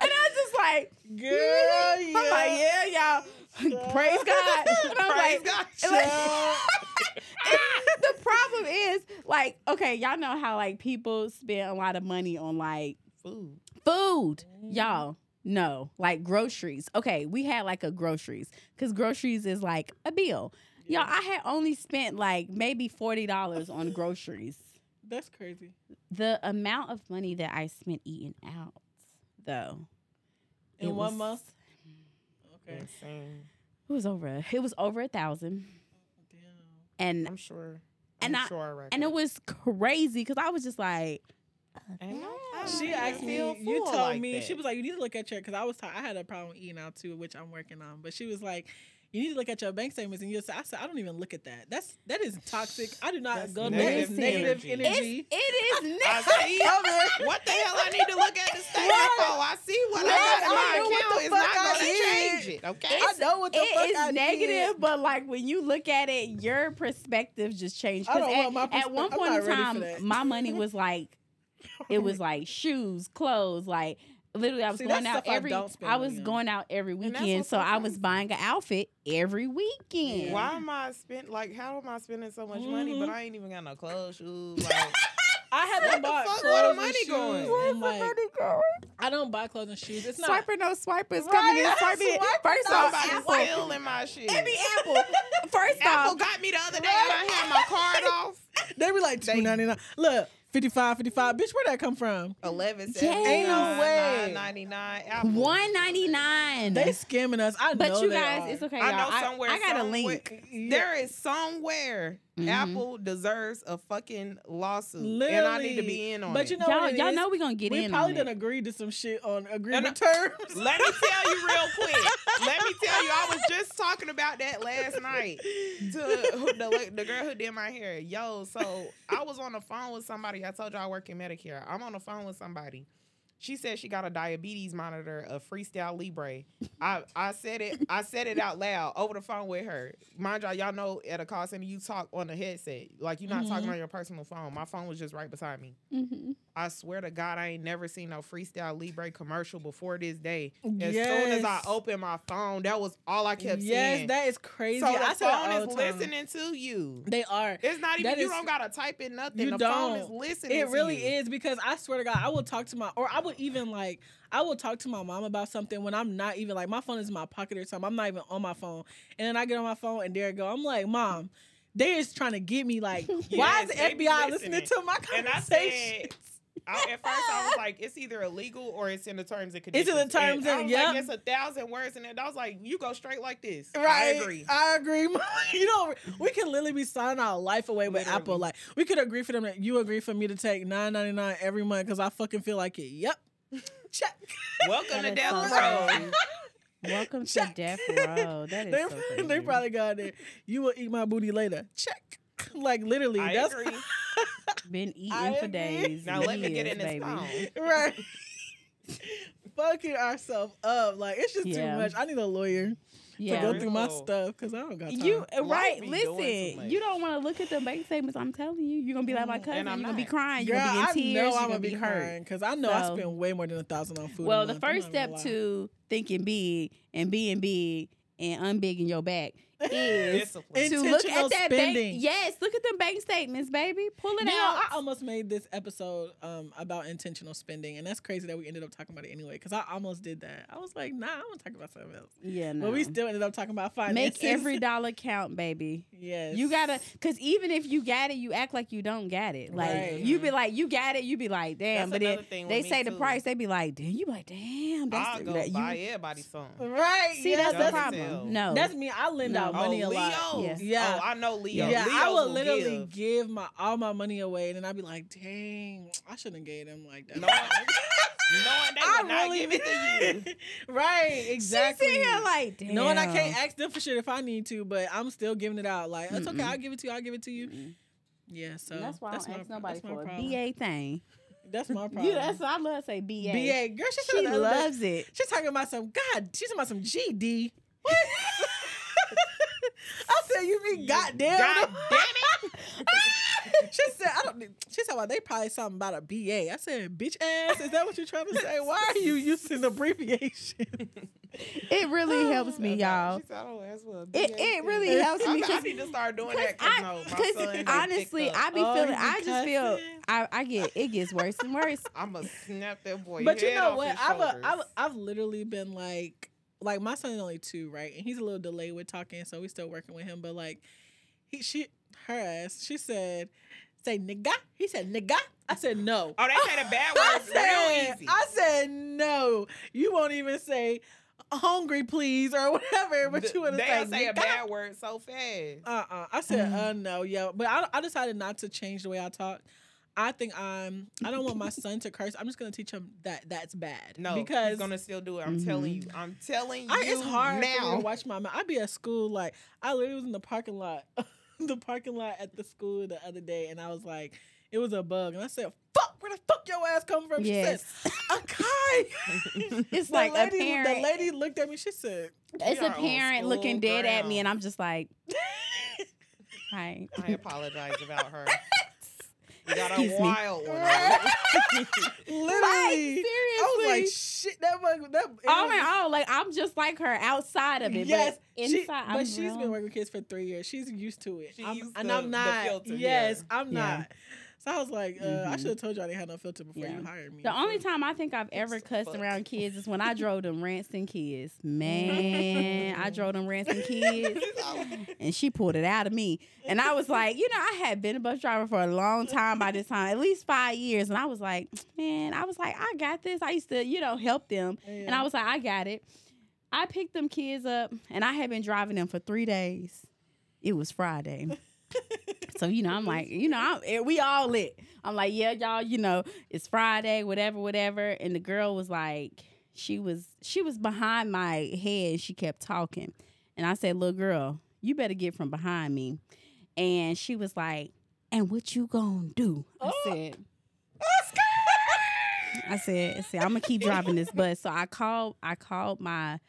C: and I was just like, "Mm-hmm."
B: Girl, yeah.
C: I'm like, yeah, y'all. Praise God. And I'm
D: Praise
C: like,
D: God. [laughs]
C: and like- and [laughs] the problem is, like, okay, y'all know how like people spend a lot of money on like
D: Food.
C: food y'all no like groceries okay we had like a groceries because groceries is like a bill y'all i had only spent like maybe $40 on groceries
B: That's crazy.
C: the amount of money that i spent eating out though
B: In
C: it
B: one
C: was-
B: month? Okay.
D: Insane.
C: it was over a- it was over a thousand
B: Damn.
C: and
D: I'm sure.
C: And
D: I'm
C: I-
D: sure record.
C: and it was crazy because i was just like
D: Ain't no
C: Yeah.
D: time
B: She
D: to
B: asked me.
D: feel
B: You
D: full
B: told
D: like
B: me she
D: that.
B: was like, "You need to look at your." Because I was, t- I had a problem eating out too, which I'm working on. But she was like, "You need to look at your bank statements." And you said, "I said I don't even look at that. That's that is toxic. I do not
D: That's
B: go there.
D: negative
B: It's negative
D: energy.
B: energy.
C: it's,
B: [laughs]
C: it is
D: I
C: next
D: see. what the hell I need to look at the statement
B: Yes.
D: for? I see what
B: Yes,
D: I got in
B: I know
D: my
B: what
D: account.
B: the
D: It's
B: fuck
D: not
B: I
D: going to
B: did.
D: change it. Okay.
B: I know what the fuck
C: it is
B: I did.
C: negative, but like when you look at it, your perspective just changed.
B: I
C: 'Cause
B: don't
C: at,
B: want my
C: at one
B: perspe- I'm
C: point
B: not
C: in
B: ready for
C: time,
B: that.
C: my money was like
B: [laughs]
C: it was like shoes, clothes, like literally I was
B: See, that's
C: going out
B: stuff I
C: every I,
B: don't spend
C: was
B: money on.
C: going out every
D: that's
C: weekend,
D: what's
C: so
D: so
C: I was
D: crazy.
C: buying an outfit every weekend.
D: Why am I spend like how am I spending so much money
C: Mm-hmm.
D: but I ain't even got no
C: [laughs]
D: clothes, shoes? Like,
B: I
D: Where
B: haven't
D: the
B: bought
D: fuck-
B: clothes
D: where the
B: and
D: money
B: shoes.
D: going?
B: and,
D: Where's
B: like, I don't buy clothes and shoes. It's not.
C: Swiper no swipers
B: Right,
C: coming in
B: that's
C: swiping.
B: swiper,
C: First
B: no
C: off,
D: somebody
B: Apple.
C: Apple.
D: stealing my shit.
C: It be Apple. First
D: Apple
C: off,
D: got me the other day and I had my card off.
B: They be like two ninety nine. Look, 55, 55. Bitch, where that come from?
D: Eleven
C: Ain't
B: no way.
D: Ninety nine.
C: one ninety nine.
B: They scamming us. I
C: But
B: know
C: you
B: they
C: guys,
B: are.
C: it's okay.
D: I
C: y'all.
D: know somewhere.
C: I got a
D: somewhere-
C: link.
D: There is somewhere
C: Mhm.
D: Apple deserves a fucking lawsuit, and I need to be in on
B: But
D: it.
B: you know,
C: y'all,
B: what it
C: y'all
B: is?
C: know we're gonna get
B: we
C: in
B: probably
C: on
B: done
C: it.
B: agreed to some shit on agreement
D: And uh,
B: terms.
D: [laughs] Let me tell
B: [laughs]
D: you real quick. Let me tell you, I was just talking about that last night to who- the, la- the girl who did my hair. Yo, so I was on the phone with somebody. I told you I work in Medicare. I'm on the phone with somebody. She said she got a diabetes monitor, a freestyle Libre. I, I said it, I said it out loud over the phone with her. Mind y'all, y'all know at a call center you talk on the headset. Like you're not
B: Mm-hmm.
D: talking on your personal phone. My phone was just right beside me.
B: [laughs]
C: Mhm.
D: I swear to God, I ain't never seen no freestyle Libre commercial before this day. As soon
B: Yes.
D: as I opened my phone, that was all I kept
B: yes,
D: seeing.
B: that is crazy.
D: so the
B: I said
D: phone
B: all
D: is
B: the time.
D: listening to you.
B: They are.
D: It's not even
B: That
D: you
B: is-
D: don't gotta type in nothing.
B: you
D: the phone is
B: don't.
D: listening.
B: It
D: to
B: really
D: you.
B: is because I swear to God, I will talk to my or I would even like I will talk to my mom about something when I'm not even like my phone is in my pocket or something. I'm not even on my phone, and then I get on my phone and there it go. I'm like, mom, they is trying to get me.
D: [laughs]
B: Like, why is
D: Yes,
B: the
D: they be
B: FBI listening.
D: listening.
B: to my
D: And I
B: conversation?
D: said I, at first I was like, it's either illegal or it's in the terms and
B: in
D: conditions.
B: the terms
D: and, I
B: and-
D: was
B: yep.
D: like, it's a thousand words in it. I was like, you go straight like this.
B: Right,
D: I agree.
B: I agree. [laughs] Mom. you know, we can literally be signing our life away with
D: Literally.
B: Apple. Like, we could agree for them that you agree for me to take nine ninety nine every
D: [laughs]
B: month because I fucking feel like it. Yep. Check.
D: Welcome
C: That
D: to
C: is
D: Death
C: so
D: Row.
C: crazy. [laughs] Welcome to
B: Check. [laughs]
C: death row. That is
B: they,
C: so crazy.
B: [laughs] they probably got there. You will eat my booty later. Check. [laughs] Like literally,
D: I
B: that's
D: agree.
B: [laughs]
C: been eating
B: I
C: for
B: agree.
C: days.
D: Now let me get
C: years,
D: in this
C: baby.
B: [laughs]
D: phone.
B: right. Fucking ourselves up. Like it's just
C: Yeah.
B: too much. I need a lawyer
C: Yeah.
B: to go through my
D: Real.
B: stuff because I don't got time.
C: You
D: Life
C: right?
D: be doing too
C: Listen,
D: much.
C: you don't want to look at the bank statements. I'm telling you, you're gonna be like my
B: Mm,
C: cousin. You're
D: and I'm
C: gonna be
D: not.
C: crying. You're
B: Girl,
C: gonna be in tears.
B: I know
C: you're
B: I'm
C: gonna be hurt.
B: crying because I know
C: So-
B: I spend way more than a thousand on food. a
C: Well, the
B: month. I'm
C: first
B: not gonna
C: step
B: lie.
C: to thinking big and being big and unbigging your back
D: [laughs]
C: is
D: Discipline.
C: to look
B: Intentional
C: at that bank.
B: spending.
C: Yes, look at them bank statements, baby. Pull it
B: You know,
C: out.
B: I almost made this episode um, about intentional spending, and that's crazy that we ended up talking about it anyway. Because I almost did that. I was like, "Nah, I'm gonna talk about something else,"
C: yeah, no.
B: but we still ended up talking about finances.
C: make every dollar count, baby.
B: [laughs] yes,
C: You gotta, cause even if you got it, you act like you don't got it. Like
B: Right.
C: you be like, you got it, you be like, damn.
D: That's
C: but then
D: another thing with
C: they
D: me,
C: say the
D: too.
C: price, they be like, damn. You be like, damn. That's
D: I'll
C: the-
D: go
C: that you-
D: buy everybody something.
B: right.
C: See,
B: yes,
C: that's the
D: Dumb as
C: problem.
D: hell.
C: No,
B: That's me. I lend
C: No.
B: out money
D: oh,
B: a lot.
D: Leo.
C: Yes.
B: Yeah.
D: Oh, I know Leo.
B: yeah, I
D: Leos
B: will
D: will
B: literally
D: give. [laughs]
B: give. my all my money away, and then I'd be like, "Dang, I shouldn't have gave them like that."
D: No, knowing they
B: [laughs] I
D: will not give it to you.
B: right, exactly.
C: She sit here like, damn.
B: Knowing I can't ask them for shit if I need to, but I'm still giving it out. Like, it's okay, I'll give it to you, I'll give it to you.
C: Mm-mm.
B: Yeah, so
C: And that's why I don't
B: my-
C: ask nobody
B: that's my
C: for a
B: problem.
C: BA thing.
B: That's
D: [laughs]
B: my problem.
C: You, that's I love to say BA.
B: [laughs] BA. Girl, she,
C: She
B: loves
C: loves it.
B: She's talking about some God, she's talking about some GD.
D: [laughs]
B: What? I said, you mean goddamn.
D: God damn
B: [laughs] she said, I don't. She said, well, they probably something about a BA. I said, bitch ass. [laughs] Is that what you're trying to say? Why are you using abbreviation?
C: It
B: Oh,
C: really helps me, y'all.
D: She said, "Oh, that's what
C: It
D: BS
C: it
D: thing." [laughs]
C: really helps
D: I,
C: me
D: know, I
C: because
D: need to start doing
C: Cause
D: that
C: I-
D: because no, my son
C: cause
D: been
C: honestly,
D: picked up.
C: I be
B: Oh,
C: feeling.
B: you
C: I just feel.
B: cussing?
C: I, I get it gets worse and worse.
D: I'm gonna snap that [laughs] boy.
B: But you
D: head
B: know
D: off
B: what?
D: his
B: I've, a,
D: shoulders.
B: I've I've literally been like like my son is only two, right? And he's a little delayed with talking, so we still working with him. But like he she her ass, she said, say nigga. He said nigga. I said no.
D: oh, they say the [laughs] bad
B: I
D: words real
B: said,
D: easy.
B: I said no. You won't even say hungry please or whatever, but
D: Th-
B: you wanna
D: they
B: say,
D: say a
B: nigga.
D: bad word so fast.
B: Uh-uh. I said,
C: Mm.
B: uh, no, yo. But I, I decided not to change the way I talk. I think I'm. I don't want my son to curse. I'm just gonna teach him that that's bad.
D: no, because
B: because Mm-hmm.
D: he's gonna still do it. I'm
C: Mhm.
D: telling you. I'm telling you.
B: I, it's hard for me
D: now.
B: to watch my mouth. I be at school like I literally was in the parking lot, [laughs] the parking lot at the school the other day, and I was like, it was a bug, and I said, "Fuck, where the fuck your ass come from?"
C: Yes, [laughs]
B: She said, [laughs] "Okay."
C: it's
B: The
C: like
B: lady,
C: a parent.
B: The lady looked at me. She said,
C: it's
D: We
C: a
D: are on
C: parent looking
D: school
C: dead at me, and
D: ground.
C: I'm just [laughs] like, hi.
D: I apologize
B: [laughs]
D: about her. You got a
C: Excuse me.
D: wild one.
B: Right.
C: Like
B: "Literally."
C: seriously. Oh,
B: I was like, "Shit, that mug, that." it
C: all
B: was-
C: in all, like I'm just like her outside of it.
B: Yes,
C: but
B: she-
C: inside, I'm
B: but she's
C: real-
B: been working with kids for three years. She's used to it,
D: She
B: I'm-
D: used
B: and
D: the-
B: I'm
D: the
B: not.
D: filter,
B: yes, I'm
C: Yeah.
B: not. So I was like, uh, I
C: Mhm.
B: should have told you all I didn't have no filter before
C: Yeah.
B: you hired me.
C: The only
B: So-
C: time I think I've ever
D: the
C: cussed
D: fuck?
C: around kids is when I drove them
B: [laughs]
C: Ransom kids. Man, I drove them Ransom kids. And she pulled it out of me. And I was like, you know, I had been a bus driver for a long time by this time, at least five years. And I was like, man, I was like, I got this. I used to, you know, help them. And I was like, I got it. I picked them kids up and I had been driving them for three days. It was Friday. so, you know, I'm like, you know, I'm, eh, we all lit. I'm like, yeah, y'all, you know, it's Friday, whatever, whatever. And the girl was like, she was she was behind my head and she kept talking. And I said, Little girl, you better get from behind me. And she was like, And what you gonna do? I
B: Oh.
C: said, I said, see, I'm gonna keep driving this bus. So I called, I called my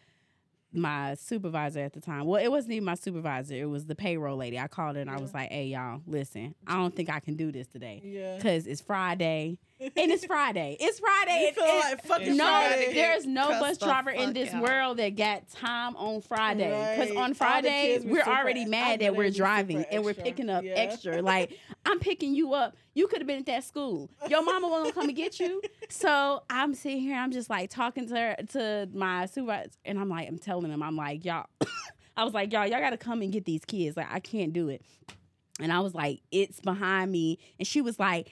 C: my supervisor at the time. Well, it wasn't even my supervisor; it was the payroll lady. I called her and I
B: Yeah.
C: was like, "Hey, y'all, listen, I don't think I can do this today
B: yeah. [laughs]
C: because it's Friday, [laughs] and it's Friday. It's Friday.
B: You
C: and-
B: feel
C: and-
B: like fucking
D: It's
C: no,
D: Friday.
B: Friday.
C: there's no
D: Cuss
C: bus
D: the
C: driver in
D: fuck
C: this
D: out.
C: world that got time on Friday. Because
B: Right. All
C: on
B: the
C: Friday,
B: kids be
C: we're
B: super-
C: already
B: I
C: mad that
B: literally
C: we're
B: be super
C: driving and we're
B: extra.
C: picking up
B: Yeah.
C: extra. Like, I'm picking you up. You could have been at that school. Your mama wasn't gonna come and get you. So I'm sitting here, I'm just like talking to her, to my supervisor, and I'm like, I'm telling them, I'm like, y'all, I was like, y'all, y'all gotta come and get these kids. Like, I can't do it. And I was like, it's behind me. And she was like,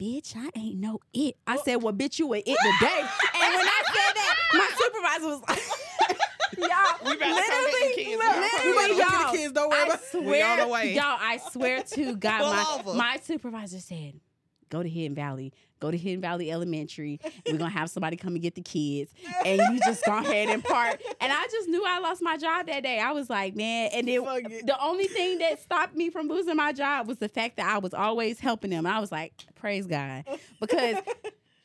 C: bitch, I ain't no it.
D: Oh.
C: I said, well, bitch, you were it today. and when I said that, my supervisor was like, [laughs] y'all,
D: We about to come get the
C: literally,
D: kids.
B: We about to
C: literally,
B: go get
C: y'all.
B: the kids. Don't worry
C: I
B: about.
C: swear,
D: We on the way. [laughs]
C: y'all, I swear to
D: Pull
C: God, my,
D: over.
C: my supervisor said, go to Hidden Valley, go to Hidden Valley Elementary. We're gonna have somebody come and get the kids, and you just go ahead and part. And I just knew I lost my job that day. I was like, man. And then
B: Fuck it.
C: the only thing that stopped me from losing my job was the fact that I was always helping them. I was like, praise God,
D: [laughs]
C: because.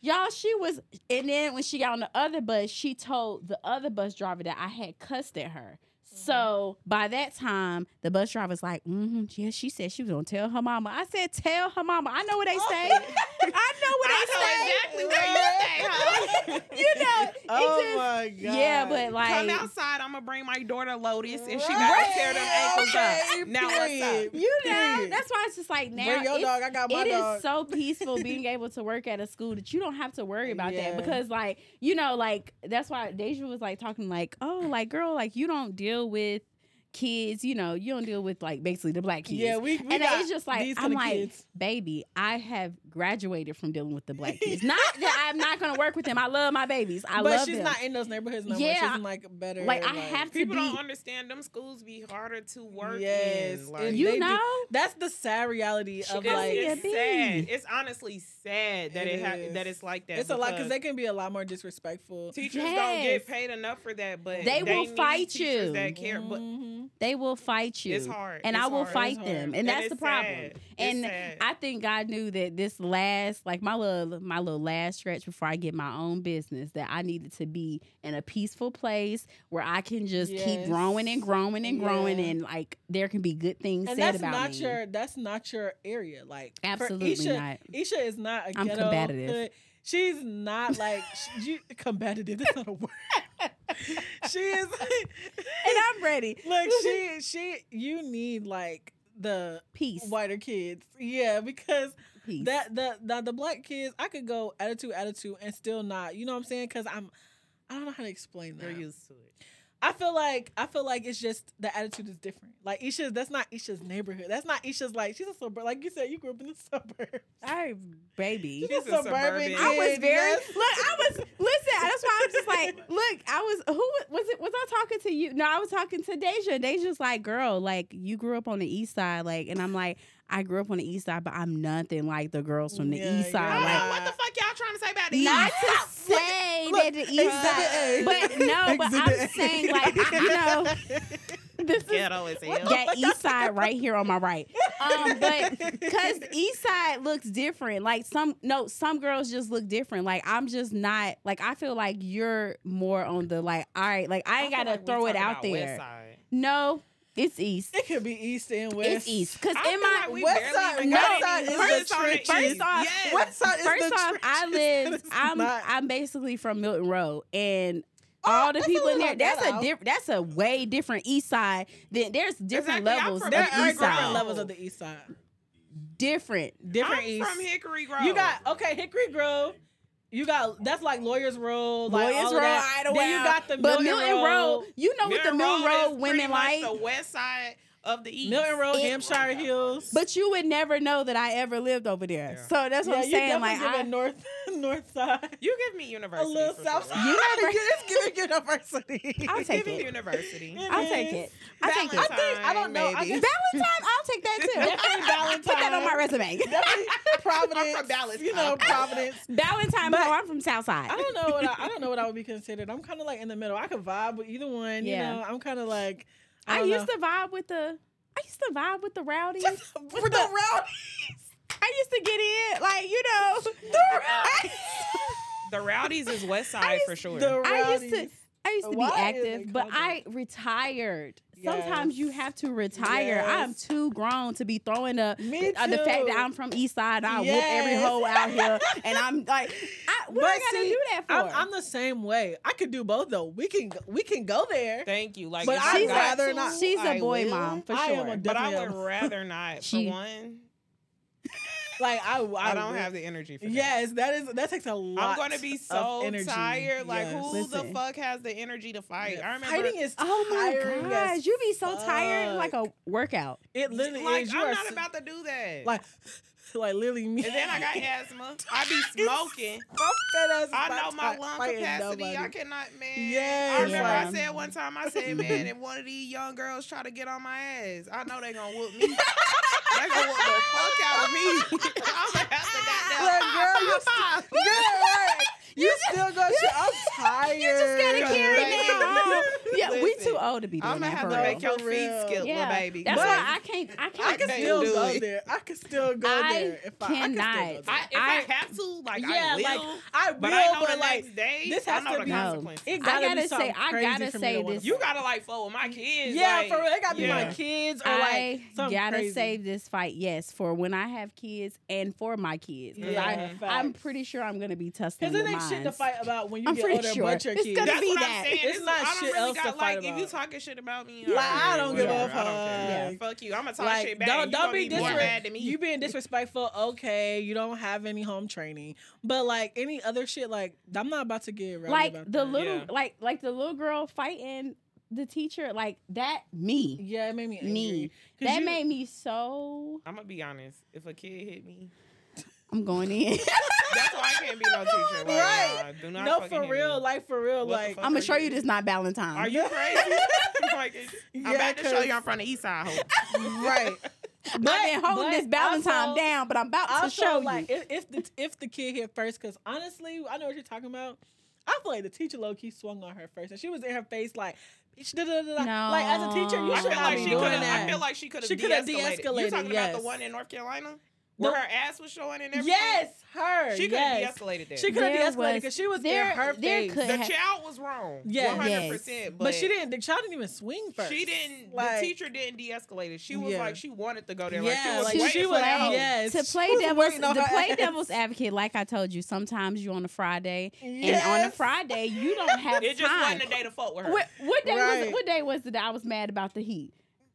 C: Y'all, she was, and then when she got on the other bus, she told the other bus driver that I had cussed at her.
D: Mm-hmm.
C: So by that time, the bus driver's like, mm-hmm, yeah, she said she was gonna tell her mama. I said, tell her mama. I know what [laughs] they say. I know
B: [laughs]
D: [laughs]
C: what they say.
D: exactly where you stay, huh?
C: You know, it
D: Oh
C: just-
D: my god.
C: yeah, but like,
D: Come outside, I'm gonna bring my daughter Lotus and she gotta tear them ankles up. Now what's up?
C: you know,
B: Period.
C: that's why it's just like now
B: Bring your
C: it's-
B: dog. I got my
C: it
B: dog. [laughs]
C: is so peaceful being able to work at a school that you don't have to worry about
B: Yeah.
C: that because like you know like that's why Deja was like talking like oh like girl like you don't deal with kids you know you don't deal with like basically the black kids
B: yeah, we, we
C: and
B: got
C: it's just like
B: these
C: I'm
B: kinda
C: like
B: kids.
C: baby I have graduated from dealing with
B: [laughs]
C: the black kids not that I'm not gonna work with them I love my babies I
B: but
C: love
B: she's
C: them
B: not in those neighborhoods no more.
C: Yeah.
B: She's in like better.
C: like I have to
D: People
C: be
D: don't understand them schools be harder to work
B: Yes,
D: in.
B: and
D: Like,
C: you
B: they do-
C: know
B: That's the sad reality of
D: it's,
B: like
D: it's
C: Yeah, be.
D: sad. It's honestly sad that
B: It
D: it, ha-
B: is.
D: that it's like that.
B: it's a lot because
D: because
B: they can be a lot more disrespectful.
D: teachers don't
C: Yes.
D: get paid enough for that. But
C: They will
D: need
C: fight
D: teachers
C: you.
D: That care, but
B: Mhm.
C: they will fight you
D: it's hard.
C: and
D: It's
C: I will
D: hard.
C: fight
B: hard.
C: them and
D: That
C: that's
D: is
C: the problem
D: sad. It's
C: And
D: sad.
C: I think God knew that this last, like my little, my little last stretch before I get my own business, that I needed to be in a peaceful place where I can just keep
B: Yes.
C: growing and growing and growing,
B: Yeah.
C: and like there can be good things
B: and
C: said
B: that's
C: about
B: not
C: me.
B: your that's not your area. Like for
C: Absolutely
B: Isha,
C: not.
B: Isha is not a
C: I'm
B: ghetto.
C: combative.
B: hood- She's not like she, you, combative. That's not a word. she is. [laughs]
C: And I'm ready. [laughs]
B: Look, she she you need like the
C: Peace,
B: whiter kids. Yeah, because
C: peace.
B: that the, the the black kids, I could go attitude attitude and still not. You know what I'm saying? Because I'm. I don't know how to explain that.
D: they're used to it.
B: I feel like I feel like it's just the attitude is different. Like Isha's, that's not Isha's neighborhood. That's not Isha's. Like she's a suburb. Like you said, you grew up in the [laughs] suburb.
C: I, baby.
B: She's a
D: She's a
B: suburban.
D: suburban.
C: I was
B: kid,
C: very
B: yes.
C: look. I was listen. That's why I was just like, look. I was who was it? Was I talking to you? No, I was talking to Deja. Deja's like, girl, like you grew up on the east side, like, and I'm like, I grew up on the east side, but I'm nothing like the girls from the
B: Yeah,
C: east side.
B: yeah.
C: Like,
D: Oh, what the fuck y'all trying to say about these?
C: not to say
B: look,
C: that the east side,
B: Exhibit
C: but no, but I'm
B: Exhibit A.
C: saying like you know,
B: [laughs]
C: this is
D: Ghetto as hell.
C: that east side right here on my right. Um, but because east side looks different. Like some no, some girls just look different. Like I'm just not like I feel like you're more on the like all right. Like I ain't
D: feel
C: gotta
D: like we
C: throw it
D: talking
C: out
D: about West
C: there.
D: Side.
C: No, it's east.
B: It could be east and west.
C: It's east. Cause
D: I
C: in
D: feel
C: my
D: like we
B: West
D: barely
B: Side-
D: even
B: West
D: got
B: Side
D: any
B: is
C: the
D: roots on
B: trenches.
C: First off-
D: Yes.
B: West side is
C: First
B: the
C: off, I
B: trenches. [laughs]
C: lived.
B: It's
C: I'm
B: not-
C: I'm basically from Milton Road, and
B: Oh,
C: all the
B: that's a
C: people in
B: little
C: there. That's a
B: ghetto.
C: diff, That's a way different East Side. Then there's different
D: Exactly, I'm
C: levels.
D: from-
C: Of
B: There
D: the
B: are
C: east
B: different
C: side.
B: levels of the east side.
C: Different.
B: Different
D: I'm
B: east.
D: from Hickory Grove.
B: You got okay, Hickory Grove. You got that's like Lawyers Road, like
C: Boy,
B: all
C: it's
B: of
C: Road,
B: that.
C: Idlewild.
B: Then you got the
C: but
B: Milton, Road,
C: You know what the Milton Road,
D: is pretty
C: women
D: much
C: like.
D: the west side of the east.
B: Milton Road,
C: It-
B: Hampshire Hills.
C: But you would never know that I ever lived over there.
D: Yeah.
C: So that's what I'm
B: you
C: saying.
B: definitely
C: Like,
B: give
C: I,
B: it north [laughs] north side.
D: You give me
B: A
D: university.
B: little
D: for
B: south
D: sure.
B: side.
C: You never-
B: it's giving university.
C: I'll take
D: Give me
C: it.
D: university.
C: I'll take it. I take it.
B: I think I don't know. I
D: Valentine,
B: think
D: maybe.
C: Valentine, I'll take that too.
B: Definitely Valentine.
C: [laughs] Put that on my resume.
B: definitely [laughs] Providence.
D: I'm from Dallas.
B: You know,
D: Okay.
B: Providence.
C: Valentine,
B: But-
C: oh, I'm from Southside.
B: I don't know what
D: [laughs]
B: I, I don't know what I would be considered. I'm kind of like in the middle. I could vibe with either one.
C: Yeah.
B: You know, I'm kind of like
C: I,
B: I,
C: used to vibe with the. I used to vibe with the rowdies.
B: for [laughs] the route.
C: I used to get in, like you know. I,
D: The rowdies is west
C: I
D: side for sure.
B: The
C: I used to.
B: rowdies.
C: I used to
B: Why
C: be
B: is it
C: active, but
B: called
C: I retired. Sometimes
B: Yes.
C: you have to retire.
B: Yes.
C: I'm too grown to be throwing up
B: Me
C: uh, the fact
B: too.
C: that I'm from East Side. I whoop every
B: Yes.
C: hoe out
B: [laughs]
C: here, and I'm like, I, what I
B: But
C: gotta
B: see,
C: do that for?
B: I'm, I'm the same way. I could do both though. We can we can go there.
D: Thank you. Like,
B: But
D: if
B: I'd
D: I
C: she's
D: got
B: rather
D: to,
B: not.
C: She's a
D: I
C: boy
D: will,
C: mom for
B: I
C: sure.
B: am a
D: But I
B: Definitely.
D: would rather not.
C: She-
D: For one,
B: [laughs] Like I I,
D: I don't
B: would-
D: have the energy for that.
B: Yes, that is that takes a
D: I'm
B: lot.
D: gonna be
B: of
D: so
B: energy.
D: tired. Like,
B: Yes.
D: who
C: Listen.
D: the fuck has the energy to fight?
B: Yeah,
D: I remember
B: fighting is
C: Oh my
B: tiring as
C: gosh, you be so tired, like
B: fuck.
C: a workout.
B: It literally
D: like
B: is. You
D: I'm
B: are
D: not
B: s-
D: about to do
B: [laughs]
D: that.
B: like, like literally me.
D: and then
B: [laughs]
D: I got asthma. I be smoking.
B: Fuck that ass
D: I
B: about
D: know my
B: ti-
D: lung
B: fighting
D: capacity. I
B: nobody.
D: cannot, man.
B: Yes.
D: I remember
C: Yeah.
B: [laughs]
D: I said one time, I said, man, if one of these young girls try to get on my ass, I know they gonna whoop me. That gonna want the fuck out of
B: [laughs]
D: me. [laughs] I'm gonna have to goddamn-
A: Like, girl,
D: [laughs]
A: you st- girl, right. you, still gonna shit. I'm
D: [laughs]
A: tired.
C: You just gotta carry
D: Baby.
C: that on. [laughs] Yeah, we
D: Listen,
C: too old to be doing
D: I'm gonna
C: that
D: have
C: for
D: to
C: real.
D: make your
B: For
D: feet
B: real.
D: skip,
C: yeah,
D: little baby.
C: that's
D: But
C: why I can't. I can't.
D: I can
C: do-
D: still
B: still
D: do
B: go
D: it.
B: there. I could still go
C: I
B: there if I, I could
C: cannot.
B: still
D: I,
B: go
D: if I, have to, like,
B: there. yeah,
D: I will.
B: like I will,
D: but I know
B: but
D: the
B: like
D: next day,
B: this
D: I
B: has
D: know
B: to
D: the
B: be-
C: No.
D: consequences.
B: it
C: I
B: gotta
C: gotta
B: be something
C: say- I
B: crazy
C: gotta
B: for me
C: say
B: to wanna
C: this-
D: You gotta like fold with my kids.
B: yeah,
D: like,
B: for real. It gotta be
D: yeah.
B: my kids or like
C: I
B: something
C: gotta
B: crazy.
C: save this fight, yes, for when I have kids and for my kids. 'Cause
B: Yeah,
C: I, I'm
B: facts.
C: pretty sure I'm gonna be tussling
B: Because it
C: with
B: ain't
C: mine.
B: shit to fight about when you
C: I'm
B: get
C: pretty
B: older and
C: sure.
B: about your
C: It's
B: kids.
C: gonna
D: That's
C: be
D: what
C: that.
D: I'm saying.
B: It's not
D: It's not I don't
B: shit
D: really
B: else
D: got,
B: to
D: like,
B: fight
D: If you
B: about.
D: talking shit about me,
B: Like, I don't give
D: whatever,
B: a
D: I don't care.
C: fuck.
D: Fuck you. I'm gonna talk shit
B: Like
D: back.
B: don't don't be
D: be more mad
B: disrespectful.
D: than me.
B: You being disrespectful, okay? You don't have any home training, but like any other shit, like I'm not about to get rowdy
C: like
B: about
C: the
B: that.
C: little,
D: Yeah.
C: like like the little girl fighting the teacher, like that. Me,
B: Yeah, it made me angry.
C: me.
B: 'Cause
C: That
B: you-
C: made me so.
D: I'm gonna be honest. If a kid hit me,
B: [laughs]
C: I'm going in. [laughs]
D: that's why I can't be no teacher. Like,
B: Right.
D: nah, do not
B: no,
D: fucking
B: for
D: hit me.
B: real, like for real,
D: What the
B: like
D: fuck
C: I'm
D: are
C: gonna show you
D: you-
C: this not Valentine.
D: Are you
B: [laughs]
D: crazy? [laughs] like, it's- I'm
B: Yeah,
D: about to show
B: 'cause-
D: you I'm from the east side.
B: [laughs]
D: Hope.
B: right. But
C: I've been holding
B: but
C: this Valentine
B: also-
C: down, but I'm about to
B: Also,
C: show
B: like
C: you.
B: if, if the if the kid hit first, because honestly, I know what you're talking about. I feel like the teacher low key swung on her first, and she was in her face like, bitch, da, da, da, da. like as a teacher, you
C: No.
D: I
B: should
D: feel
B: not
D: like
B: be
D: she
B: doing
D: could have.
B: that.
D: I feel like she could have.
B: She coulda
D: de-escalated. You
B: de-escalated,
D: talking about
B: yes.
D: the one in North Carolina where
B: No.
D: her ass was showing and everything?
B: yes, her.
D: She could
B: yes.
D: have de-escalated that.
B: She could have
C: There
B: de-escalated
C: was-
B: because she was
C: there-
B: in her
C: there
B: face.
C: could-
D: The
C: have-
D: child was wrong.
B: Yeah.
D: one hundred
C: Yes.
D: percent.
B: but, she didn't. The child didn't even swing first.
D: She didn't.
B: Like-
D: the teacher didn't de-escalate it. She was
B: Yeah.
D: like she wanted to go there.
B: Yeah,
D: like
B: like,
D: she was
B: she
D: waiting for
B: was-
D: that. hoe.
B: yes.
C: to play
B: She was
C: devil's
B: waiting on
C: to
B: her
C: play
B: ass.
C: devil's advocate, like I told you, sometimes you on a Friday
B: Yes.
C: and on a Friday
B: [laughs]
C: you don't have
D: It just
C: time.
D: wasn't a day to fuck with her.
C: What, what day was
B: Right.
C: what day was the day I was mad about the heat?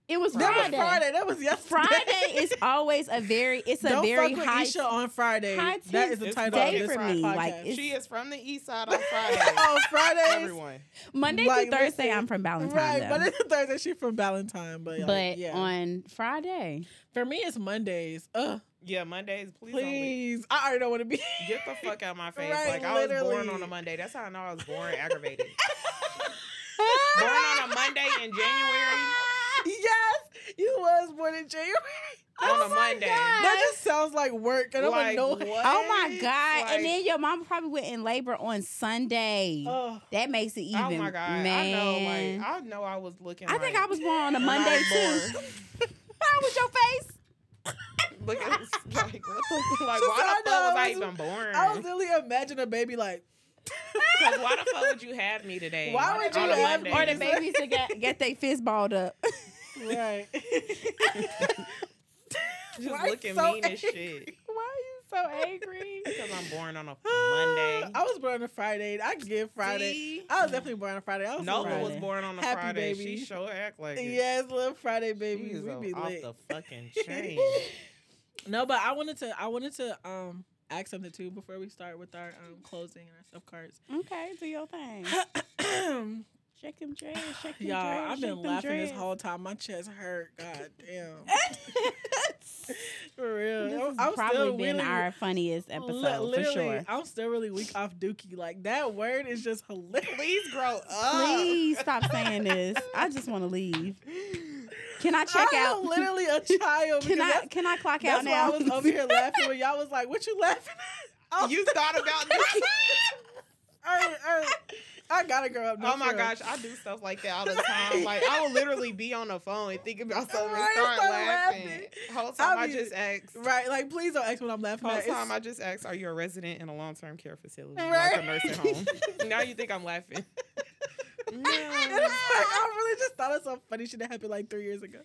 C: It was
B: That was
C: Friday.
B: Friday. That was yesterday. [laughs]
C: Friday is always a very it's a
B: Don't
C: very
B: fuck with
C: high
B: Isha on Friday.
C: high
B: That is
C: tense
B: the
D: It's
B: title
D: day
B: of this
D: for
B: podcast.
D: me,
C: like, it's-
D: She is from the east
B: [laughs]
D: side on Friday.
B: on Fridays,
D: Everyone.
C: Monday
B: Like,
C: through Thursday.
B: listen,
C: I'm from Valentine's.
B: right?
C: though.
B: But it's Thursday. She from Valentine, but like,
C: but
B: yeah.
C: on Friday,
B: for me, it's Mondays. Ugh,
D: Yeah, Mondays. Please, Don't
B: please, I already don't want to be. [laughs]
D: leave. get the fuck out of my face.
B: Right,
D: like I was born
B: literally.
D: on a Monday. That's how I know I was born
B: [laughs]
D: aggravated. born on a Monday in January.
B: yes, you was born in January.
D: [laughs] On
C: Oh
D: a
C: my
D: Monday.
C: God.
B: That just sounds like work, and I'm like,
D: Like,
B: no.
D: what?
C: oh my god!
D: Like-
C: and then your mom probably went in labor on Sunday.
B: Ugh.
C: that makes it even.
D: oh my god.
C: man.
D: I know. Like I know I was looking.
C: I
D: like,
C: think I was born on a
D: when I
C: Monday too.
D: was born.
C: [laughs]
D: [laughs]
C: How was
B: [laughs]
C: your face?
D: Look, it was like, what the, like
B: She
D: why
B: said, "I
D: the fuck was
B: know,
D: I
B: I was-
D: even born?
B: [laughs] I
D: [laughs]
B: was literally imagining a baby like,
D: Because why the
B: [laughs]
D: fuck would you have me today?
B: Why would
D: On
B: you
D: a
B: have
D: Monday?
B: me?
C: Or the babies to get, get their fist balled up. [laughs]
B: right.
D: [laughs] Just
B: Why you
D: looking
B: so
D: mean as shit.
C: Why are you so angry?
D: Because I'm
B: [gasps]
D: born on a
B: [laughs] I
D: Monday.
B: was born on a Friday. I can give Friday.
D: See?
B: I was definitely born on Friday. [laughs] I was
D: Nova
B: Friday.
D: was born on a
B: Happy
D: Friday.
B: baby.
D: She sure act like it.
B: Yes, little Friday
D: She
B: babies.
D: is
B: We
D: a-
B: be
D: off
B: lit.
D: the
B: [laughs]
D: fucking chain.
B: No, but I wanted to. I wanted to um ask something too before we start with our um closing and our stuff cards.
C: Okay, do your
B: [laughs]
C: thing. Shake them dreads. Shake them
B: Y'all,
C: dreads,
B: I've
C: shake
B: been
C: them
B: laughing this
C: dreads. [laughs]
B: whole time. My chest hurt. God damn. [laughs] For real.
C: this
B: I'm-
C: has
B: I'm
C: probably
B: still
C: been
B: really-
C: our funniest
B: li-
C: episode for
B: literally,
C: sure.
B: I'm still really weak off Dookie. Like that word is just
D: [laughs]
B: hilarious.
D: Please grow up.
C: [laughs] Please stop saying this. I just want to leave. Can I check
B: I am
C: out?
B: literally a child. because
C: Can I
B: that's-
C: can I clock
B: That's
C: out
B: why I
C: now? [laughs]
B: was over here laughing when y'all was like, "What you laughing at?" Oh. I, [laughs]
D: You thought about this?
B: I, I, I gotta grow up. no,
D: Oh my
B: for real.
D: gosh, I do stuff like that all the
B: [laughs]
D: time. Like I will literally be on the phone and think about something and
B: Right,
D: start
B: start
D: laughing.
B: laughing.
D: Whole time I
B: be-
D: just ask.
B: Right? Like, please don't ask what I'm laughing
D: Whole
B: at. It's-
D: time I just ask, are you a resident in a long term care facility, like
B: Right.
D: a nursing
B: [laughs]
D: home? now you think I'm laughing.
B: And it's like, I really just thought of some funny shit that happened like three years ago.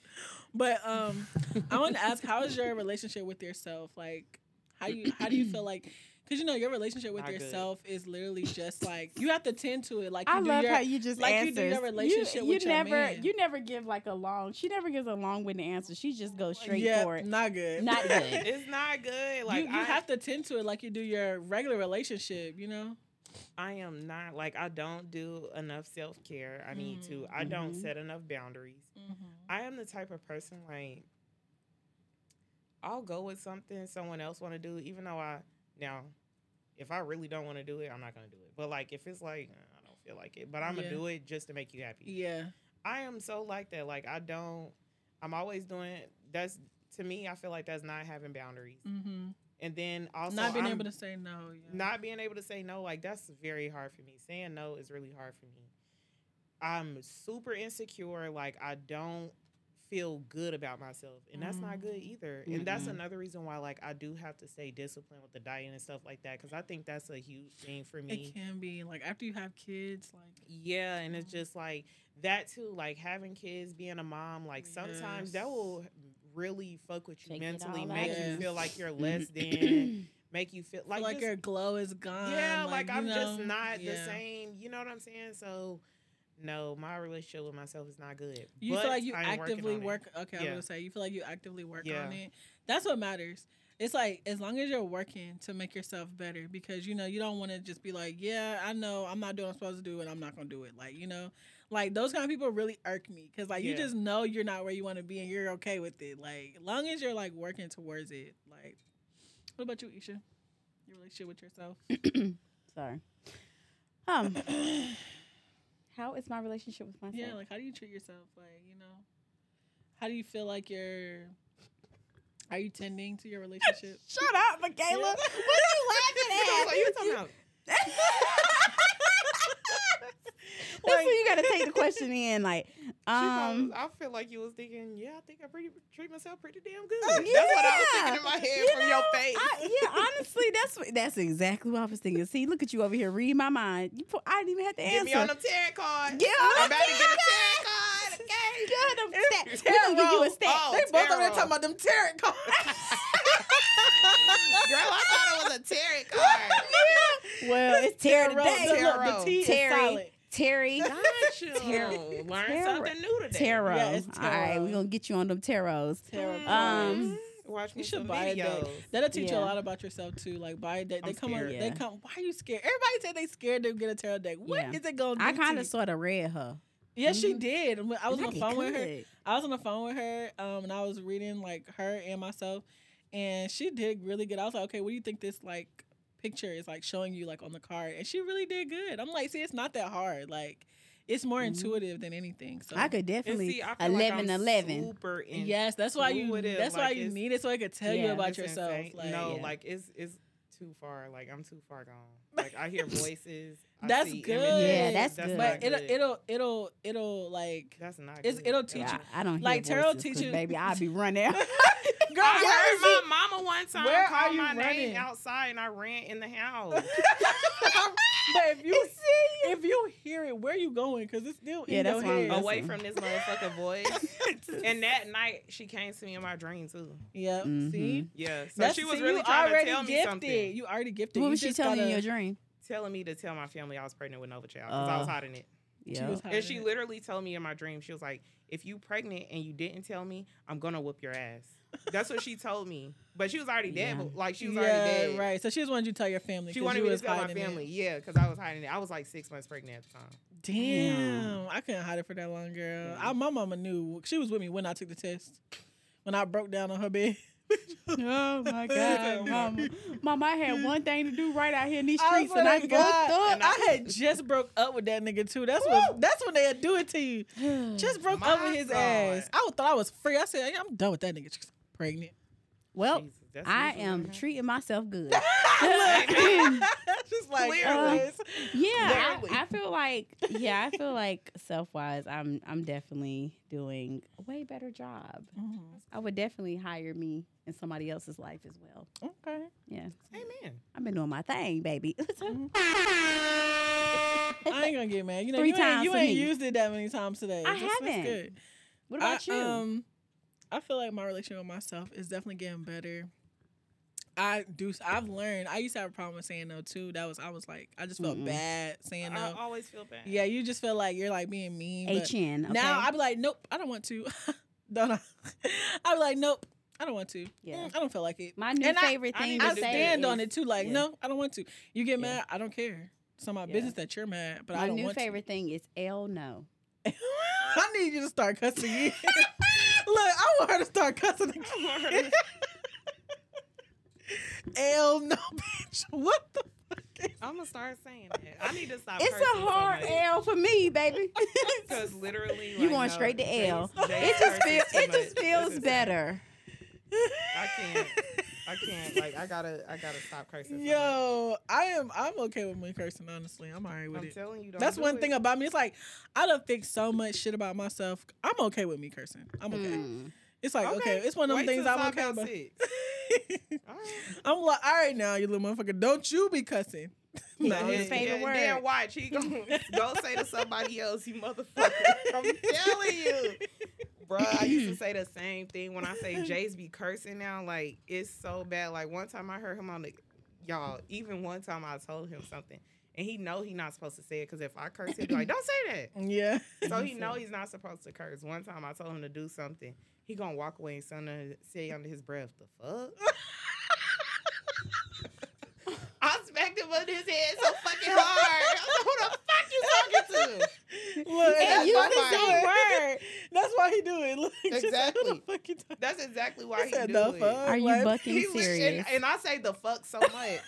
B: But um, I want to ask, how is your relationship with yourself? Like, how you how do you feel like? Because you know your relationship with
D: Not good.
B: yourself is literally just like you have to tend to it. Like you
C: I
B: do
C: love
B: your,
C: how you just
B: like you
C: answers.
B: do your relationship
C: you,
B: with your
C: never
B: man.
C: you never give like a long. She never gives a long winded answer. She just goes straight
B: yeah,
C: for it.
B: not good. [laughs]
C: Not good.
D: it's not good. Like
B: you you
D: I,
B: have to tend to it like you do your regular relationship. You know.
D: I am not like I don't do enough self care. I need to.
B: Mm-hmm.
D: I don't
C: Mhm.
D: set enough boundaries. I am the type of person like I'll go with something someone else want to do, even though I now if I really don't want to do it, I'm not gonna do it. But like if it's like "Uh, I don't feel like it, but I'm
B: Yeah.
D: gonna do it just to make you happy.
B: Yeah.
D: I am so like that. Like I don't. I'm always doing. That's to me, I feel like that's not having boundaries.
B: Mm-hmm.
D: And then also
B: Not being
D: I'm-
B: able to say no. Yeah.
D: not being able to say no, like that's very hard for me. Saying no is really hard for me. I'm super insecure. Like I don't feel good about myself, and that's not good either. And that's
C: Mm-mm.
D: another reason why, like, I do have to stay disciplined with the diet and stuff like that, because I think that's a huge thing for me.
B: It can be like after you have kids, like
D: Yeah, and it's
B: Mhm.
D: just like that too, like having kids, being a mom, like sometimes that
B: Yes.
D: will really fuck with you
C: Take it
D: mentally,
C: all
D: make
B: out.
D: you
B: Yes.
D: feel like you're
C: [clears throat]
D: Mm-hmm. less than, make you feel
B: like,
D: like, just-
B: your glow is gone.
D: yeah, like,
B: Um, you
D: I'm just
B: know,
D: not the
B: yeah.
D: same. You know what I'm saying? So no, my relationship with myself is not good.
B: You
D: but
B: feel like you
D: I am working
B: actively
D: on it. [laughs]
B: work. Okay, I was
D: Yeah.
B: gonna say you feel like you actively work
D: Yeah.
B: on it. That's what matters. It's like as long as you're working to make yourself better, because you know you don't want to just be like, yeah, I know I'm not doing what I'm supposed to do, and I'm not gonna do it. Like you know, like those kind of people really irk me, because like you
D: Yeah.
B: just know you're not where you want to be, and you're okay with it. Like long as you're like working towards it. Like, what about you, Isha? Your relationship with yourself?
C: Sorry. Um, how is my relationship with myself?
B: Yeah, like how do you treat yourself? Like, you know, how do you feel like you're? Are you tending to your relationship?
D: [laughs]
C: Shut up, Michaela.
B: Yeah.
C: What you
D: I was
C: laughing
D: like,
C: at? [laughs]
D: you talking about
C: That's when you gotta take the question in. Like,
D: She
C: um,
D: probably- I feel like you was thinking, yeah, I think I pretty treat myself pretty damn good. That's what I was thinking in my head
C: Oh, You
D: from your
C: know,
D: face.
C: I- yeah, honestly, that's what, that's exactly what I was thinking. See, look at you over here, read my mind. You, po- I didn't even have to
D: Get
C: answer.
D: me on them tarot cards.
C: Get on
D: I'm
C: them
D: about to get a
C: tarot
D: tarot
C: [laughs]
D: card. Okay.
C: Get them stats. We gonna
D: [laughs]
C: give you a
D: Tarot.
C: stat.
D: Oh,
C: They both
D: tarot.
C: over there talking about them
D: [laughs]
C: tarot cards.
D: Girl, I thought it was a tarot
C: [laughs]
D: card.
C: Well,
D: [laughs]
C: it's Terry
B: Tarot, the-
C: today.
B: look, the
D: Tarot.
B: T is
C: Terry,
B: silent.
C: Terry,
D: [laughs] Got you.
C: Tarot.
D: Learn
C: Tarot.
D: something new today. [laughs]
C: tarot.
B: Yeah, it's
C: All right,
B: tarot.
C: we're gonna get you on them tarots.
B: Tarot
D: Mm.
B: cards.
C: Um,
D: Watch me
B: Mm-hmm. you should
D: some
B: buy a
D: videos.
B: deck. That'll teach you
C: Yeah.
B: a lot about yourself too. Like buy a deck. They
D: I'm
B: come. On,
D: scared.
B: They
C: Yeah.
B: come. Why are you scared? Everybody said they scared to get a tarot deck. What
C: Yeah.
B: is it gonna do?
C: I
B: to
C: kind
B: you?
C: of sort of read her.
B: Yeah, she
C: Mhm.
B: did. And when- I was
C: And
B: on the
C: did
B: phone with her.
C: good.
B: I was on the phone with her, um, and I was reading like her and myself, and she did really good. I was like, okay, what do you think this like picture is like showing you like on the card? And she really did good. I'm like, see, it's not that hard. Like, it's more
C: Mhm.
B: intuitive than anything. So
C: I could
D: And
C: definitely
D: see, I feel like I'm
C: 11 11.
D: Super in-
B: Yes, that's why you.
D: intuitive,
B: That's why
D: like,
B: you
D: it's-
B: need it so it could tell you
C: Yeah.
B: about
D: It's
B: yourself.
D: insane.
B: Like,
D: no,
C: Yeah.
D: like it's it's too far. Like I'm too far gone. Like I
B: [laughs]
D: hear voices. I
B: That's
D: see
B: good.
D: images.
B: Yeah,
C: that's
D: that's
C: good.
D: Not
B: but
D: good.
B: it'll, it'll, it'll, it'll,
D: [laughs]
B: like. [laughs]
D: that's not.
B: it's-
D: good.
B: it'll
D: That's
B: teach
D: not
C: Yeah,
B: you.
C: I I don't
B: Like,
C: hear
B: tarot
C: voices, 'cause
B: teacher-
C: baby. I'll be running out.
B: Girl,
D: [laughs] I
B: where is
D: heard my mama one time
B: Where
D: call
B: are you
D: my
B: running?
D: name outside, and I ran in the house.
B: [laughs] it? but if you if you hear it, where you going? Because it's still
C: Yeah,
B: in
C: that's
B: your
C: why I'm
B: head.
C: Listen.
D: away from this motherfucker voice. Oh, [laughs] and that night, she came to me in my dream too.
B: Yeah, see,
C: Mhm.
D: Yeah, so
B: That's-
D: she was
B: see,
D: really
B: you
D: trying to
B: already
D: tell me
B: gifted.
D: something,
B: You already gifted.
C: what
B: You
C: was she
B: just
C: telling you in
B: gotta-
C: your dream?
D: telling me to tell my family I was pregnant with Nova Child because I was
C: Uh,
D: hiding it.
B: She
C: Yeah.
B: was hiding
D: And she
B: it.
D: literally told me in my dream, she was like, if you pregnant and you didn't tell me, I'm gonna whoop your ass. That's what she told me. But she was already dead.
C: Yeah.
D: but Like she was
B: yeah,
D: already dead.
B: right. So she just wanted you to tell your family.
D: She
B: 'cause
D: wanted
B: you
D: me to
B: was
D: tell my
B: hiding it.
D: family. Yeah, because I was hiding it. I was like six months pregnant at the time.
B: Damn, I couldn't hide it for that long,
D: Mm.
B: girl. I, my mama knew. She was with me when I took the test. When I broke down on her bed. [laughs]
C: Oh my
B: God,
C: God, mama. Mama, I had one thing to do right out here in these
B: I
C: streets, and
B: swear
C: I
B: to
C: fucked
B: God,
C: up.
B: and I [laughs] had just broke up with that nigga too. That's what. That's when they do it to [sighs] you. Just broke up with
D: My
B: his
D: God.
B: ass. I thought I was free. I said, I'm done with that nigga. She's
D: [laughs]
B: pregnant. [laughs]
C: well,
D: Jesus, that's
C: I
D: usually [laughs]
C: am
D: what
C: treating
B: [laughs]
C: myself good.
B: She's like,
D: Clearly.
B: "Yes."
C: Yeah, I,
D: Literally.
C: I feel like yeah, I feel like self wise, I'm I'm definitely doing a way better job.
B: Mhm.
C: I would definitely hire me in somebody else's life as well.
B: Okay.
C: Yeah,
D: happens. Amen.
C: I've been doing my thing, baby. [laughs]
B: I ain't gonna get mad. You know,
C: Three
B: you ain't,
C: times
B: you
C: for
B: ain't
C: me.
B: used it that many times today.
C: I
B: That's- that's
C: haven't.
B: good.
C: what about
B: I,
C: you?
B: Um, I feel like my relationship with myself is definitely getting better. I do. I've learned. I used to have a problem with saying no too. That was. I was like, I just felt
C: Mm-mm.
B: bad saying
D: I
B: no.
D: always feel bad.
B: yeah, you just feel like you're like being mean. but-
C: HN. Okay?
B: Now I'd be like, nope, I don't want to. [laughs] don't. I'd be like, nope, I don't want to.
C: Yeah.
B: Mm, I don't feel like it.
C: my new
B: and I-
C: favorite
D: I
C: thing
D: need
C: to
B: I
D: to
C: say
B: stand
C: is,
B: on it too. Like,
C: yeah.
B: no, I don't want to. You get
C: Yeah.
B: mad, I don't care. It's not my
C: Yeah.
B: business that you're mad, but
C: my
B: I don't
C: new
B: want
C: favorite thing is L no.
B: to. [laughs] I need you to start cussing. again. [laughs] Look, I want her to start cussing
D: I want her
B: again.
D: to-
B: Hell no, bitch. What the fuck? is-
D: [laughs] I'm gonna start saying that. I need to stop.
C: It's a hard L for me, baby. [laughs]
D: Because literally,
C: You
D: like,
C: going
D: no,
C: straight to
D: they-
C: L.
D: they
C: It just
D: curse
C: feels
D: too
C: it
D: much.
C: just feels
D: This is-
C: better.
D: I can't. I can't. Like I gotta. I gotta stop cursing. so much.
B: Yo, I am. I'm okay with me cursing. Honestly, I'm alright with
D: I'm
B: it.
D: telling you. Don't
B: That's
D: do
B: one
D: it.
B: thing about me. It's like I don't think so much shit about myself. I'm okay with me cursing. I'm okay.
D: Hmm.
C: Mm.
B: It's like okay. It's one of them
D: Wait
B: things
D: till
B: I'm
D: it's
B: okay
D: about
B: about.
D: six.
B: [laughs]
D: All right.
B: I'm like, all right now, you little motherfucker. Don't you be cussing.
C: Yeah,
B: no,
C: his favorite
D: then, then
C: word.
D: watch. He gonna go say to somebody else, you motherfucker. I'm telling you. Bruh, I used to say the same thing when I say Jay's be cursing now. Like, it's so bad. Like, one time I heard him on the, y'all, even one time I told him something. And he know he not supposed to say it because if I curse, he'd be like, don't say that.
B: yeah. [laughs]
D: So he know he's not supposed to curse. One time I told him to do something. He gonna walk away and son- say under his breath, the fuck? I smacked him under his head so fucking hard. I said, Who the fuck you talking to?
B: Look,
D: And
B: that's
D: you
B: why
D: the
B: he do
D: same
B: it. That's why he do it. Look, [laughs] just like, who
D: Exactly.
B: the fuck you talking?
D: That's exactly why he,
B: said,
D: do
B: "The
D: it.
B: fuck?"
C: Are you
B: Like,
C: bucking
D: [laughs] He was-
C: serious?
D: and, and I say the fuck so much.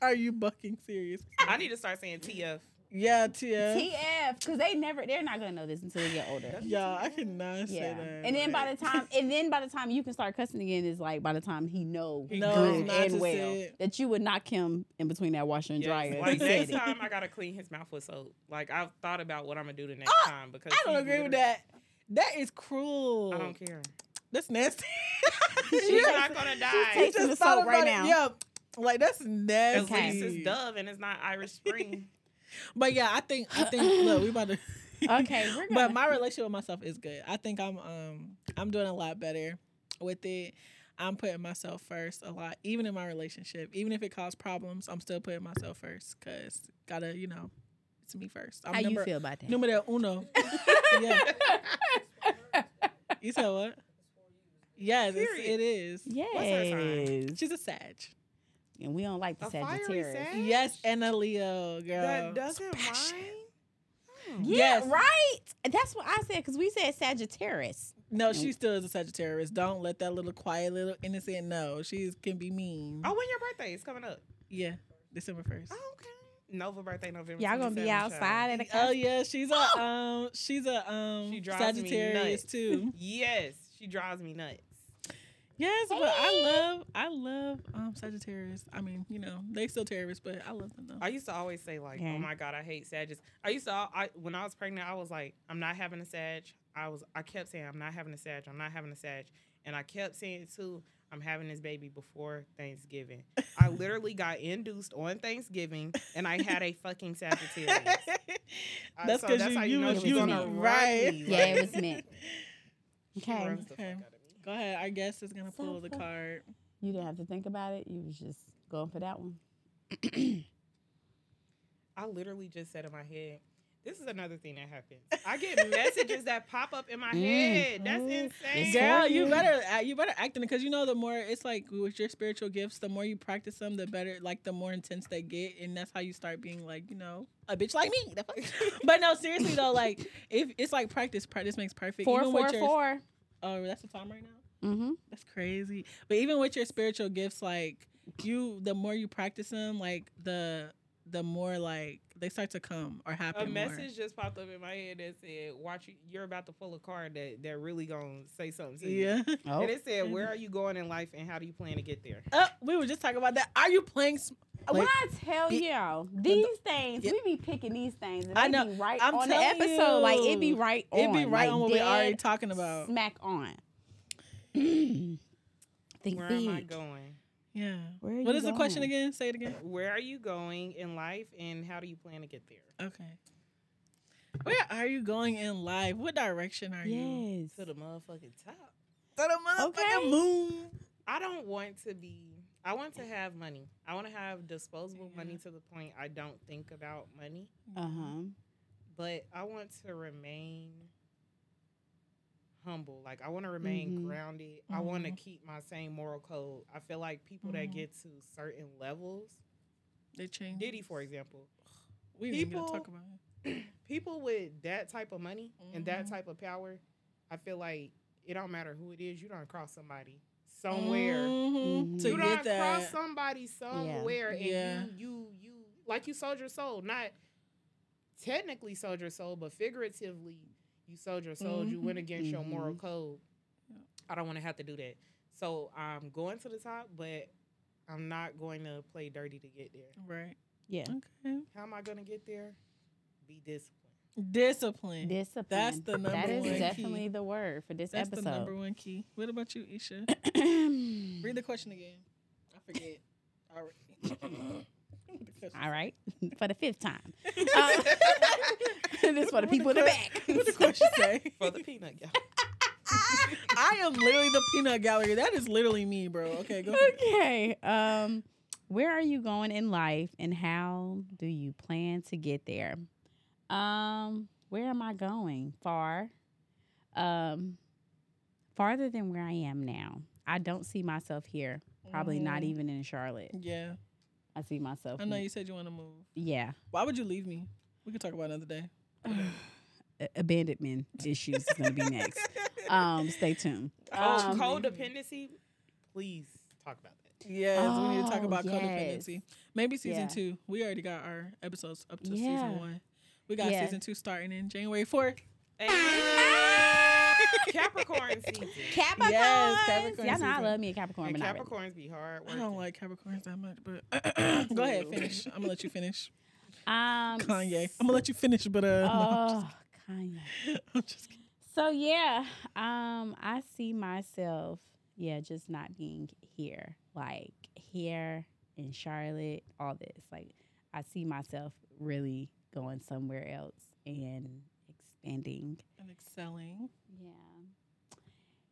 B: Are you bucking serious?
D: I need to start saying TF.
B: Yeah, Tia.
C: TF, because they never, they're not gonna know this until they get older.
B: yeah, I cannot say
C: Yeah,
B: that.
C: and then by
B: like-
C: the time, and then by the time you can start cussing again is like by the time he know
D: He
B: knows
C: good
B: not to
C: and well
B: say it.
C: that you would knock him in between that washer and
D: Yes.
C: dryer. and
D: Like
C: set
D: next
C: it.
D: time, I gotta clean his mouth with soap. Like I've thought about what I'm gonna do the next
B: Ah,
D: time because
B: I don't
D: he
B: agree with
D: literally-
B: that. That is cruel.
D: I don't care.
B: That's [laughs] nasty.
D: She's
B: Yeah.
D: not gonna die.
C: taking the
B: just
C: salt
B: thought
C: right
B: about it.
C: now.
B: Yeah. Like that's
D: At
B: nasty.
C: Okay.
D: least it's Dove and it's not
C: [laughs]
D: Irish Spring.
B: But yeah, I think I think look, we about to
C: Okay, we're
B: But
C: gonna-
B: my relationship with myself is good. I think I'm um I'm doing a lot better with it. I'm putting myself first a lot, even in my relationship. Even if it caused problems, I'm still putting myself first because gotta, you know, it's me first. I'm
C: How
B: number,
C: you feel about that?
B: Numero
D: [laughs]
B: uno. yeah. You said what? Yes, it's,
D: Period.
B: it is.
C: Yes.
B: She's a Sag.
C: And we don't like the
D: A fiery
C: Sagittarius.
D: Sag?
B: Yes, and a Leo, girl.
D: that doesn't
B: Passion.
D: mind. Hmm.
C: Yeah,
B: Yes.
C: right. That's what I said because we said Sagittarius.
B: No, she still is a Sagittarius. Don't let that little quiet, little innocent know. She can be mean.
D: Oh, when your birthday is coming up?
B: Yeah, December first.
D: Oh, okay. Nova birthday, November.
C: Y'all gonna be
D: 27th,
C: outside at
D: child.
C: a
B: Oh
C: concert.
B: yeah, she's a
C: Oh!
B: um, she's a um,
D: She drives me
B: Sagittarius
D: nuts. [laughs]
B: too.
D: Yes, she drives me nuts.
B: Yes, but I
C: Hey.
B: love I love um Sagittarius. I mean, you know, they still terrorists, but I love them though.
D: I used to always say like,
C: Okay.
D: "Oh my God, I hate Sagittarius." I used to, al- I when I was pregnant, I was like, "I'm not having a Sag." I was, I kept saying, "I'm not having a Sag. I'm not having a Sag," and I kept saying too, "I'm having this baby before Thanksgiving." I literally got induced on Thanksgiving, and I had a
C: [laughs]
D: fucking Sagittarius. I-
B: That's
D: so
B: 'cause
D: that's
B: you-
D: how
B: you
D: you know
C: was-
D: she's
C: you
D: gonna
C: was
D: run
B: meant.
D: right.
B: Right.
C: Yeah, it was meant. [laughs] Okay.
D: runs the fuck
B: Okay.
D: out of me.
B: Go ahead. Our guest is gonna pull the card.
C: You didn't have to think about it. You was just going for that one.
D: I literally just said in my head, this is another thing that happens.
C: [laughs]
D: I get messages that pop up in my
C: Mm.
D: head. That's
C: Mm.
D: insane.
C: It's
B: Girl,
C: for
B: you
C: you.
B: better uh, you better act in it because you know the more it's like with your spiritual gifts, the more you practice them, the better like the more intense they get, and that's how you start being like you know a bitch like me. [laughs] The fuck? but no, seriously though, like if it's like practice, practice makes perfect.
C: Four,
B: Even
C: four,
B: with your-
C: four.
B: Oh, that's the time right now.
C: Mm-hmm.
B: That's crazy. But even with your spiritual gifts, like you, the more you practice them, like the the more like they start to come or
D: A
B: happen. more.
D: message just popped up in my head that said, Watch you- you're about to pull a card that, that really gonna say something to you.
B: Yeah.
C: Oh.
D: And it said, Where are you going in life and how do you plan to get there?
B: [laughs] Oh, we were just talking about that. Are you playing? Sm-
C: when
B: Like-
C: I tell
B: It-
C: y'all these things,
B: Yeah.
C: we be picking these things. And
B: I
C: they
B: know.
C: Be right
B: I'm
C: on the
B: telling
C: episode, like it be
B: you.
C: right on.
B: It'd be right
C: like,
B: on what we already
C: dead
B: talking about.
C: Smack
B: [clears throat]
C: on. Think
D: Where
C: big.
D: am I going?
B: Yeah.
C: Where are
B: What
C: you
B: is the question
C: going?
B: again? Say it again.
D: Where are you going in life and how do you plan to get there?
B: Okay. Where are you going in life? What direction are you?
C: Yes.
D: To the motherfucking top.
B: To the
C: Okay.
B: moon.
D: I don't want to be. I want to have money. I want to have disposable money to the point I don't think about money.
B: Uh-huh.
C: Uh huh.
D: But I want to remain humble. Like I want to remain
C: Mhm.
D: grounded. I want to
B: Mhm.
D: keep my same moral code. I feel like people
B: Mhm.
D: that get to certain levels,
B: They changed.
D: Diddy for example,
B: We didn't even
D: People-
B: talk about it.
D: people with that type of money and that
B: Mhm.
D: type of power, I feel like it don't matter who it is. You don't cross somebody somewhere.
B: Mhm.
C: Mhm.
B: To
D: you
B: get
D: don't
B: that.
D: cross somebody somewhere
B: Yeah.
D: and you, you you like you sold your soul not technically sold your soul but figuratively you sold your soul you went against your moral code
B: Yeah.
D: i don't want to have to do that So I'm going to the top, but I'm not going to play dirty to get there.
B: Right.
C: Yeah.
B: Okay.
D: How am I going to get there? Be disciplined.
B: Discipline.
C: Discipline.
B: That's the number
C: That is
B: one key.
C: definitely the word for this
B: That's the number
C: episode.
B: one key. What about you,
C: [coughs]
B: Isha? Read the question again. I forget. [laughs] Already.
C: [clears throat] All right. [laughs] for the
B: [laughs]
C: fifth time. Um, [laughs] this is for the
B: What
C: people in the
B: que-
C: back.
B: What the
C: [laughs]
B: question say?
D: For the peanut, [laughs] y'all.
B: I am literally the peanut gallery. That is literally me, bro. Okay, go. ahead.
C: okay. Um, where are you going in life, and how do you plan to get there? Um, where am I going? Far. Um, farther than where I am now. I don't see myself here. Probably not
B: Mhm.
C: even in Charlotte.
B: Yeah,
C: I see myself.
B: I know
C: in-
B: you said you want to move.
C: Yeah.
B: Why would you leave me? We could talk about it another day.
C: A- Abandonment issues is going to be [laughs] next. Um, stay tuned. Um,
D: oh, codependency? Please talk about that.
B: Yes, we need to talk
C: Oh,
B: about
C: yes.
B: codependency. Maybe season
C: Yeah.
B: two. We already got our episodes up to
C: Yeah.
B: season one. We got
C: Yeah.
B: season two starting in January fourth.
D: Capricorn season.
C: Capricorns.
B: Yes, Capricorn
C: Y'all know I
B: season.
C: love me a Capricorn,
D: and
C: but not really.
D: Capricorns be
B: I
D: hard working.
B: don't like Capricorns that much, but [clears throat] go ahead,
D: Ooh.
B: finish. I'm gonna let you
C: [laughs]
B: finish,
C: Um,
B: Kanye. I'm gonna let you finish, but uh, no, I'm
C: Oh, Kanye.
B: just- I'm just kidding. [laughs]
C: So yeah, um, I see myself, yeah, just not being here, like here in Charlotte, all this. Like, I see myself really going somewhere else and expanding.
B: and excelling.
C: Yeah,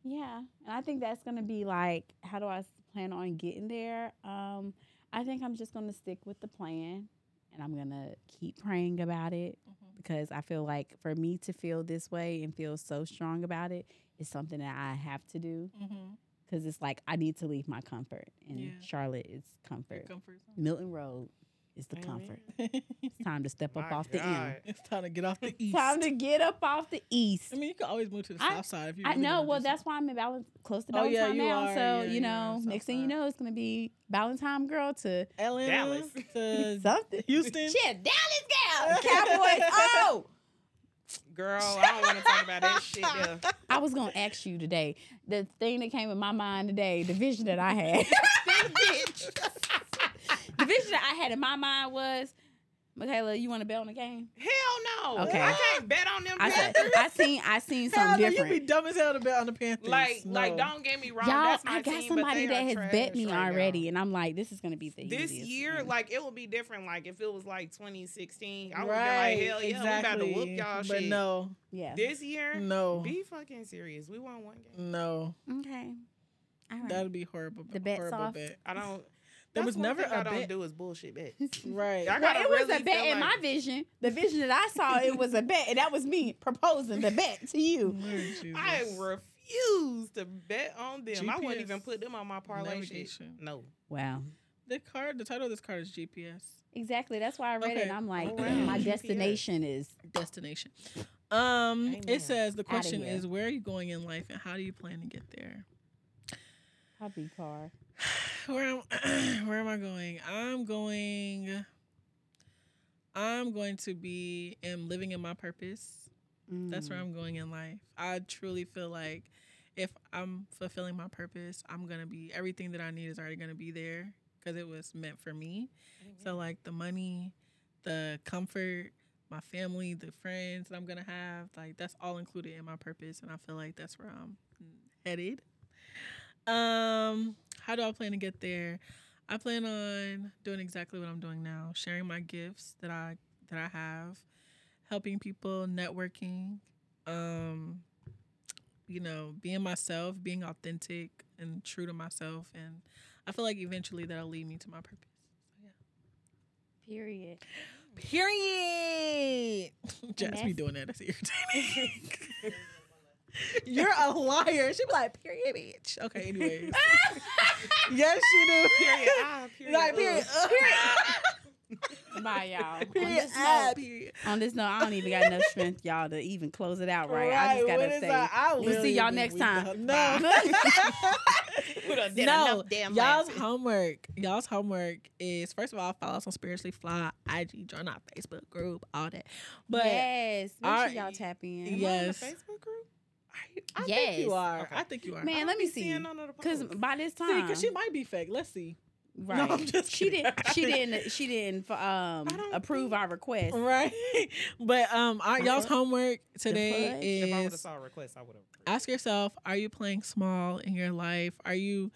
C: yeah, and I think that's gonna be like, how do I s- plan on getting there? Um, I think I'm just gonna stick with the plan, and I'm gonna keep praying about it
B: Mm-hmm,
C: because I feel like for me to feel this way and feel so strong about it is something that I have to do
B: Mm-hmm.
C: because it's like I need to leave my comfort. And
B: Yeah.
C: Charlotte is comfort.
B: Comfort. [laughs]
C: Milton Road is the
D: Amen.
C: comfort.
B: it's
C: It's time to step up
D: My
C: off the E. end.
D: God.
B: time to get off the east.
C: [laughs] Time to get up off the east.
B: I mean, you could always move to the
C: I-
B: south side if you.
C: I
B: really
C: know.
B: wanna
C: Well,
B: do
C: that's why I'm in balance, close to
B: Oh,
C: Valentine
B: yeah, you
C: now.
B: are.
C: so
B: Yeah,
C: you
B: you are.
C: know,
B: So
C: next thing you
B: far.
C: know, it's gonna be Valentine girl
D: [laughs]
C: to
B: something. Atlanta
D: Dallas.
B: [laughs] to
C: something.
B: Houston.
C: Shit, Dallas girl, Cowboys. Oh,
D: Girl, I don't want to talk about that shit. Yeah.
C: I was gonna ask you today. The thing that came in my mind today, the vision that I had. [laughs] the vision that I had in my mind was, Michaela, you want to bet on the game?
D: Hell no.
C: Okay.
D: I can't bet on them.
C: I said,
D: Panthers.
C: I seen, I seen
B: Hell
C: something
B: no,
C: different.
B: You be dumb as hell to bet on the Panthers.
D: Like,
B: no.
D: like, don't get me wrong.
C: Y'all,
D: that's my
C: I got
D: team, but
C: somebody
D: they
C: that
D: are
C: has bet
D: trash
C: me
D: right now.
C: already, and I'm like, this is gonna be the
D: This
C: easiest
D: year,
C: one.
D: like, it will be different. Like, if it was like 2016, I would
B: Right,
D: be like, hell yeah,
B: exactly.
D: we about to whoop y'all
B: But
D: shit.
B: no,
C: yeah.
D: This year,
B: no,
D: be fucking serious. We won one game.
B: no.
C: okay. All right.
B: That'd be horrible.
C: The bet's
B: horrible
C: off.
B: bet.
D: I don't.
B: There was
D: that's one
B: never
D: thing
B: a
D: I don't
B: bet.
D: do is bullshit bets.
B: Right. [laughs]
D: I
C: well,
D: gotta
C: it was
D: really
C: a bet
D: feel
C: in my
D: like-
C: vision. The vision that I saw, it was a bet, and that was me proposing the bet to you.
B: Lord Jesus.
D: I refuse to bet on them. I wouldn't
B: GPS
D: even put them on my parlay shit.
B: navigation.
D: No.
C: Wow.
B: The card. The title of this card is GPS
C: Exactly. That's why I read
B: Okay.
C: it. And I'm like,
D: Oh, wow.
C: my
D: GPS.
C: destination is
B: destination. Um,
D: Amen.
B: it says the question
C: here.
B: is where are you going in life and how do you plan to get there?
C: Hobby Car.
B: where am, [clears throat] where am I going? I'm going. I'm going to be am living in my purpose. That's
C: Mm.
B: where I'm going in life. I truly feel like if I'm fulfilling my purpose, I'm gonna be everything that I need is already gonna be there because it was meant for me. So like the money, the comfort, my family, the friends that I'm gonna have, like that's all included in my purpose, and I feel like that's where I'm headed. Um, how do I plan to get there? I plan on doing exactly what I'm doing now, sharing my gifts that I that I have, helping people, networking, um, you know, being myself, being authentic and true to myself, and I feel like eventually that'll lead me to my purpose.
C: Period.
B: Period. [laughs] Jazz be
C: that's-
B: doing [laughs] that. That's irritating. You're [laughs] a liar. She be like, period, bitch. Okay, anyways. yes, she do.
D: Period. [laughs] Ah, period.
B: [laughs] Like, [laughs] period.
D: Ugh.
B: Uh,
C: Bye, y'all. on,
B: Period.
C: this
B: ah,
C: note,
B: Period.
C: on this note, I don't even got enough strength, y'all, to even close it out right. I just
B: what
C: gotta
B: is
C: say,
B: that? I
C: we'll see
B: literally
C: y'all
B: be
C: next
B: weak to
C: time. [laughs]
B: her.
D: [laughs]
C: Bye.
D: We done did
B: no,
D: enough damn
B: y'all's
D: laughing.
B: homework. Y'all's homework is first of all follow us on spiritually fly, IG, join our Facebook group, all that. But
C: yes, make
B: All
C: sure
B: right.
C: y'all tap in.
D: Am I on the
B: Yes.
D: Facebook group?
B: I- I
C: yes.
B: think you are.
D: Okay.
B: I think you are.
C: Man,
D: I
C: let
D: don't
C: me
D: be seeing
C: see.
D: none of the
C: Because
D: posts.
C: by this
B: See,
C: time,
B: because she might be fake. Let's see.
C: right?
B: I'm just
C: she
B: kidding.
C: didn't. She didn't. She didn't f- um,
D: I don't
C: approve
D: think-
C: our
B: [laughs]
C: request.
B: Right. [laughs] but um, our,
C: The
B: y'all's
C: fuck?
B: homework
C: fuck?
B: today
D: if I would have
B: is
D: saw a request, I would have.
B: ask yourself: Are you playing small in your life? Are you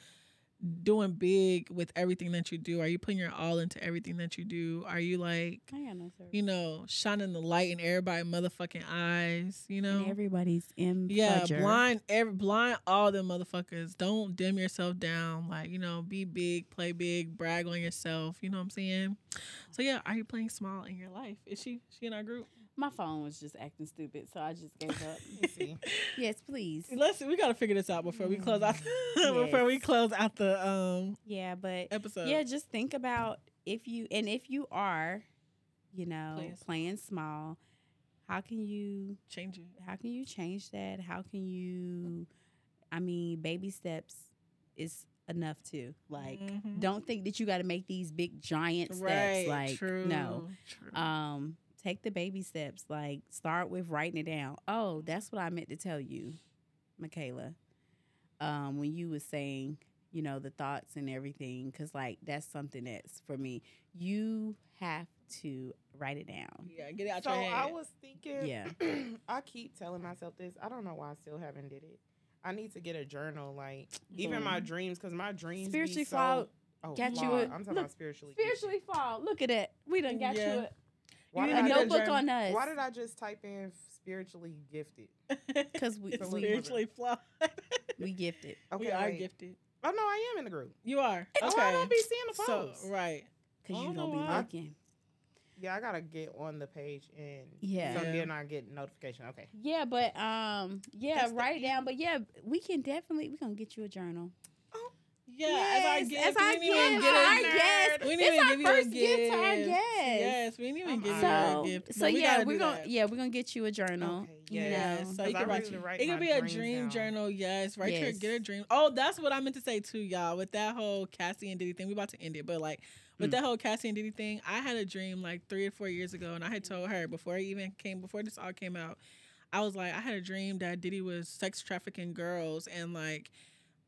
B: doing big with everything that you do? Are you putting your all into everything that you do? Are you like,
C: I got no service.
B: you know, shining the light in everybody's motherfucking eyes? You know,
C: And everybody's in.
B: Yeah,
C: fudger.
B: blind every blind all them motherfuckers. Don't dim yourself down. Like, you know, be big, play big, brag on yourself. You know what I'm saying? So yeah, are you playing small in your life? Is she she in our group?
C: My phone was just acting stupid, so I just gave up.
B: [laughs]
D: See,
C: [laughs] yes, please.
B: Let's we gotta figure this out before we close out [laughs] before we
C: Mm-hmm. Yes.
B: close out the um
C: Yeah, but
B: episode.
C: yeah, just think about if you and if you are, you know,
B: Playing
C: playing,
B: small.
C: small, how can you
B: Change it.
C: how can you change that? How can you I mean, baby steps is enough too. Like
B: Mhm.
C: don't think that you got to make these big giant steps like no.
B: true.
C: Um take the baby steps like start with writing it down. Oh, that's what I meant to tell you, Michaela. Um when you was saying, you know, the thoughts and everything cuz like that's something that's for me. You have to write it down.
B: yeah, get it out
D: so
B: your head.
D: I was thinking.
C: Yeah.
D: [clears throat] I keep telling myself this. I don't know why I still haven't did it. I need to get a journal, like even my dreams, because my dreams be
C: Spiritually
D: so-
C: flawed.
D: Oh,
C: Got you
D: flawed.
C: a-
D: I'm talking
C: look,
D: about spiritually.
C: Spiritually fall. Look at that. We done got
B: Yeah.
C: you a
B: You
D: Why did
C: a
D: I
B: need
D: just-
B: that
C: notebook on us.
D: Why did I just type in spiritually gifted?
B: [laughs]
C: Because we,
B: It's
D: So we-
C: we,
B: spiritually flawed.
C: we gifted.
B: we are
D: wait.
B: gifted.
D: Oh no, I am in the group.
B: You are.
D: Okay.
B: Okay.
D: I don't be seeing the
B: so
D: posts.
B: right. I
C: Because you
B: don't
C: don't
B: know
C: be
B: why.
C: looking.
D: Yeah, I gotta get on the page and
C: Yeah.
D: So
B: Yeah.
D: then I get notification. Okay.
C: Yeah, but um, yeah,
D: That's the
C: write it down. But yeah, we can definitely we're gonna get you a journal.
B: Yeah, as I
C: Yes,
B: get,
C: as I
B: we didn't even
C: give
B: get
C: to our
B: it.
C: guest.
B: We didn't
C: It's
B: even
C: our
B: give you a
C: first gift to our
B: gift.
C: guest.
B: Yes, we didn't even
D: I'm
B: give you a
C: So,
B: gift.
C: so
B: but we
C: yeah,
B: gotta
C: we're
B: do
C: gonna
B: that.
C: yeah we're gonna get you a journal.
D: Okay,
C: you
B: yes.
C: know.
B: So
D: Because
B: you
D: I
B: can write,
D: really write
B: it
D: my
B: could be a
D: dreams
B: dream
D: down.
B: journal. Yes, right here, get a
C: Yes.
B: dream. Oh, that's what I meant to say too, y'all. With that whole Cassie and Diddy thing, we about to end it, but like with
C: Mm.
B: that whole Cassie and Diddy thing, I had a dream like three or four years ago, and I had told her before I even came before this all came out, I was like, I had a dream that Diddy was sex trafficking girls, and like.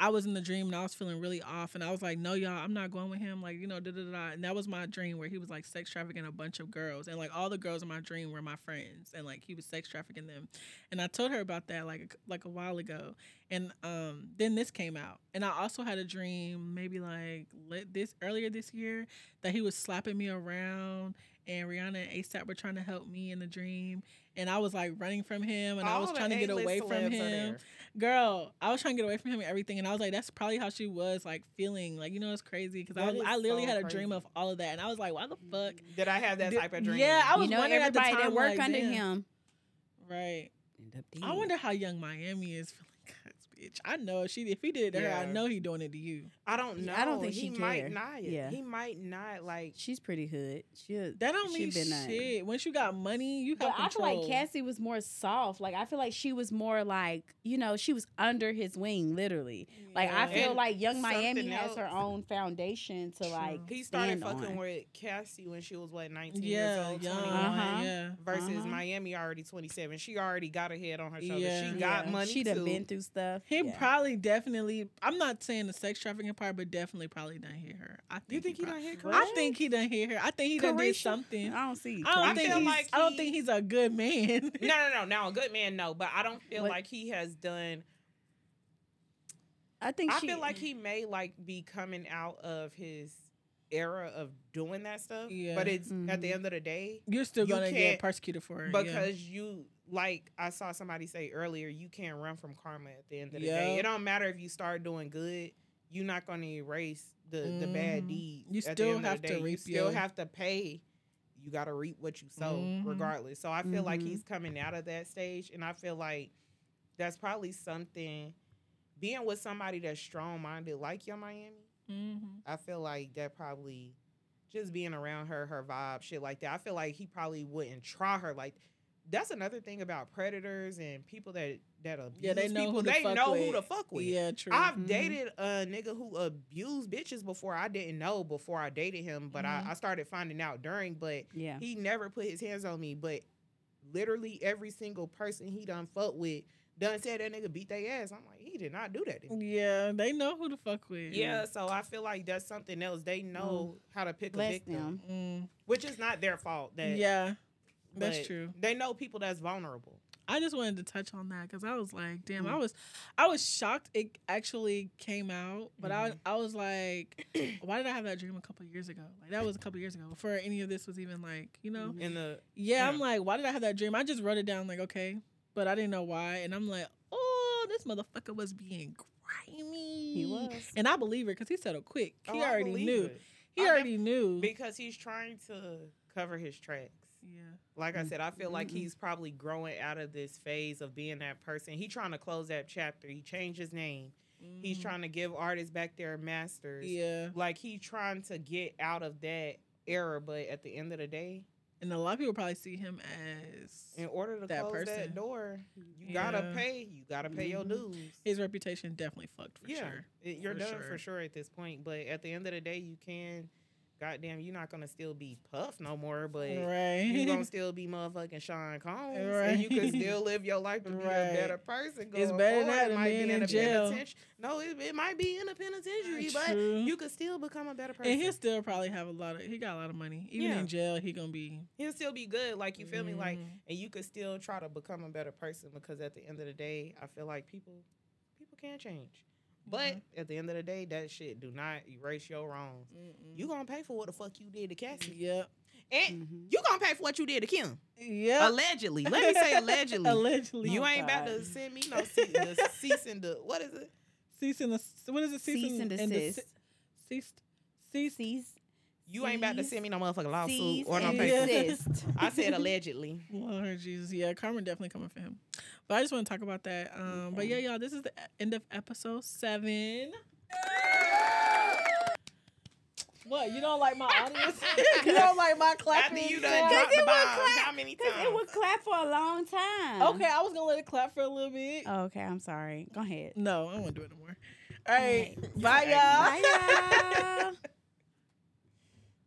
B: I was in the dream and I was feeling really off, and I was like, "No, y'all, I'm not going with him." Like, you know, da da da, da. And that was my dream where he was like sex trafficking a bunch of girls, and like all the girls in my dream were my friends, and like he was sex trafficking them. And I told her about that like a- like a while ago, and um, then this came out, and I also had a dream maybe like lit this earlier this year that he was slapping me around, and Rihanna and ASAP were trying to help me in the dream, and I was like running from him, and I
D: All
B: was
D: the
B: trying to get
D: A-list
B: away
D: celebs
B: from
D: are
B: him
D: there.
B: girl, I was trying to get away from him and everything, and I was like, that's probably how she was like feeling. Like, you know, it's crazy because I
D: That
B: was,
D: is
B: I literally
D: so
B: had a dream
D: crazy. Mm.
B: of all of that, and I was like, why the fuck?
D: Did I have that
B: Did-
D: type of dream?
B: yeah, I was
C: you know
B: wondering at the
C: everybody
B: time,
C: that work
B: like,
C: under
B: damn.
C: him.
B: Right.
C: End up
B: I
D: Mm.
C: dead.
B: wonder how young Miami is feeling. Cause, bitch, I know if she if he did it to her, I
D: Yeah.
B: know he doing it to you.
D: I don't know.
C: I don't think
D: he
C: she
D: might
C: care.
D: not.
C: Yeah.
D: He might not like.
C: She's pretty hood. She
B: That don't
C: She
B: mean
C: been nothing.
B: shit. Once you got money, you have
C: But I feel
B: control.
C: like Cassie was more soft. Like I feel like she was more like you know she was under his wing literally. Like I
B: Yeah.
C: feel
D: And
C: like Young Miami
D: something
C: has her
D: else.
C: own foundation to
B: True.
C: like.
D: He started
C: stand
D: fucking
C: on.
D: with Cassie when she was what 19 years
B: yeah,
D: old,
B: young,
D: 21.
C: Uh-huh.
B: yeah.
D: Versus
C: Uh-huh.
D: Miami already 27. She already got her head on her shoulders.
B: Yeah.
D: She got
C: Yeah,
D: money
C: She'd
D: too.
C: have been through stuff.
B: He
C: Yeah.
B: probably definitely. I'm not saying the sex trafficking part, but definitely probably done hit her. I think
D: you think he
B: prob-
D: done hit?
B: I
D: Kareem?
B: think he done hit her. I think he done did
C: Carisha?
B: something.
C: I don't
B: I
C: see.
B: don't
D: Oh, I
C: Kareem.
B: think
D: feel
B: he's,
D: like
B: I don't
D: he-
B: think he's a good
D: [laughs]
B: man. [laughs]
D: No, no, no, no. A good man, no. But I don't feel
C: What?
D: like he has done.
C: I think
D: I
C: she,
D: feel like he may like be coming out of his era of doing that stuff.
B: Yeah.
D: But it's at the
C: Mhm.
D: end of the day
B: You're still
D: You
B: gonna get
D: can't-
B: persecuted for it.
D: because you like I saw somebody say earlier, you can't run from karma. At the end of the day,
B: Yeah.
D: it don't matter if you start doing good. You're not gonna erase the the bad
B: Mhm.
D: deed.
B: You
D: at the
B: still
D: end of the
B: have to
D: day, You
B: reap
D: still
B: your-
D: have to pay. You gotta reap what you sow,
B: Mhm.
D: regardless. So I feel like
C: Mhm.
B: Mm-hmm.
D: he's coming out of that stage, and I feel like that's probably something. Being with somebody that's strong minded, like your Miami,
B: yeah.
D: I feel like that probably just being around her, her vibe, shit like that. I feel like he probably wouldn't try her like that's another thing about predators and people that that abuse
B: Yeah, they know who
D: people.
B: to
D: they
B: fuck
D: know
B: with.
D: who to fuck with.
B: yeah, true. Mm-hmm.
D: I've
C: Mhm.
D: dated a nigga who abused bitches before. I didn't know before I dated him, but
B: Mhm.
D: I, I started finding out during. But
C: yeah.
D: he never put his hands on me. But literally every single person he done fuck with, done said that nigga beat their ass. I'm like, he did not do that. to me.
B: Mm-hmm. Yeah, they know who to fuck with.
D: Yeah, so I feel like that's something else. They know how to pick a
C: Bless
D: victim,
C: them.
B: Mm,
D: which is not their fault. That
B: yeah.
D: but
B: That's true.
D: They know people that's vulnerable.
B: I just wanted to touch on that because I was like, damn, I
D: Mm.
B: was, I was shocked it actually came out. But
D: Mm-hmm.
B: I, I was like, [clears throat] why did I have that dream a couple years ago? Like that was a couple years ago before any of this was even like, you know.
D: In the
B: Yeah, I'm
D: Mm-hmm. Yeah.
B: like, why did I have that dream? I just wrote it down like, okay, but I didn't know why, and I'm like, oh, this motherfucker was being grimy.
C: He was.
B: and I believe it because he settled quick. He
D: Oh, I
B: already
D: believe
B: knew.
D: it.
B: He
D: I def-
B: already knew.
D: because he's trying to cover his tracks.
B: yeah.
D: Like I
C: Mm.
D: said, I feel like
B: Mm-hmm.
C: Mm-mm.
D: he's probably growing out of this phase of being that person. He trying to close that chapter. He changed his name. He's
B: Mm.
D: trying to give artists back their masters.
B: Yeah,
D: Like he trying to get out of that era, but at the end of the day,
B: and a lot of people probably see him
D: in
B: as
D: order to
B: That
D: close
B: person.
D: that door, you gotta
B: Yeah.
D: pay. You gotta pay your
C: Mhm.
D: dues.
B: his reputation definitely fucked for
D: yeah,
B: sure.
D: It- you're
B: mm-hmm. For
D: done
B: sure.
D: for sure at this point. But at the end of the day, you can. Goddamn, you're not gonna still be Puff no more, but.
B: Right.
D: you
B: [laughs]
D: gonna still be motherfucking Sean Combs, and you
B: Right.
D: can still live your life to be
B: Right.
D: a better person. Going
B: It's better than
D: forward.
B: that
D: It
B: than
D: might
B: being
D: be
B: in
D: a
B: jail.
D: penitentiary. No, it, it might be in a penitentiary, but
B: True.
D: you could still become a better person.
B: and he'll still probably have a lot of. He got a lot of money. Even
D: Yeah.
B: in jail, he gonna be.
D: He'll still be good, like you feel me, like,
B: Mm.
D: and you could still try to become a better person because at the end of the day, I feel like people, people can change, but at the end of the day, that shit do not erase your wrongs. You gonna pay for what the fuck you did to Cassie,
B: Yep.
D: and
C: Mhm.
D: you gonna pay for what you did to Kim.
B: Yep.
D: Allegedly, let me say allegedly.
B: Allegedly.
D: You
C: Oh,
D: ain't about
C: God.
D: to send me no cease, the cease and the what is it?
B: cease and des- what is it?
C: Cease and
B: desi-
C: desist.
B: Ceased. Ceased.
C: Cease.
D: You ain't about to send me no motherfucking lawsuit
C: Cease
D: or no
C: and
B: paper.
D: paper.
C: desist.
D: I said allegedly.
B: Lord Jesus, yeah, Carmen definitely coming for him. But I just want to talk about that. Um, but yeah,
C: Okay.
B: y'all, this is the e- end of episode seven. What you don't like my audience? [laughs] you don't like my
D: After
B: clapping?
D: you done
B: sound?
D: dropped
C: it
D: the
C: would
D: bomb,
C: clap-
D: how many
C: [laughs] Because
D: times?
C: it would clap for a long time.
B: Okay, I was gonna let it clap for a little bit.
C: Okay, I'm sorry. Go ahead.
B: [laughs] No, I won't do it no more. All right,
C: All right.
B: bye y'all.
C: Bye, y'all.